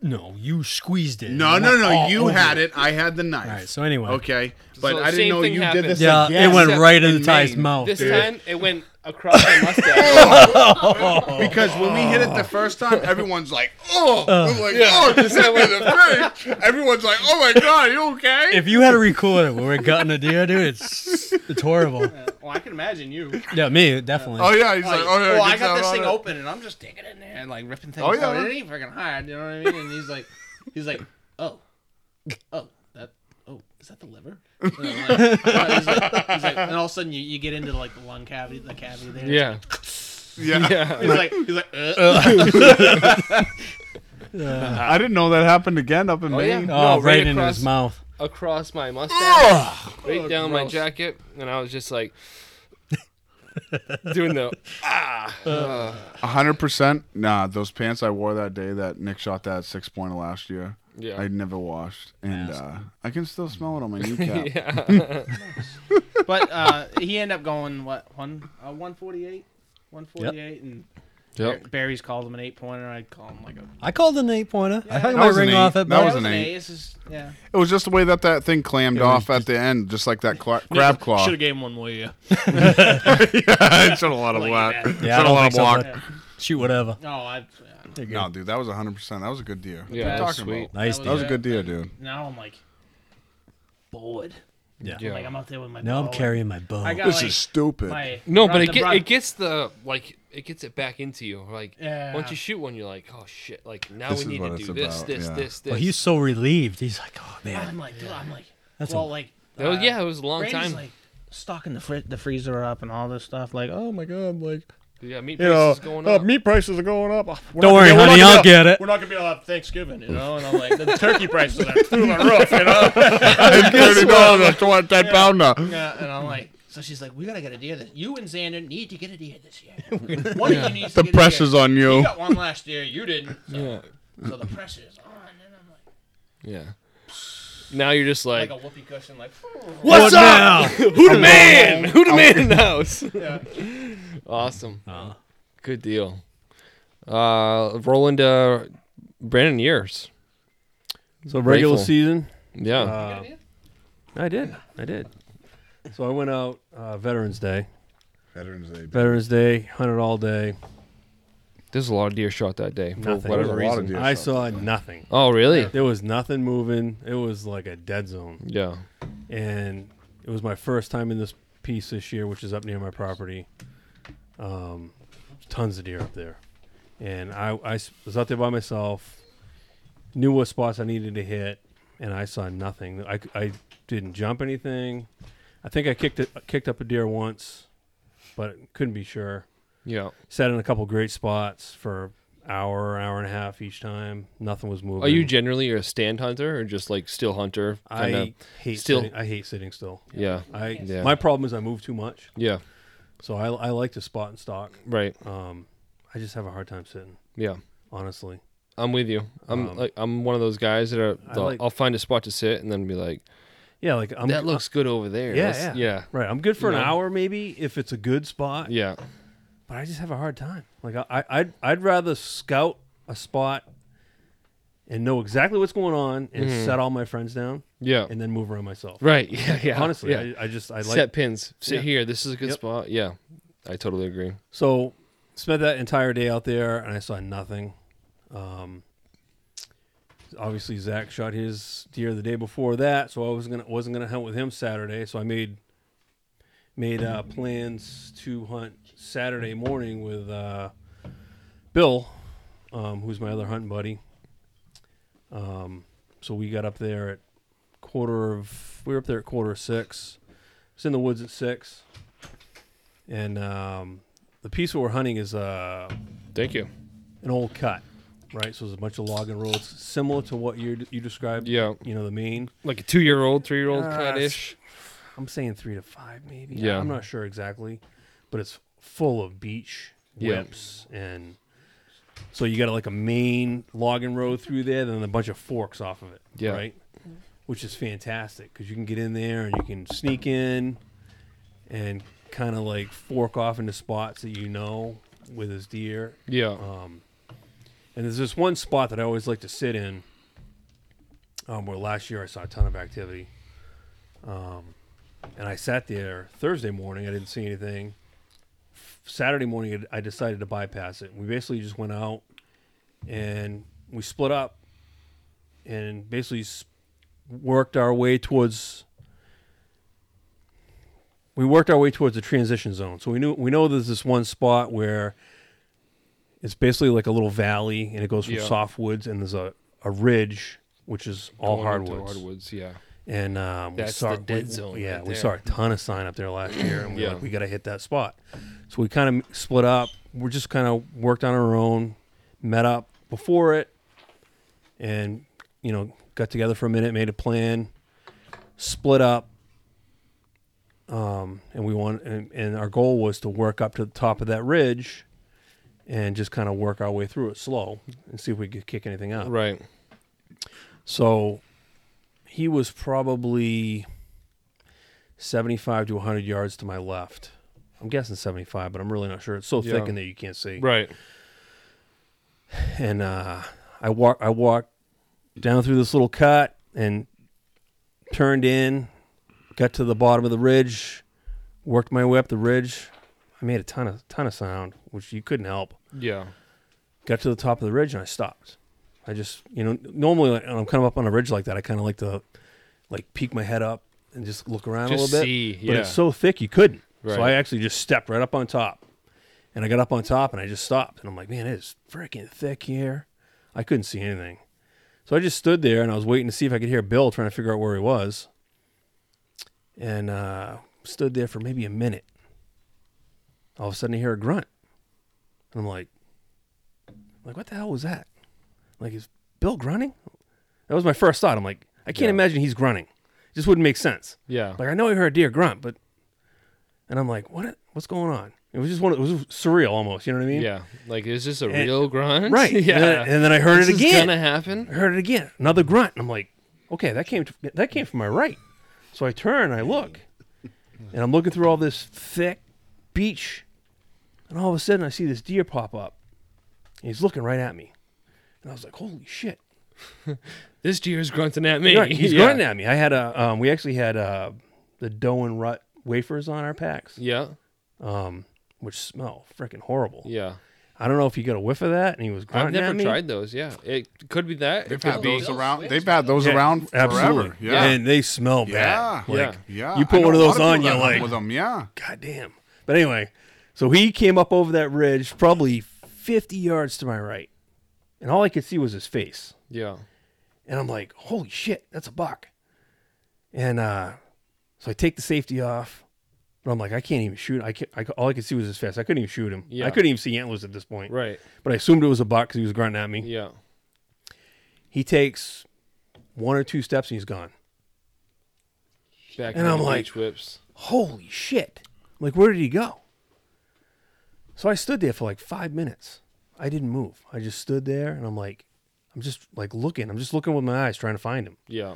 [SPEAKER 7] No, you squeezed it.
[SPEAKER 4] no,
[SPEAKER 7] It
[SPEAKER 4] no,
[SPEAKER 7] went
[SPEAKER 4] no.
[SPEAKER 7] all
[SPEAKER 4] You
[SPEAKER 7] over.
[SPEAKER 4] had it. I had the knife.
[SPEAKER 7] All right. So anyway,
[SPEAKER 4] okay, but
[SPEAKER 6] So
[SPEAKER 4] I didn't
[SPEAKER 6] same
[SPEAKER 4] know
[SPEAKER 6] thing
[SPEAKER 4] you
[SPEAKER 6] happened.
[SPEAKER 4] did this.
[SPEAKER 7] Yeah,
[SPEAKER 4] again.
[SPEAKER 7] it went
[SPEAKER 4] Except
[SPEAKER 7] right into
[SPEAKER 4] in
[SPEAKER 7] Ty's
[SPEAKER 4] Maine.
[SPEAKER 7] mouth.
[SPEAKER 6] This
[SPEAKER 7] dude.
[SPEAKER 6] time it went across my mustache.
[SPEAKER 4] Because when we hit it the first time, everyone's like, "Oh,
[SPEAKER 7] Uh,
[SPEAKER 4] I'm like, oh, just hit me in the face." Everyone's like, "Oh my god, are you okay?"
[SPEAKER 7] If you had a recorder where we're gutting a deer, dude, it's it's horrible.
[SPEAKER 5] well, I can imagine you.
[SPEAKER 7] Yeah, me definitely.
[SPEAKER 4] oh yeah, he's like, "Oh yeah."
[SPEAKER 5] well, I
[SPEAKER 4] gets
[SPEAKER 5] got
[SPEAKER 4] out
[SPEAKER 5] this
[SPEAKER 4] on
[SPEAKER 5] thing
[SPEAKER 4] it.
[SPEAKER 5] open and I'm just digging in there and like ripping things
[SPEAKER 4] Oh,
[SPEAKER 5] oh,
[SPEAKER 4] yeah.
[SPEAKER 5] yeah. out. It ain't freaking hard, you know what I mean? And he's like, he's like, oh, oh, that, oh, is that the liver? And, I'm like, oh, he's like- he's like- and all of a sudden you, you get into like the lung cavity, the cavity there.
[SPEAKER 6] yeah.
[SPEAKER 4] Yeah.
[SPEAKER 5] He's like, he's like, uh,
[SPEAKER 4] I didn't know that happened again up in
[SPEAKER 6] Oh, yeah.
[SPEAKER 4] Maine.
[SPEAKER 7] Oh,
[SPEAKER 6] No,
[SPEAKER 7] right,
[SPEAKER 6] right
[SPEAKER 7] into his
[SPEAKER 6] across-
[SPEAKER 7] mouth. Oh,
[SPEAKER 6] Across my mustache. right down my jacket. And I was just like doing the
[SPEAKER 4] A hundred percent. Nah, those pants I wore that day that Nick shot that six pointer last year.
[SPEAKER 6] Yeah.
[SPEAKER 4] I never washed, and uh, I can still smell it on my kneecap.
[SPEAKER 5] but uh, he ended up going what one uh, one forty eight, one forty eight, and
[SPEAKER 6] Yep.
[SPEAKER 5] Barry's called him an eight pointer. I would call him like a
[SPEAKER 7] I called an eight pointer. I hung
[SPEAKER 4] That
[SPEAKER 7] my
[SPEAKER 4] was an
[SPEAKER 7] ring
[SPEAKER 4] eight.
[SPEAKER 7] off at
[SPEAKER 4] That
[SPEAKER 7] that
[SPEAKER 4] was an eight.
[SPEAKER 5] This is yeah.
[SPEAKER 4] It was just the way that that thing clammed
[SPEAKER 7] was
[SPEAKER 4] off at the end, just like that cla- crab claw.
[SPEAKER 5] Should have gave him one more year.
[SPEAKER 4] yeah, it's not a lot of block.
[SPEAKER 5] that.
[SPEAKER 4] It's
[SPEAKER 7] Yeah,
[SPEAKER 4] not a
[SPEAKER 7] I don't
[SPEAKER 4] lot of
[SPEAKER 7] think so,
[SPEAKER 4] block.
[SPEAKER 7] but shoot whatever.
[SPEAKER 5] No, I.
[SPEAKER 7] You're good.
[SPEAKER 4] No, dude, that was a hundred percent. That was a good deer. What
[SPEAKER 6] Yeah,
[SPEAKER 4] you
[SPEAKER 6] that was
[SPEAKER 4] talking
[SPEAKER 6] sweet.
[SPEAKER 4] about?
[SPEAKER 7] nice
[SPEAKER 5] that
[SPEAKER 4] That
[SPEAKER 7] deer.
[SPEAKER 4] was a good deer, dude.
[SPEAKER 5] Now I'm like bored.
[SPEAKER 6] Yeah.
[SPEAKER 5] Like I'm out there with my.
[SPEAKER 7] Now I'm
[SPEAKER 5] bow.
[SPEAKER 7] carrying my bow.
[SPEAKER 5] I got
[SPEAKER 4] This
[SPEAKER 5] like
[SPEAKER 4] is stupid.
[SPEAKER 5] my.
[SPEAKER 6] No,
[SPEAKER 5] run-
[SPEAKER 6] but
[SPEAKER 5] the
[SPEAKER 6] it, get,
[SPEAKER 5] run-
[SPEAKER 6] it gets the like it gets it back into you. Like
[SPEAKER 5] Yeah.
[SPEAKER 6] once you shoot one, you're like, oh shit! Like now
[SPEAKER 4] This is
[SPEAKER 6] we need
[SPEAKER 4] what
[SPEAKER 6] to
[SPEAKER 4] it's
[SPEAKER 6] do this,
[SPEAKER 4] about,
[SPEAKER 6] this,
[SPEAKER 4] yeah.
[SPEAKER 6] this, this.
[SPEAKER 7] Well, he's so relieved. He's like, oh man,
[SPEAKER 5] I'm like, dude, I'm like,
[SPEAKER 7] That's
[SPEAKER 5] well,
[SPEAKER 7] a-
[SPEAKER 5] like.
[SPEAKER 6] That was-
[SPEAKER 5] uh,
[SPEAKER 6] yeah, it was a long
[SPEAKER 5] Randy's
[SPEAKER 6] time.
[SPEAKER 5] like stocking the fri- the freezer up and all this stuff. Like, oh my god, like
[SPEAKER 6] yeah, meat
[SPEAKER 1] You know,
[SPEAKER 6] prices going
[SPEAKER 2] oh,
[SPEAKER 1] uh,
[SPEAKER 6] up.
[SPEAKER 1] meat prices are going up. We're
[SPEAKER 7] don't worry,
[SPEAKER 5] we're not
[SPEAKER 7] honey,
[SPEAKER 5] gonna
[SPEAKER 7] I'll
[SPEAKER 5] be
[SPEAKER 7] get it.
[SPEAKER 5] we're not gonna be able to have Thanksgiving, you know. And I'm like, the turkey prices are through the roof, you know.
[SPEAKER 4] Thirty dollars, ten uh, pounder.
[SPEAKER 5] Yeah, and I'm like, so she's like, we gotta get a deer. This you and Xander need to get a deer this year. One of you needs
[SPEAKER 4] The
[SPEAKER 5] to get
[SPEAKER 4] pressure's
[SPEAKER 5] a deer.
[SPEAKER 4] on you.
[SPEAKER 5] You got one last year, you didn't. So,
[SPEAKER 6] yeah,
[SPEAKER 5] so the pressure's on. And I'm like,
[SPEAKER 6] yeah. Now you're just like,
[SPEAKER 5] like a whoopee cushion, like.
[SPEAKER 6] what's
[SPEAKER 7] What
[SPEAKER 6] up?
[SPEAKER 7] now?
[SPEAKER 6] Who the man? Who the man in the house?
[SPEAKER 5] Yeah.
[SPEAKER 6] Awesome.
[SPEAKER 2] Uh-huh.
[SPEAKER 6] Good deal. Uh, Roland, uh, Brandon Years.
[SPEAKER 2] So regular
[SPEAKER 6] Grateful.
[SPEAKER 2] season.
[SPEAKER 6] Yeah.
[SPEAKER 2] Uh, I did. I did. So I went out uh, Veterans Day.
[SPEAKER 4] Veterans Day.
[SPEAKER 2] Veterans Day, hunted all day.
[SPEAKER 6] There's a lot of deer shot that day for
[SPEAKER 2] Nothing.
[SPEAKER 6] whatever
[SPEAKER 4] There's a lot of
[SPEAKER 6] reason.
[SPEAKER 4] deer. Yeah,
[SPEAKER 2] I
[SPEAKER 4] so-
[SPEAKER 2] saw nothing.
[SPEAKER 6] Oh, really?
[SPEAKER 2] There was nothing moving. It was like a dead zone.
[SPEAKER 6] Yeah.
[SPEAKER 2] And it was my first time in this piece this year, which is up near my property. Um, tons of deer up there. And I, I s- was out there by myself. knew what spots I needed to hit, and I saw nothing. I, I didn't jump anything. I think I kicked it, kicked up a deer once, but couldn't be sure.
[SPEAKER 6] Yeah.
[SPEAKER 2] Sat in a couple great spots for hour, hour and a half each time. Nothing was moving.
[SPEAKER 6] Are you generally a stand hunter or just like still hunter?
[SPEAKER 2] I
[SPEAKER 6] Kinda-
[SPEAKER 2] hate
[SPEAKER 6] still-
[SPEAKER 2] Sitting, I hate sitting still.
[SPEAKER 6] yeah.
[SPEAKER 2] I
[SPEAKER 6] Yeah.
[SPEAKER 2] my problem is I move too much,
[SPEAKER 6] Yeah.
[SPEAKER 2] so I, I like to spot and stalk.
[SPEAKER 6] Right.
[SPEAKER 2] Um, I just have a hard time sitting,
[SPEAKER 6] Yeah.
[SPEAKER 2] honestly.
[SPEAKER 6] I'm with you. I'm
[SPEAKER 2] Um,
[SPEAKER 6] like I'm one of those guys that are,
[SPEAKER 2] I
[SPEAKER 6] they'll-
[SPEAKER 2] like-
[SPEAKER 6] I'll find a spot to sit and then be like,
[SPEAKER 2] Yeah, like I'm
[SPEAKER 6] that looks good over there.
[SPEAKER 2] Yeah,
[SPEAKER 6] Let's- yeah,
[SPEAKER 2] right. I'm good for an
[SPEAKER 6] Yeah.
[SPEAKER 2] hour maybe if it's a good spot.
[SPEAKER 6] yeah,
[SPEAKER 2] but I just have a hard time. Like I, I I'd, I'd rather scout a spot and know exactly what's going on and set all my friends down
[SPEAKER 6] yeah.
[SPEAKER 2] and then move around myself.
[SPEAKER 6] Mm-hmm. right. Yeah, yeah.
[SPEAKER 2] Honestly,
[SPEAKER 6] yeah.
[SPEAKER 2] I, I just I like
[SPEAKER 6] set pins. Sit
[SPEAKER 2] Yeah.
[SPEAKER 6] here. This is a good
[SPEAKER 2] Yep.
[SPEAKER 6] spot. Yeah, I totally agree.
[SPEAKER 2] so spent that entire day out there and I saw nothing. Um, obviously Zach shot his deer the day before that, so I was gonna wasn't gonna hunt with him Saturday. So I made made uh, plans to hunt Saturday morning with uh, Bill, um, who's my other hunting buddy. Um, so we got up there at quarter of we were up there at quarter of six. It's in the woods at six, and um, the piece that we're hunting is uh,
[SPEAKER 6] Thank you.
[SPEAKER 2] an old cut, right? So there's a bunch of logging roads, similar to what you you described.
[SPEAKER 6] Yeah,
[SPEAKER 2] You know the main.
[SPEAKER 6] like a two year old, three year old
[SPEAKER 2] Ah,
[SPEAKER 6] kind ish.
[SPEAKER 2] I'm saying three to five, maybe.
[SPEAKER 6] Yeah.
[SPEAKER 2] I'm not sure exactly, but it's full of beach
[SPEAKER 6] Yeah.
[SPEAKER 2] whips and. So you got like a main logging road through there, then a bunch of forks off of it,
[SPEAKER 6] Yeah.
[SPEAKER 2] right? Which is fantastic because you can get in there and you can sneak in and kind of like fork off into spots that you know with his deer
[SPEAKER 6] Yeah,
[SPEAKER 2] um, and there's this one spot that I always like to sit in, um, where last year I saw a ton of activity. Um, and I sat there Thursday morning. I didn't see anything. F- Saturday morning, I I decided to bypass it. We basically just went out and we split up and basically s- worked our way towards. We worked our way towards the transition zone. So we knew we know there's this one spot where it's basically like a little valley and it goes from
[SPEAKER 6] Yeah.
[SPEAKER 2] softwoods and there's a, a ridge which is all
[SPEAKER 6] Going into
[SPEAKER 2] hardwoods.
[SPEAKER 6] Hardwoods. Yeah,
[SPEAKER 2] And um, we
[SPEAKER 6] That's
[SPEAKER 2] saw,
[SPEAKER 6] the dead
[SPEAKER 2] we-
[SPEAKER 6] zone
[SPEAKER 2] Yeah,
[SPEAKER 6] right
[SPEAKER 2] we
[SPEAKER 6] there.
[SPEAKER 2] saw a ton of sign up there last year, and we were
[SPEAKER 6] Yeah.
[SPEAKER 2] like, we got to hit that spot. So we kind of split up. We're just kind of worked on our own, met up before it, and you know got together for a minute, made a plan, split up. Um, and we want and, and our goal was to work up to the top of that ridge, and just kind of work our way through it slow and see if we could kick anything out.
[SPEAKER 6] right.
[SPEAKER 2] So he was probably 75 to 100 yards to my left. I'm guessing 75, but I'm really not sure. It's so
[SPEAKER 6] Yeah.
[SPEAKER 2] thick in there you can't see.
[SPEAKER 6] Right.
[SPEAKER 2] And uh, I walk I walked down through this little cut and turned in, got to the bottom of the ridge, worked my way up the ridge. I made a ton of ton of sound, which you couldn't help.
[SPEAKER 6] Yeah.
[SPEAKER 2] got to the top of the ridge and I stopped. I just, you know, normally when I'm kind of up on a ridge like that, I kind of like to like peek my head up and just look around a
[SPEAKER 6] Just
[SPEAKER 2] little bit.
[SPEAKER 6] see,
[SPEAKER 2] But
[SPEAKER 6] yeah.
[SPEAKER 2] it's so thick you couldn't. So
[SPEAKER 6] Right.
[SPEAKER 2] I actually just stepped right up on top. And I got up on top and I just stopped. And I'm like, man, it is freaking thick here. I couldn't see anything. So I just stood there and I was waiting to see if I could hear Bill trying to figure out where he was. And uh, stood there for maybe a minute. All of a sudden I hear a grunt. And I'm like, like, what the hell was that? Like, is Bill grunting? That was my first thought. I'm like, I can't
[SPEAKER 6] Yeah.
[SPEAKER 2] imagine he's grunting. It just wouldn't make sense.
[SPEAKER 6] Yeah.
[SPEAKER 2] Like, I know I heard a deer grunt, but, and I'm like, what? What's going on? It was just one. It was surreal, almost. You know what I mean?
[SPEAKER 6] yeah. Like, is this a
[SPEAKER 2] And-
[SPEAKER 6] real grunt?
[SPEAKER 2] Right.
[SPEAKER 6] yeah.
[SPEAKER 2] And then, and then I heard
[SPEAKER 6] this
[SPEAKER 2] it
[SPEAKER 6] is
[SPEAKER 2] again.
[SPEAKER 6] gonna happen.
[SPEAKER 2] I heard it again. Another grunt. And I'm like, okay, that came that came from my right. So I turn, I look, and I'm looking through all this thick beach, and all of a sudden I see this deer pop up. And he's looking right at me, and I was like, holy shit.
[SPEAKER 6] This deer is grunting at me.
[SPEAKER 2] You're right, he's
[SPEAKER 6] yeah.
[SPEAKER 2] grunting at me. I had a, um, we actually had uh, the dough and rut wafers on our packs,
[SPEAKER 6] Yeah.
[SPEAKER 2] um, which smell freaking horrible.
[SPEAKER 6] Yeah.
[SPEAKER 2] I don't know if you got a whiff of that, and he was grunting
[SPEAKER 6] I've never
[SPEAKER 2] at me.
[SPEAKER 6] tried those. Yeah. It could be that. It
[SPEAKER 4] They've
[SPEAKER 6] could
[SPEAKER 4] had
[SPEAKER 6] be.
[SPEAKER 4] those around. They've had those around forever.
[SPEAKER 2] Absolutely,
[SPEAKER 4] Yeah.
[SPEAKER 2] and they smell
[SPEAKER 4] yeah.
[SPEAKER 2] bad.
[SPEAKER 4] Yeah.
[SPEAKER 2] Like,
[SPEAKER 4] yeah.
[SPEAKER 2] you
[SPEAKER 4] I
[SPEAKER 2] put
[SPEAKER 4] know
[SPEAKER 2] one of
[SPEAKER 4] a lot
[SPEAKER 2] those on,
[SPEAKER 4] people
[SPEAKER 2] you're
[SPEAKER 4] that hunt
[SPEAKER 2] like,
[SPEAKER 4] with them. Yeah.
[SPEAKER 2] God damn. But anyway, so he came up over that ridge, probably 50 yards to my right. And all I could see was his face.
[SPEAKER 6] Yeah.
[SPEAKER 2] And I'm like, holy shit, that's a buck. And uh, so I take the safety off, but I'm like, I can't even shoot. I, can't, I ca- all I could see was his fist. I couldn't even shoot him.
[SPEAKER 6] Yeah.
[SPEAKER 2] I couldn't even see antlers at this point.
[SPEAKER 6] Right.
[SPEAKER 2] But I assumed it was a buck because he was grunting at me.
[SPEAKER 6] Yeah.
[SPEAKER 2] He takes one or two steps and he's gone.
[SPEAKER 6] Back
[SPEAKER 2] And I'm
[SPEAKER 6] into
[SPEAKER 2] like-
[SPEAKER 6] beach whips.
[SPEAKER 2] holy shit. I'm like, where did he go? So I stood there for like five minutes. I didn't move. I just stood there and I'm like, I'm just like looking. I'm just looking with my eyes trying to find him.
[SPEAKER 6] Yeah.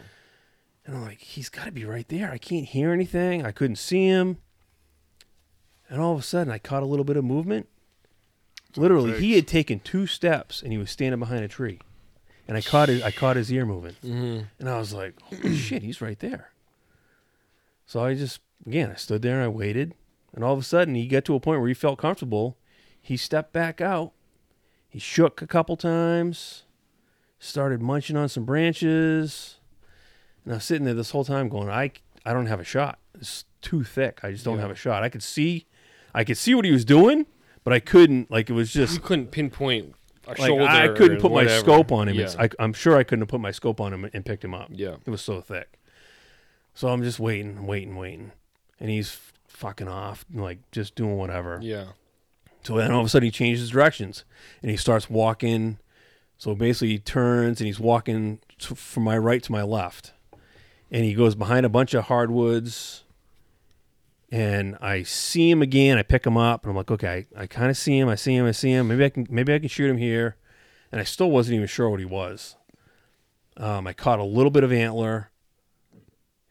[SPEAKER 2] And I'm like, he's got to be right there. I can't hear anything. I couldn't see him. And all of a sudden, I caught a little bit of movement. Literally, he had taken two steps and he was standing behind a tree. And I caught his, I caught his ear moving. And I was like, holy shit, he's right there. So I just, again, I stood there and I waited. And all of a sudden, he got to a point where he felt comfortable. He stepped back out. He shook a couple times, started munching on some branches. And I was sitting there this whole time going, I, I don't have a shot. It's too thick. I just don't have a shot. I could see, I could see what he was doing, but I couldn't. Like it was just
[SPEAKER 6] You couldn't pinpoint a
[SPEAKER 2] like
[SPEAKER 6] shoulder.
[SPEAKER 2] I couldn't
[SPEAKER 6] or
[SPEAKER 2] put my
[SPEAKER 6] whatever.
[SPEAKER 2] scope on him.
[SPEAKER 6] Yeah.
[SPEAKER 2] It's, I, I'm sure I couldn't have put my scope on him and picked him up.
[SPEAKER 6] Yeah.
[SPEAKER 2] it was so thick. So I'm just waiting, waiting, waiting, and he's fucking off, like just doing whatever.
[SPEAKER 6] yeah.
[SPEAKER 2] So then all of a sudden he changes directions and he starts walking. So basically he turns and he's walking to, from my right to my left. And he goes behind a bunch of hardwoods. And I see him again. I pick him up and I'm like, okay, I, I kind of see him. I see him. I see him. Maybe I can maybe I can shoot him here. And I still wasn't even sure what he was. Um, I caught a little bit of antler.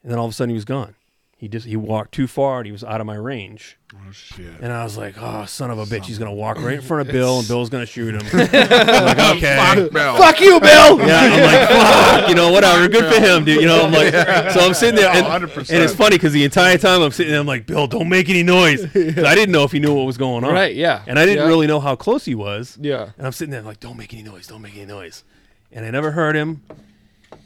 [SPEAKER 2] And then all of a sudden he was gone. He just he walked too far and he was out of my range.
[SPEAKER 4] Oh shit.
[SPEAKER 2] And I was like, oh, son of a bitch, he's gonna walk right in front of Bill, and Bill's gonna shoot him. I'm like, okay,
[SPEAKER 4] Bell.
[SPEAKER 2] fuck you, Bill. Yeah, I'm like, fuck, you know, whatever, good for him, dude. You know, I'm like, so I'm sitting there, and,
[SPEAKER 1] Oh, 100%.
[SPEAKER 2] and it's funny because the entire time I'm sitting there, I'm like, Bill, don't make any noise. 'Cause I didn't know if he knew what was going on,
[SPEAKER 6] Right, yeah.
[SPEAKER 2] and I didn't
[SPEAKER 6] Yeah.
[SPEAKER 2] really know how close he was.
[SPEAKER 6] Yeah.
[SPEAKER 2] And I'm sitting there like, don't make any noise, don't make any noise. And I never heard him.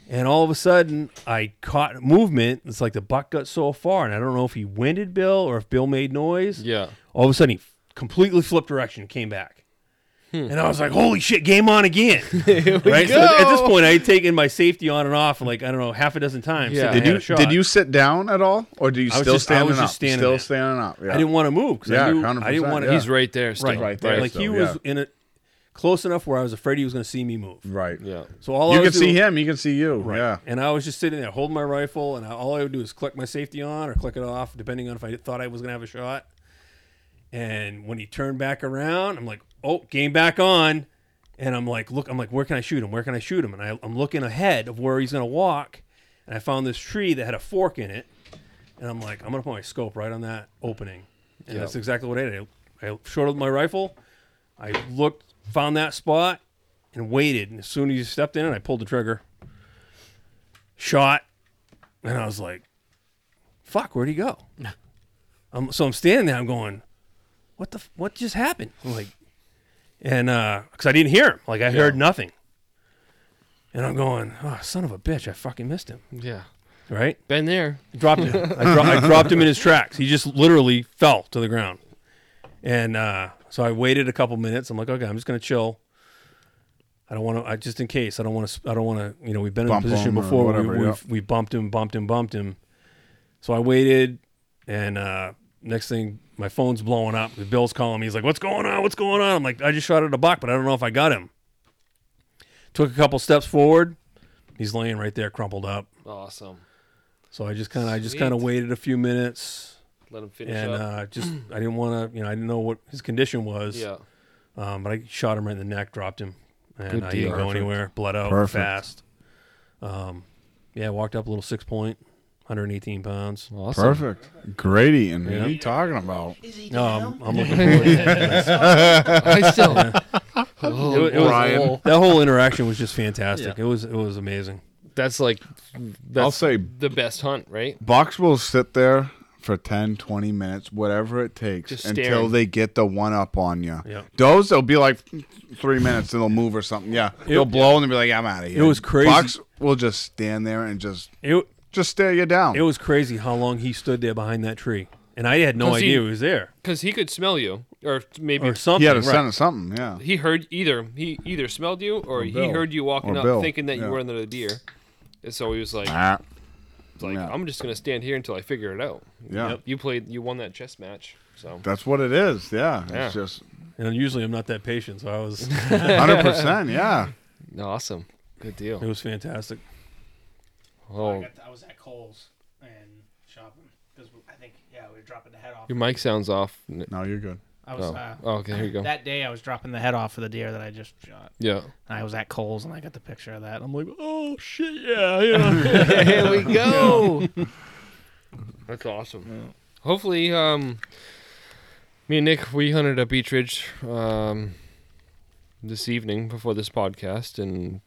[SPEAKER 2] And all of a sudden, I caught movement. It's like the buck got so far, and I don't know if he winded Bill or if Bill made noise.
[SPEAKER 6] Yeah.
[SPEAKER 2] All of a sudden, he f- completely flipped direction and came back. And I was like, holy shit, game on again. right? So at this point, I had taken my safety on and off like, I don't know, half a dozen times.
[SPEAKER 6] Yeah.
[SPEAKER 2] so I
[SPEAKER 6] Did
[SPEAKER 1] Did
[SPEAKER 2] had
[SPEAKER 1] you
[SPEAKER 2] a shot.
[SPEAKER 1] did you sit down at all, or do you
[SPEAKER 2] was
[SPEAKER 1] still
[SPEAKER 2] just- I
[SPEAKER 1] standing
[SPEAKER 2] was
[SPEAKER 1] up?
[SPEAKER 2] just standing
[SPEAKER 1] still
[SPEAKER 2] there.
[SPEAKER 1] standing up. Yeah.
[SPEAKER 2] I didn't want to move because
[SPEAKER 1] Yeah,
[SPEAKER 2] I knew I
[SPEAKER 1] 100%,
[SPEAKER 2] didn't want to.
[SPEAKER 1] yeah.
[SPEAKER 6] He's right there. Still.
[SPEAKER 2] right,
[SPEAKER 1] right there
[SPEAKER 2] Like he
[SPEAKER 1] still,
[SPEAKER 2] was
[SPEAKER 1] yeah.
[SPEAKER 2] in a close enough where I was afraid he was going to see me move.
[SPEAKER 1] Right.
[SPEAKER 6] Yeah.
[SPEAKER 2] So all I
[SPEAKER 1] You
[SPEAKER 2] was
[SPEAKER 1] can see
[SPEAKER 2] doing-
[SPEAKER 1] him. You can see you. Yeah.
[SPEAKER 2] And I was just sitting there holding my rifle, and I, all I would do is click my safety on or click it off, depending on if I thought I was going to have a shot. And when he turned back around, I'm like, oh, game back on. And I'm like, look, I'm like, where can I shoot him? Where can I shoot him? And I, I'm looking ahead of where he's going to walk. And I found this tree that had a fork in it. And I'm like, I'm going to put my scope right on that opening. And that's exactly what I did. I, I shorted my rifle. I looked, found that spot, and waited. And as soon as he stepped in, I pulled the trigger shot, and I was like, "Fuck, where'd he go?" I'm, so I'm standing there. I'm going, "What the? f- What just happened?" I'm like, and because I didn't hear him, like I heard nothing, and I'm going, "Oh, son of a bitch, I fucking missed him."
[SPEAKER 6] Yeah.
[SPEAKER 2] Right?
[SPEAKER 6] Been there.
[SPEAKER 2] dropped him. I, dro- I dropped him in his tracks. He just literally fell to the ground. And uh, so I waited a couple minutes. I'm like, okay, I'm just gonna chill. I don't want to. I just in case I don't want to. I don't want to. You know, we've been
[SPEAKER 4] Bump
[SPEAKER 2] in a position
[SPEAKER 4] him or
[SPEAKER 2] before.
[SPEAKER 4] whatever,
[SPEAKER 2] we,
[SPEAKER 4] yeah.
[SPEAKER 2] we've, we bumped him, bumped him, bumped him. So I waited, and uh, next thing, my phone's blowing up. Bill's calling me. He's like, "What's going on? What's going on?" I'm like, "I just shot at a buck, but I don't know if I got him." Took a couple steps forward. He's laying right there, crumpled up.
[SPEAKER 6] Awesome.
[SPEAKER 2] So I just kind of I just kind of
[SPEAKER 6] Sweet.
[SPEAKER 2] waited a few minutes
[SPEAKER 6] Let him finish
[SPEAKER 2] and
[SPEAKER 6] up. Mm.
[SPEAKER 2] uh, just I didn't want to you know I didn't know what his condition was.
[SPEAKER 6] yeah.
[SPEAKER 2] Um, but I shot him right in the neck, dropped him, and
[SPEAKER 6] Good
[SPEAKER 2] I
[SPEAKER 6] deal.
[SPEAKER 2] didn't go
[SPEAKER 6] Perfect.
[SPEAKER 2] anywhere. Blood out
[SPEAKER 4] Perfect.
[SPEAKER 2] fast. Um, yeah, walked up a little six point, 118 pounds.
[SPEAKER 6] Awesome.
[SPEAKER 4] Perfect. Great eating. man.
[SPEAKER 2] Yeah.
[SPEAKER 4] What are you talking about?
[SPEAKER 8] Is he
[SPEAKER 2] No,
[SPEAKER 8] down?
[SPEAKER 2] Um, I'm, I'm looking forward to it.
[SPEAKER 6] I still.
[SPEAKER 2] It was- it was-
[SPEAKER 4] Brian.
[SPEAKER 2] that whole interaction was just fantastic. It was it was amazing.
[SPEAKER 6] That's like. That's
[SPEAKER 4] I'll say-
[SPEAKER 6] the best hunt, right?
[SPEAKER 4] Bucks will sit there for 10, 20 minutes, whatever it takes,
[SPEAKER 6] Just
[SPEAKER 4] until
[SPEAKER 6] staring.
[SPEAKER 4] they get the one up on you.
[SPEAKER 2] Yeah.
[SPEAKER 4] Those, they'll be like three minutes and they'll move or something. Yeah. they'll blow and they'll be like, I'm out of here.
[SPEAKER 2] It was crazy.
[SPEAKER 4] Bucks will just stand there and just
[SPEAKER 2] It
[SPEAKER 4] just stare you down.
[SPEAKER 2] it was crazy how long he stood there behind that tree, and I had no
[SPEAKER 6] 'Cause he-
[SPEAKER 2] idea he was there
[SPEAKER 6] Because he could smell you, or maybe
[SPEAKER 2] or something.
[SPEAKER 4] he had a
[SPEAKER 2] right.
[SPEAKER 4] scent of something. Yeah.
[SPEAKER 6] he heard either he either smelled you or he
[SPEAKER 4] Bill.
[SPEAKER 6] heard you walking
[SPEAKER 4] Or
[SPEAKER 6] up
[SPEAKER 4] Bill,
[SPEAKER 6] thinking that
[SPEAKER 4] yeah.
[SPEAKER 6] you were another deer And so he was like,
[SPEAKER 1] Ah,
[SPEAKER 6] like
[SPEAKER 1] yeah.
[SPEAKER 6] I'm just gonna stand here until I figure it out.
[SPEAKER 1] yeah.
[SPEAKER 6] You played, you won that chess match, so
[SPEAKER 1] That's what it is. Yeah.
[SPEAKER 6] Yeah.
[SPEAKER 1] It's just
[SPEAKER 2] And usually I'm not that patient, so I was.
[SPEAKER 1] 100%. yeah.
[SPEAKER 6] awesome, good
[SPEAKER 2] It
[SPEAKER 6] deal.
[SPEAKER 2] was fantastic.
[SPEAKER 6] Oh,
[SPEAKER 8] I, got I was at Cole's and shopping because I think yeah we were dropping the head off.
[SPEAKER 6] your mic sounds off. N-
[SPEAKER 1] No, you're good.
[SPEAKER 8] I was
[SPEAKER 6] Oh,
[SPEAKER 8] uh,
[SPEAKER 6] oh okay, here you go.
[SPEAKER 8] that day I was dropping the head off for the deer that I just shot.
[SPEAKER 6] Yeah,
[SPEAKER 8] And I was at Cole's and I got the picture of that. I'm like,
[SPEAKER 7] Oh shit! Yeah, yeah.
[SPEAKER 6] here we go. That's awesome. Hopefully, um, me and Nick we hunted up Beach Ridge um, this evening before this podcast and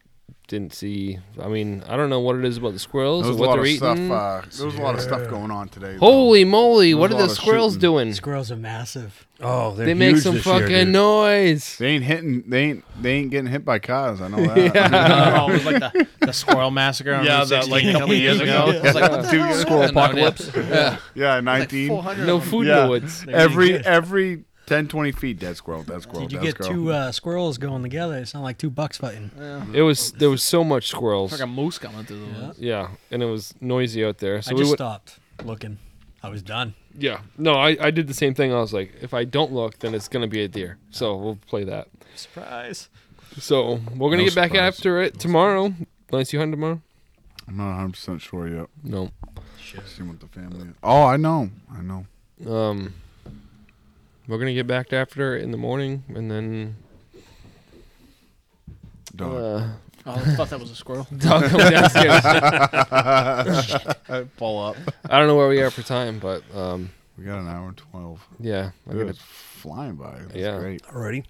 [SPEAKER 6] didn't see. I mean, I don't know what it is about the squirrels
[SPEAKER 4] There was
[SPEAKER 6] and
[SPEAKER 4] a
[SPEAKER 6] what
[SPEAKER 4] lot
[SPEAKER 6] they're
[SPEAKER 4] of
[SPEAKER 6] eating.
[SPEAKER 4] stuff. Uh, there was a lot of stuff going on today. though.
[SPEAKER 6] Holy moly!
[SPEAKER 4] There was
[SPEAKER 6] What
[SPEAKER 4] a
[SPEAKER 6] are the
[SPEAKER 4] lot of
[SPEAKER 6] squirrels
[SPEAKER 4] shooting.
[SPEAKER 6] doing?
[SPEAKER 7] Squirrels are massive.
[SPEAKER 2] Oh, they're
[SPEAKER 6] they make
[SPEAKER 2] huge
[SPEAKER 6] some
[SPEAKER 2] this
[SPEAKER 6] fucking
[SPEAKER 2] year, dude.
[SPEAKER 6] noise.
[SPEAKER 4] They ain't hitting. They ain't. They ain't getting hit by cars. I know that.
[SPEAKER 8] oh, it was like the, the squirrel massacre. On yeah, that like a couple years ago. I was like, what the
[SPEAKER 4] Dude,
[SPEAKER 8] hell?
[SPEAKER 4] squirrel
[SPEAKER 8] Yeah, no, yeah.
[SPEAKER 4] apocalypse.
[SPEAKER 6] Yeah.
[SPEAKER 4] Yeah,
[SPEAKER 8] Like
[SPEAKER 4] 19.
[SPEAKER 8] 400
[SPEAKER 6] No
[SPEAKER 8] of 'em.
[SPEAKER 6] food in
[SPEAKER 4] Yeah.
[SPEAKER 6] the woods.
[SPEAKER 4] every
[SPEAKER 7] good.
[SPEAKER 4] every 10, 20 feet, dead squirrel, dead squirrel,
[SPEAKER 7] Did you
[SPEAKER 4] dead
[SPEAKER 7] get
[SPEAKER 4] squirrel.
[SPEAKER 7] two uh, squirrels going together? It sounded like two bucks fighting.
[SPEAKER 6] It was there was so much
[SPEAKER 5] It's
[SPEAKER 6] squirrels.
[SPEAKER 5] like a moose coming through the
[SPEAKER 7] Yeah.
[SPEAKER 5] woods.
[SPEAKER 6] Yeah, and it was noisy out there. So
[SPEAKER 7] I
[SPEAKER 6] we
[SPEAKER 7] just
[SPEAKER 6] would,
[SPEAKER 7] stopped looking. I was done.
[SPEAKER 6] yeah. No, I, I did the same thing. I was like, if I don't look, then it's gonna be a deer. So we'll play that.
[SPEAKER 7] Surprise!
[SPEAKER 6] So we're gonna
[SPEAKER 4] No
[SPEAKER 6] get back
[SPEAKER 4] surprise.
[SPEAKER 6] after it tomorrow. Lance, you hunting tomorrow?
[SPEAKER 4] I'm not 100 percent sure yet.
[SPEAKER 6] No.
[SPEAKER 4] Seen with the family. Oh, I know. I know.
[SPEAKER 6] Um, we're gonna get back after it in the morning, and then
[SPEAKER 4] Dog.
[SPEAKER 6] uh,
[SPEAKER 5] Oh, I thought that was a squirrel.
[SPEAKER 6] I'll come downstairs.
[SPEAKER 4] Pull up.
[SPEAKER 6] I don't know where we are for time, but um,
[SPEAKER 4] We got an hour and 12.
[SPEAKER 6] yeah, I
[SPEAKER 4] Dude,
[SPEAKER 6] gotta
[SPEAKER 4] it's flying by. That's
[SPEAKER 6] Yeah.
[SPEAKER 4] great.
[SPEAKER 2] Already?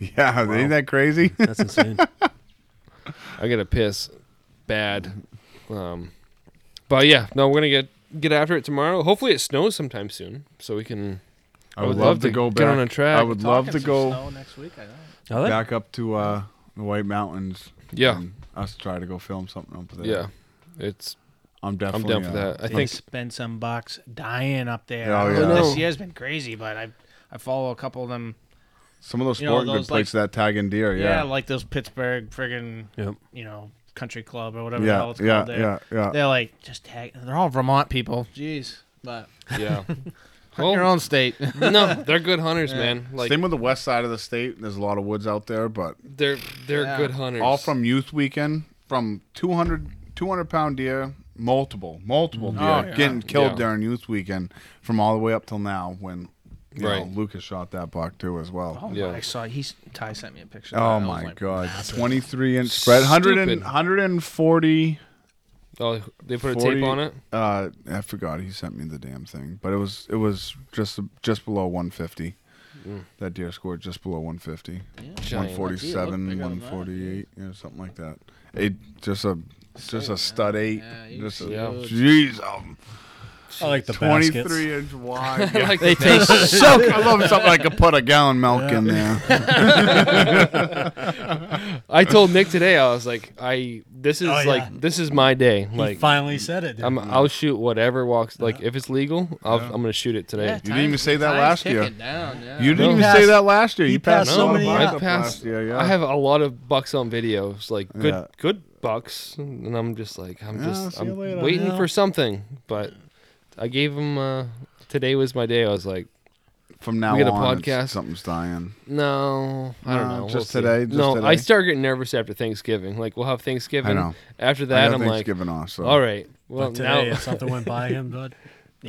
[SPEAKER 4] Yeah, ain't that crazy?
[SPEAKER 2] That's insane.
[SPEAKER 6] I gotta piss bad. Um, but yeah, no, we're gonna get get after it tomorrow. Hopefully, it snows sometime soon, so we can.
[SPEAKER 4] I would love to go
[SPEAKER 6] get
[SPEAKER 4] back.
[SPEAKER 6] on a track.
[SPEAKER 4] I would love to
[SPEAKER 5] Talking some
[SPEAKER 4] go
[SPEAKER 5] snow next week. I know.
[SPEAKER 2] Now Oh, that-
[SPEAKER 4] back up to uh, the White Mountains.
[SPEAKER 6] Yeah,
[SPEAKER 4] And us try to go film something up there.
[SPEAKER 6] yeah, it's.
[SPEAKER 4] I'm
[SPEAKER 6] I'm
[SPEAKER 4] definitely.
[SPEAKER 6] down for
[SPEAKER 4] uh,
[SPEAKER 6] that. I
[SPEAKER 8] I think
[SPEAKER 6] think.
[SPEAKER 8] spend some bucks dying up there.
[SPEAKER 4] Oh,
[SPEAKER 8] I don't know,
[SPEAKER 6] yeah.
[SPEAKER 8] This
[SPEAKER 6] No.
[SPEAKER 8] year's been crazy, but I I follow a couple of them.
[SPEAKER 4] Some of those
[SPEAKER 8] You know,
[SPEAKER 4] sporting
[SPEAKER 8] those,
[SPEAKER 4] good places that tag in deer.
[SPEAKER 8] Yeah,
[SPEAKER 4] Yeah.
[SPEAKER 8] like those Pittsburgh friggin'
[SPEAKER 2] Yep.
[SPEAKER 8] you know country club or whatever the hell
[SPEAKER 4] Yeah.
[SPEAKER 8] it's called
[SPEAKER 4] Yeah.
[SPEAKER 8] there.
[SPEAKER 4] Yeah. Yeah.
[SPEAKER 8] They're like just tag. They're all Vermont people.
[SPEAKER 5] Jeez, but
[SPEAKER 6] Yeah.
[SPEAKER 8] Hunt your
[SPEAKER 6] Well,
[SPEAKER 8] own state.
[SPEAKER 6] no, they're good hunters, man. Like
[SPEAKER 4] Same with the west side of the state. There's a lot of woods out there, but
[SPEAKER 6] they're they're
[SPEAKER 5] Yeah.
[SPEAKER 6] good hunters.
[SPEAKER 4] all from youth weekend from 200 200 pound deer multiple multiple deer
[SPEAKER 8] Mm. Oh, yeah.
[SPEAKER 4] getting killed
[SPEAKER 6] Yeah.
[SPEAKER 4] during youth weekend from all the way up till now when you
[SPEAKER 6] Right.
[SPEAKER 4] know, lucas shot that buck too as well
[SPEAKER 8] Oh,
[SPEAKER 6] Yeah.
[SPEAKER 8] I saw he's Ty sent me a picture.
[SPEAKER 4] oh,
[SPEAKER 8] of that. I was
[SPEAKER 4] my
[SPEAKER 8] like,
[SPEAKER 4] god 23 inch spread 100 and,
[SPEAKER 6] Stupid.
[SPEAKER 4] 140
[SPEAKER 6] Oh, they put a
[SPEAKER 4] 40
[SPEAKER 6] tape on it.
[SPEAKER 4] uh i forgot he sent me the damn thing but it was it was just just below 150 that deer scored just below 150
[SPEAKER 6] Giant.
[SPEAKER 4] 147, 148, you know, something like that. It just a just a stud eight.
[SPEAKER 5] Yeah, you
[SPEAKER 4] just a,
[SPEAKER 6] Yeah.
[SPEAKER 4] jeez, um,
[SPEAKER 7] I like the baskets.
[SPEAKER 4] 23 inch wide. Yeah.
[SPEAKER 6] Like
[SPEAKER 8] They
[SPEAKER 6] that.
[SPEAKER 8] taste so good.
[SPEAKER 4] I love something I could put a gallon milk in there.
[SPEAKER 6] I told Nick today. I was like, I this is
[SPEAKER 7] Oh, yeah.
[SPEAKER 6] like this is my day.
[SPEAKER 7] He
[SPEAKER 6] Like
[SPEAKER 7] finally said it.
[SPEAKER 6] I'm, I'll shoot whatever walks. Like if it's legal, I'll, I'm gonna shoot it today.
[SPEAKER 4] You didn't even say that
[SPEAKER 5] time's
[SPEAKER 4] last year.
[SPEAKER 5] ticking Down, yeah.
[SPEAKER 4] You didn't even
[SPEAKER 6] No.
[SPEAKER 7] He
[SPEAKER 4] say
[SPEAKER 7] passed-
[SPEAKER 4] that last year.
[SPEAKER 7] he
[SPEAKER 4] You passed,
[SPEAKER 7] passed
[SPEAKER 4] a
[SPEAKER 7] so
[SPEAKER 4] lot of
[SPEAKER 7] many
[SPEAKER 4] bucks
[SPEAKER 7] up.
[SPEAKER 4] up
[SPEAKER 6] Passed-
[SPEAKER 4] last year. Yeah,
[SPEAKER 6] I have a lot of bucks on videos, like good
[SPEAKER 4] Yeah.
[SPEAKER 6] good bucks, and I'm just like I'm
[SPEAKER 4] Yeah,
[SPEAKER 6] just
[SPEAKER 4] see you
[SPEAKER 6] I'm
[SPEAKER 4] later.
[SPEAKER 6] waiting
[SPEAKER 7] Yeah.
[SPEAKER 6] for something. But I gave him uh, today was my day. I was like,
[SPEAKER 4] From now
[SPEAKER 6] we got a
[SPEAKER 4] on, it's-
[SPEAKER 6] podcast.
[SPEAKER 4] something's dying.
[SPEAKER 6] no, I don't
[SPEAKER 4] No,
[SPEAKER 6] know.
[SPEAKER 4] just
[SPEAKER 6] We'll see.
[SPEAKER 4] today, just
[SPEAKER 6] no, I
[SPEAKER 4] today.
[SPEAKER 6] start getting nervous after Thanksgiving. Like we'll have Thanksgiving.
[SPEAKER 4] I know.
[SPEAKER 6] After
[SPEAKER 4] I
[SPEAKER 6] that,
[SPEAKER 4] got
[SPEAKER 6] I'm like,
[SPEAKER 4] Thanksgiving off. So.
[SPEAKER 6] all right. Well,
[SPEAKER 7] but today,
[SPEAKER 6] now,
[SPEAKER 7] if something went by him, bud. he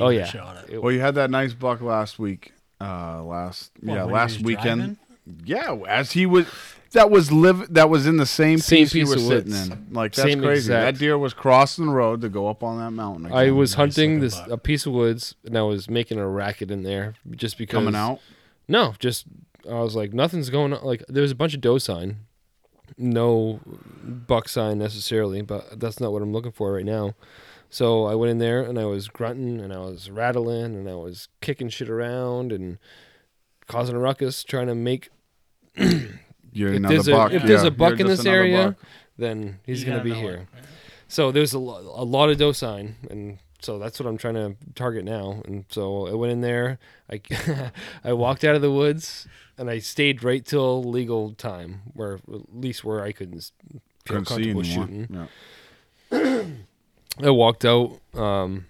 [SPEAKER 6] oh
[SPEAKER 7] would've
[SPEAKER 6] yeah,
[SPEAKER 7] shot it.
[SPEAKER 6] It-
[SPEAKER 4] Well, you had that nice buck last week. Uh, last
[SPEAKER 7] What,
[SPEAKER 4] yeah,
[SPEAKER 7] when he
[SPEAKER 4] last
[SPEAKER 7] was
[SPEAKER 4] weekend. Yeah, as he was, that was live. That was in the same,
[SPEAKER 6] Same
[SPEAKER 4] piece, he
[SPEAKER 6] piece
[SPEAKER 4] was
[SPEAKER 6] of
[SPEAKER 4] sitting
[SPEAKER 6] woods.
[SPEAKER 4] in. Like that's
[SPEAKER 6] Same
[SPEAKER 4] crazy.
[SPEAKER 6] exact-
[SPEAKER 4] That deer was crossing the road to go up on that mountain.
[SPEAKER 6] I
[SPEAKER 4] again.
[SPEAKER 6] was hunting
[SPEAKER 7] looking
[SPEAKER 6] this
[SPEAKER 7] buck.
[SPEAKER 6] a piece of woods, and I was making a racket in there just because
[SPEAKER 4] coming out.
[SPEAKER 6] No, just I was like, nothing's going on. Like there was a bunch of doe sign, no buck sign necessarily, but that's not what I'm looking for right now. So I went in there and I was grunting and I was rattling and I was kicking shit around and causing a ruckus, trying to make
[SPEAKER 4] You're
[SPEAKER 6] if
[SPEAKER 4] another
[SPEAKER 6] there's
[SPEAKER 4] buck.
[SPEAKER 6] a if
[SPEAKER 4] yeah.
[SPEAKER 6] there's a
[SPEAKER 4] You're
[SPEAKER 6] buck in
[SPEAKER 4] just
[SPEAKER 6] this
[SPEAKER 4] another
[SPEAKER 6] area,
[SPEAKER 4] buck.
[SPEAKER 6] then he's
[SPEAKER 8] You
[SPEAKER 6] gonna
[SPEAKER 8] gotta
[SPEAKER 6] be
[SPEAKER 8] know
[SPEAKER 6] here. So there's a, lo- a lot of doe sign, and so that's what I'm trying to target now. And so I went in there, I I walked out of the woods, and I stayed right till legal time, where at least where I couldn't s- feel
[SPEAKER 4] couldn't see
[SPEAKER 6] comfortable
[SPEAKER 4] anymore.
[SPEAKER 6] shooting.
[SPEAKER 4] Yeah.
[SPEAKER 6] I walked out, um,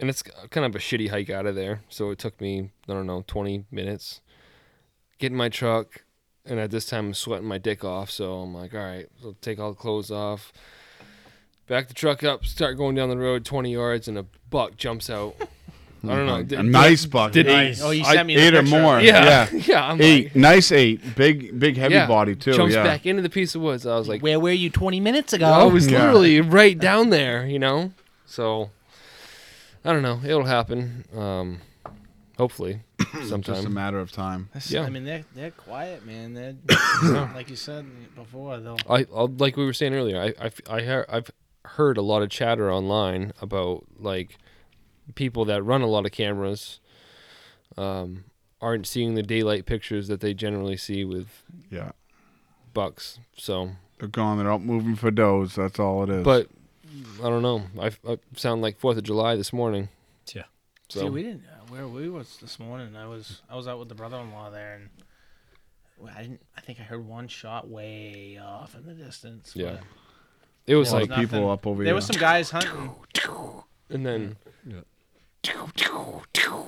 [SPEAKER 6] and it's kind of a shitty hike out of there. So it took me, I don't know, 20 minutes. Get in my truck, and at this time I'm sweating my dick off. So I'm like, all right, so take all the clothes off. Back the truck up, start going down the road 20 yards, and a buck jumps out. I don't know.
[SPEAKER 4] A
[SPEAKER 6] did-
[SPEAKER 4] nice buck.
[SPEAKER 6] Did he?
[SPEAKER 1] Oh, you
[SPEAKER 6] I-
[SPEAKER 1] sent me the
[SPEAKER 4] Eight or
[SPEAKER 1] picture.
[SPEAKER 4] more.
[SPEAKER 6] Yeah.
[SPEAKER 4] yeah.
[SPEAKER 6] Yeah. I'm
[SPEAKER 4] Eight.
[SPEAKER 6] like,
[SPEAKER 4] nice eight. Big, big, heavy
[SPEAKER 6] yeah.
[SPEAKER 4] body too.
[SPEAKER 6] Jumps
[SPEAKER 4] yeah.
[SPEAKER 6] back into the piece of woods. I was like,
[SPEAKER 1] Where were you 20 minutes ago?
[SPEAKER 6] I was
[SPEAKER 4] Yeah.
[SPEAKER 6] literally right down there, you know. So I don't know. It'll happen. Um, hopefully,
[SPEAKER 4] Just a
[SPEAKER 6] sometime.
[SPEAKER 4] matter of time.
[SPEAKER 5] That's-
[SPEAKER 6] Yeah.
[SPEAKER 5] I mean, they're they're quiet, man. They're like you said before, though.
[SPEAKER 6] I I'll, like we were saying earlier. I I've, I hear, I've heard a lot of chatter online about like people that run a lot of cameras um, aren't seeing the daylight pictures that they generally see with
[SPEAKER 4] Yeah.
[SPEAKER 6] bucks. So,
[SPEAKER 4] They're gone. They're out moving for does. That's all it is.
[SPEAKER 6] but I don't know. I, I sound like Fourth of July this morning.
[SPEAKER 7] Yeah.
[SPEAKER 6] So
[SPEAKER 5] See, we didn't uh, where we was this morning. I was I was out with the brother-in-law there, and well, I didn't. I think I heard one shot way off in the distance.
[SPEAKER 6] Yeah.
[SPEAKER 5] but
[SPEAKER 6] it was
[SPEAKER 5] there
[SPEAKER 6] like,
[SPEAKER 4] not- people
[SPEAKER 5] nothing.
[SPEAKER 4] up over
[SPEAKER 5] There
[SPEAKER 4] here.
[SPEAKER 5] was some guys hunting.
[SPEAKER 6] and then. I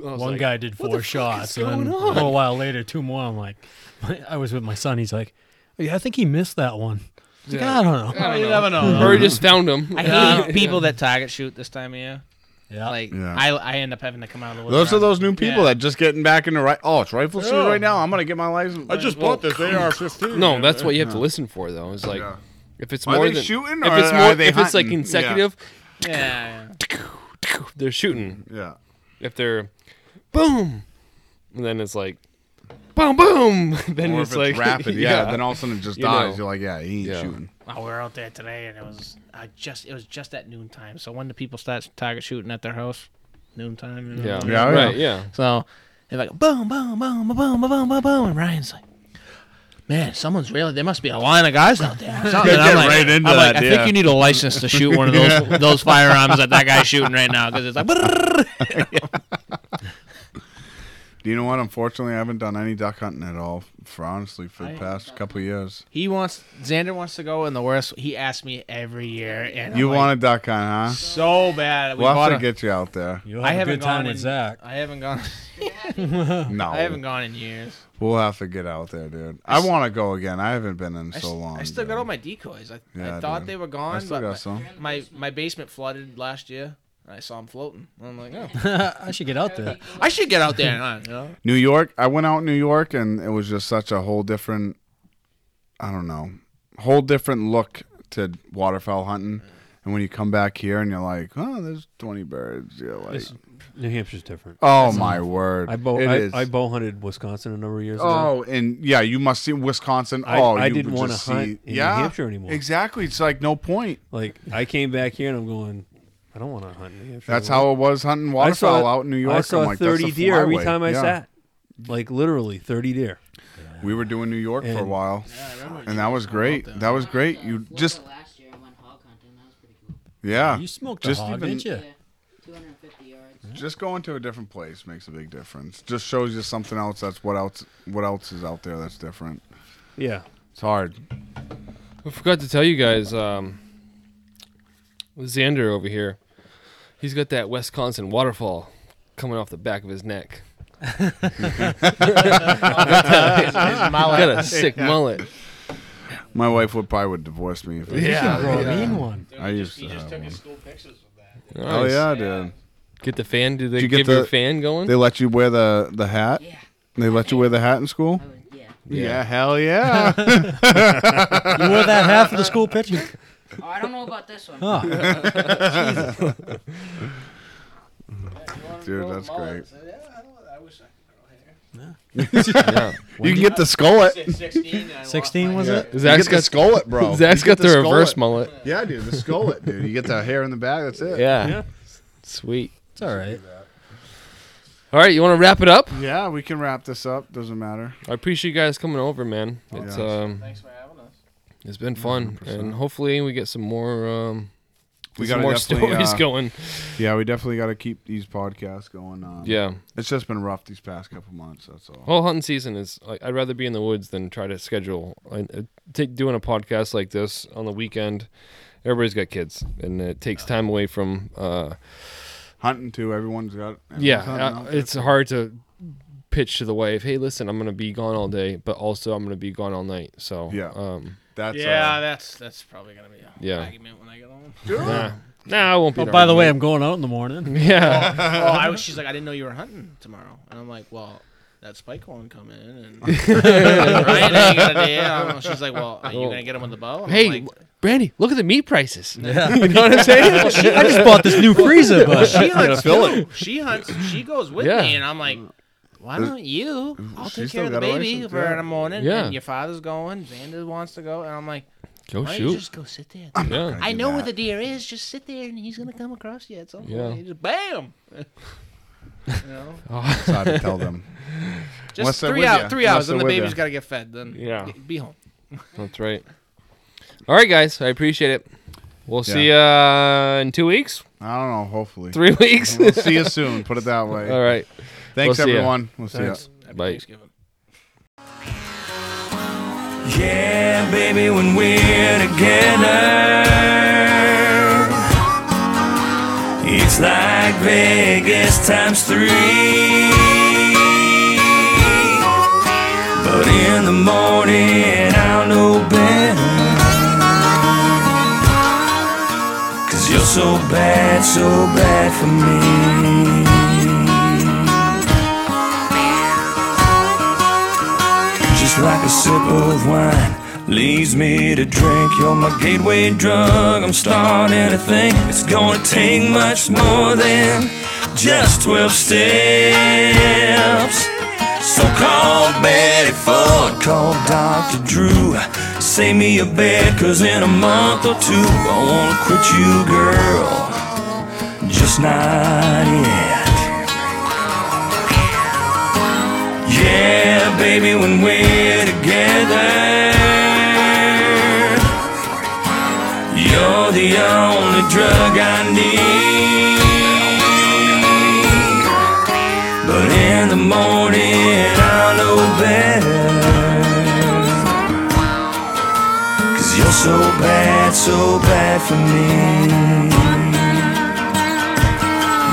[SPEAKER 6] was
[SPEAKER 7] One
[SPEAKER 6] like,
[SPEAKER 7] guy did four shots, and then a little while later, two more. I'm like, my, I was with my son. He's like, yeah, I think he missed that one. I was like,
[SPEAKER 6] Yeah.
[SPEAKER 7] I don't know.
[SPEAKER 5] Oh, you never know.
[SPEAKER 6] Or he just found him.
[SPEAKER 5] I hate people that target shoot this time of year.
[SPEAKER 7] Yeah,
[SPEAKER 5] Like
[SPEAKER 4] Yeah.
[SPEAKER 5] I, I end up having to come out of the woods.
[SPEAKER 4] those are
[SPEAKER 5] around-
[SPEAKER 4] those new people
[SPEAKER 5] Yeah.
[SPEAKER 4] that just getting back into right. Oh, it's rifle season
[SPEAKER 5] Yeah.
[SPEAKER 4] right now. I'm gonna get my license. I just bought this AR-15.
[SPEAKER 6] No, that's what you have to listen for, though. It's like
[SPEAKER 4] Yeah.
[SPEAKER 6] if it's
[SPEAKER 4] Are
[SPEAKER 6] more
[SPEAKER 4] they
[SPEAKER 6] than
[SPEAKER 4] shooting
[SPEAKER 6] if
[SPEAKER 4] or
[SPEAKER 6] it's
[SPEAKER 4] are
[SPEAKER 6] more
[SPEAKER 4] they
[SPEAKER 6] if it's like
[SPEAKER 4] hunting? Yeah.
[SPEAKER 6] consecutive,
[SPEAKER 5] Yeah, yeah.
[SPEAKER 6] they're shooting.
[SPEAKER 4] Yeah.
[SPEAKER 6] If they're boom, and then it's like boom, boom. then
[SPEAKER 4] Or if
[SPEAKER 6] it's
[SPEAKER 4] it's
[SPEAKER 6] like
[SPEAKER 4] rapid, yeah, Then all of a sudden it just
[SPEAKER 6] You
[SPEAKER 4] dies.
[SPEAKER 6] know.
[SPEAKER 4] You're like, yeah, he ain't
[SPEAKER 6] Yeah.
[SPEAKER 4] shooting.
[SPEAKER 5] Well, Oh, we were out there today, and it was I just it was just at noontime. So when do people start target shooting at their house? Noontime. you know?
[SPEAKER 6] yeah,
[SPEAKER 4] Yeah,
[SPEAKER 6] right, yeah.
[SPEAKER 5] So they're like boom, boom, boom, boom, boom, boom, boom, boom, and Ryan's like. Man, someone's really. There must be a line of guys out there. or something." And I'm
[SPEAKER 4] Get
[SPEAKER 5] like,
[SPEAKER 4] right into
[SPEAKER 5] I'm like,
[SPEAKER 4] that,
[SPEAKER 5] I
[SPEAKER 4] yeah.
[SPEAKER 5] think you need a license to shoot one of those those firearms that that guy's shooting right now because it's like. brrrr.
[SPEAKER 4] Do you know what? Unfortunately, I haven't done any duck hunting at all. For honestly, for the past couple years,
[SPEAKER 5] He wants Xander wants to go in the worst. He asks me every year, and
[SPEAKER 4] you
[SPEAKER 5] I'm like,
[SPEAKER 4] want a duck hunt, huh?
[SPEAKER 5] so bad. We
[SPEAKER 4] We'll
[SPEAKER 5] bought
[SPEAKER 4] have
[SPEAKER 5] a-
[SPEAKER 4] to get you out there.
[SPEAKER 7] you'll
[SPEAKER 5] I
[SPEAKER 7] have a
[SPEAKER 5] haven't
[SPEAKER 7] good time
[SPEAKER 5] gone
[SPEAKER 7] with
[SPEAKER 5] in-
[SPEAKER 7] Zach.
[SPEAKER 5] I haven't gone.
[SPEAKER 4] No,
[SPEAKER 5] I haven't gone in years.
[SPEAKER 4] we'll have to get out there, dude. I want to go again. I haven't been in
[SPEAKER 5] I
[SPEAKER 4] so
[SPEAKER 5] s-
[SPEAKER 4] long.
[SPEAKER 5] I still
[SPEAKER 4] dude.
[SPEAKER 5] got all my decoys. I,
[SPEAKER 4] Yeah,
[SPEAKER 5] I thought
[SPEAKER 4] dude.
[SPEAKER 5] they were
[SPEAKER 4] I
[SPEAKER 5] gone,
[SPEAKER 4] still
[SPEAKER 5] but
[SPEAKER 4] got
[SPEAKER 5] my,
[SPEAKER 4] some.
[SPEAKER 5] my my basement flooded last year. And I saw them floating. I'm like, oh,
[SPEAKER 7] I should get out there.
[SPEAKER 5] I should get out there and hunt. You know?
[SPEAKER 4] New York. I went out in New York, and it was just such a whole different. I don't know, whole different look to waterfowl hunting. And when you come back here, and you're like, oh, there's 20 birds. You're like,
[SPEAKER 2] It's- New Hampshire's different.
[SPEAKER 4] oh my word,
[SPEAKER 2] I bow
[SPEAKER 4] It
[SPEAKER 2] I,
[SPEAKER 4] is.
[SPEAKER 2] I bow hunted Wisconsin a number of years ago.
[SPEAKER 4] Oh, and yeah, you must see Wisconsin.
[SPEAKER 2] I-
[SPEAKER 4] oh,
[SPEAKER 2] I
[SPEAKER 4] you
[SPEAKER 2] didn't
[SPEAKER 4] would
[SPEAKER 2] wanna
[SPEAKER 4] just
[SPEAKER 2] hunt
[SPEAKER 4] see,
[SPEAKER 2] in New
[SPEAKER 4] yeah,
[SPEAKER 2] Hampshire anymore.
[SPEAKER 4] Exactly. It's like no point.
[SPEAKER 2] Like I came back here and I'm going. I don't want to hunt. in New Hampshire
[SPEAKER 4] That's
[SPEAKER 2] anymore."
[SPEAKER 4] how it was hunting waterfowl out in New York.
[SPEAKER 2] I saw
[SPEAKER 4] I'm like, that's
[SPEAKER 2] thirty
[SPEAKER 4] a
[SPEAKER 2] deer every
[SPEAKER 4] flyway.
[SPEAKER 2] time I
[SPEAKER 4] Yeah.
[SPEAKER 2] sat. Like literally thirty deer.
[SPEAKER 4] We were doing New York for a
[SPEAKER 2] And-
[SPEAKER 4] while, and that was great. That was great. You
[SPEAKER 11] Florida
[SPEAKER 4] just
[SPEAKER 11] last year I went hog hunting. That was pretty cool.
[SPEAKER 4] yeah,
[SPEAKER 7] You smoked
[SPEAKER 4] Just
[SPEAKER 7] a hog,
[SPEAKER 4] even-
[SPEAKER 7] didn't you?
[SPEAKER 11] Yeah, 250 yards.
[SPEAKER 4] just going to a different place makes a big difference. Just shows you something else. That's what else. What else is out there that's different?
[SPEAKER 2] Yeah.
[SPEAKER 4] It's hard.
[SPEAKER 6] I forgot to tell you guys, um, Xander over here, he's got that Wisconsin waterfall coming off the back of his neck.
[SPEAKER 5] His
[SPEAKER 6] He
[SPEAKER 5] mullet.
[SPEAKER 6] got a sick mullet.
[SPEAKER 4] My wife would probably would divorce me if I
[SPEAKER 7] Bro, mean one.
[SPEAKER 4] I used to have one.
[SPEAKER 5] school pictures with that.
[SPEAKER 4] Oh
[SPEAKER 6] Nice.
[SPEAKER 4] yeah, dude.
[SPEAKER 6] Get the fan. Do they
[SPEAKER 4] Did you get
[SPEAKER 6] give your
[SPEAKER 4] the-
[SPEAKER 6] fan going?
[SPEAKER 4] They let you wear the the hat.
[SPEAKER 11] Yeah,
[SPEAKER 4] They let you wear the hat in school.
[SPEAKER 11] I was,
[SPEAKER 6] Yeah.
[SPEAKER 11] yeah.
[SPEAKER 4] hell yeah.
[SPEAKER 7] You wore that half of the school picture.
[SPEAKER 11] Oh, I don't know about this one.
[SPEAKER 7] Oh,
[SPEAKER 4] Dude, that's great.
[SPEAKER 5] Yeah, I, don't, I wish I could
[SPEAKER 4] You can get the skullet.
[SPEAKER 5] 16. I lost
[SPEAKER 7] 16
[SPEAKER 5] my
[SPEAKER 7] was
[SPEAKER 5] hair.
[SPEAKER 7] it?
[SPEAKER 6] Zach's
[SPEAKER 4] you get
[SPEAKER 6] got
[SPEAKER 4] the skullet, bro.
[SPEAKER 6] Zach's
[SPEAKER 4] You get
[SPEAKER 6] got the,
[SPEAKER 4] skullet.
[SPEAKER 6] reverse mullet.
[SPEAKER 4] Yeah, dude, the skullet, dude. You get the hair in the back, that's it.
[SPEAKER 6] Yeah. Sweet.
[SPEAKER 7] It's all right.
[SPEAKER 6] All right, you want to wrap it up?
[SPEAKER 4] Yeah, we can wrap this up. Doesn't matter.
[SPEAKER 6] I appreciate you guys coming over, man. It's
[SPEAKER 4] Oh, Yeah.
[SPEAKER 6] um,
[SPEAKER 5] Thanks for having us.
[SPEAKER 6] it's been fun, and hopefully we get some more um,
[SPEAKER 4] We
[SPEAKER 6] some
[SPEAKER 4] gotta
[SPEAKER 6] more
[SPEAKER 4] definitely,
[SPEAKER 6] stories
[SPEAKER 4] uh,
[SPEAKER 6] going.
[SPEAKER 4] Yeah, we definitely got to keep these podcasts going on.
[SPEAKER 6] Yeah,
[SPEAKER 4] It's just been rough these past couple months, that's all.
[SPEAKER 6] whole hunting season is. Like, I'd rather be uh, in the woods than try to schedule. I, I take doing a podcast like this on the weekend. everybody's got kids, and it takes time away from. Uh,
[SPEAKER 4] Hunting too. Everyone's got. everyone's
[SPEAKER 6] yeah,
[SPEAKER 4] hunting out
[SPEAKER 6] uh,
[SPEAKER 4] there.
[SPEAKER 6] it's hard to pitch to the wife. Hey, listen, I'm gonna be gone all day, but also I'm gonna be gone all night. So
[SPEAKER 4] Yeah.
[SPEAKER 6] um,
[SPEAKER 4] that's
[SPEAKER 5] yeah,
[SPEAKER 4] Uh,
[SPEAKER 5] that's that's probably gonna be a whole
[SPEAKER 6] Yeah.
[SPEAKER 5] argument when I get home.
[SPEAKER 6] nah, nah, I won't be.
[SPEAKER 7] Oh,
[SPEAKER 6] an
[SPEAKER 7] by the way,
[SPEAKER 6] argument.
[SPEAKER 7] I'm going out in the morning.
[SPEAKER 6] yeah,
[SPEAKER 5] oh, I was. She's like, I didn't know you were hunting tomorrow, and I'm like, well. That spike horn come in, and Ryan ain't gonna do it. I don't know. She's like, "Well, are you
[SPEAKER 6] Well,
[SPEAKER 5] gonna get him with the bow?" And I'm
[SPEAKER 6] hey,
[SPEAKER 5] like,
[SPEAKER 6] Brandy, look at the meat prices. you know what I'm saying?
[SPEAKER 7] I just bought this new freezer, but
[SPEAKER 5] she hunts too. She hunts. She goes with
[SPEAKER 6] Yeah.
[SPEAKER 5] me, and I'm like, why don't you? I'll
[SPEAKER 4] She's
[SPEAKER 5] take
[SPEAKER 4] still
[SPEAKER 5] care of the
[SPEAKER 4] got a
[SPEAKER 5] baby
[SPEAKER 4] license,
[SPEAKER 5] for
[SPEAKER 4] yeah.
[SPEAKER 5] the morning.
[SPEAKER 6] Yeah.
[SPEAKER 5] And your father's going. Xander wants to go, and I'm like,
[SPEAKER 6] Go
[SPEAKER 5] why don't you
[SPEAKER 6] Oh, shoot.
[SPEAKER 5] just go sit there?
[SPEAKER 6] Yeah,
[SPEAKER 5] I know
[SPEAKER 4] that.
[SPEAKER 5] where the deer is. Just sit there, and he's gonna come across you at some point.
[SPEAKER 6] Yeah.
[SPEAKER 5] You Just bam. you know,
[SPEAKER 4] It's hard to tell them. Unless
[SPEAKER 5] just
[SPEAKER 4] they're
[SPEAKER 5] three
[SPEAKER 4] with
[SPEAKER 5] out,
[SPEAKER 4] ya.
[SPEAKER 5] three hours,
[SPEAKER 4] Unless
[SPEAKER 5] and the
[SPEAKER 4] they're with
[SPEAKER 5] baby's
[SPEAKER 4] ya.
[SPEAKER 5] gotta get fed. Then
[SPEAKER 6] Yeah.
[SPEAKER 5] g- be home.
[SPEAKER 6] that's right. All right, guys, I appreciate it. We'll see you uh, in two weeks,
[SPEAKER 4] I don't know. Hopefully,
[SPEAKER 6] three weeks.
[SPEAKER 4] we'll see you soon. Put it that way.
[SPEAKER 6] All right,
[SPEAKER 4] Thanks
[SPEAKER 6] We'll see ya.
[SPEAKER 4] everyone. We'll see you.
[SPEAKER 5] Happy
[SPEAKER 6] bye.
[SPEAKER 5] Thanksgiving.
[SPEAKER 12] Yeah, baby, when we're together, it's like Vegas times three. But in the morning, I'll know better. Cause you're so bad, so bad for me. Just like a sip of wine leaves me to drink. You're my gateway drug. I'm starting to think it's gonna take much more than just 12 steps. So call Betty Ford, call Dr. Drew. Save me a bed, cause in a month or two, I wanna quit you, girl. Just not yet. Yeah, baby, when we're together, you're the only drug I need. But in the morning, I know better. Cause you're so bad, so bad for me.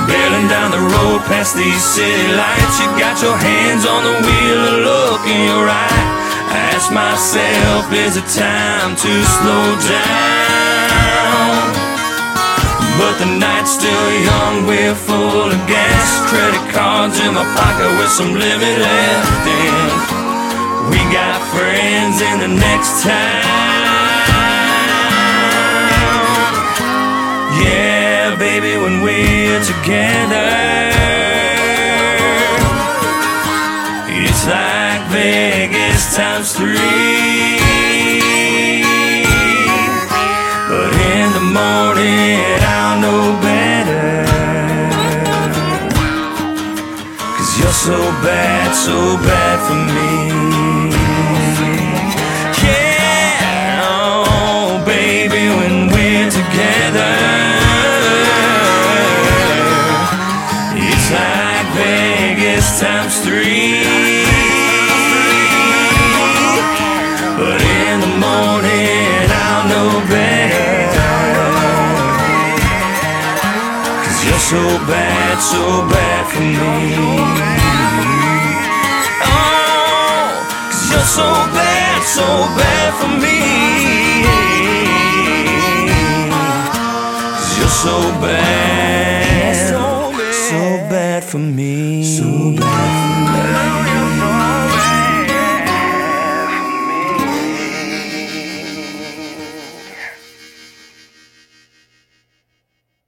[SPEAKER 12] Bailing down the road past these city lights. You got your hands on the wheel, a look in your eye. I ask myself, is it time to slow down? But the night's still young, we're full of gas. Credit cards in my pocket with some limit left. And we got friends in the next town. Yeah, baby, when we're together, it's like Vegas times three. But in the morning, I'll know better. Cause you're so bad, so bad for me. Yeah, oh, baby, when we're together, it's like Vegas times three. But in the morning, I'll know better. Cause you're so bad, so bad for me. Oh, cause you're so bad, so bad for me. you you're so bad, so bad for me.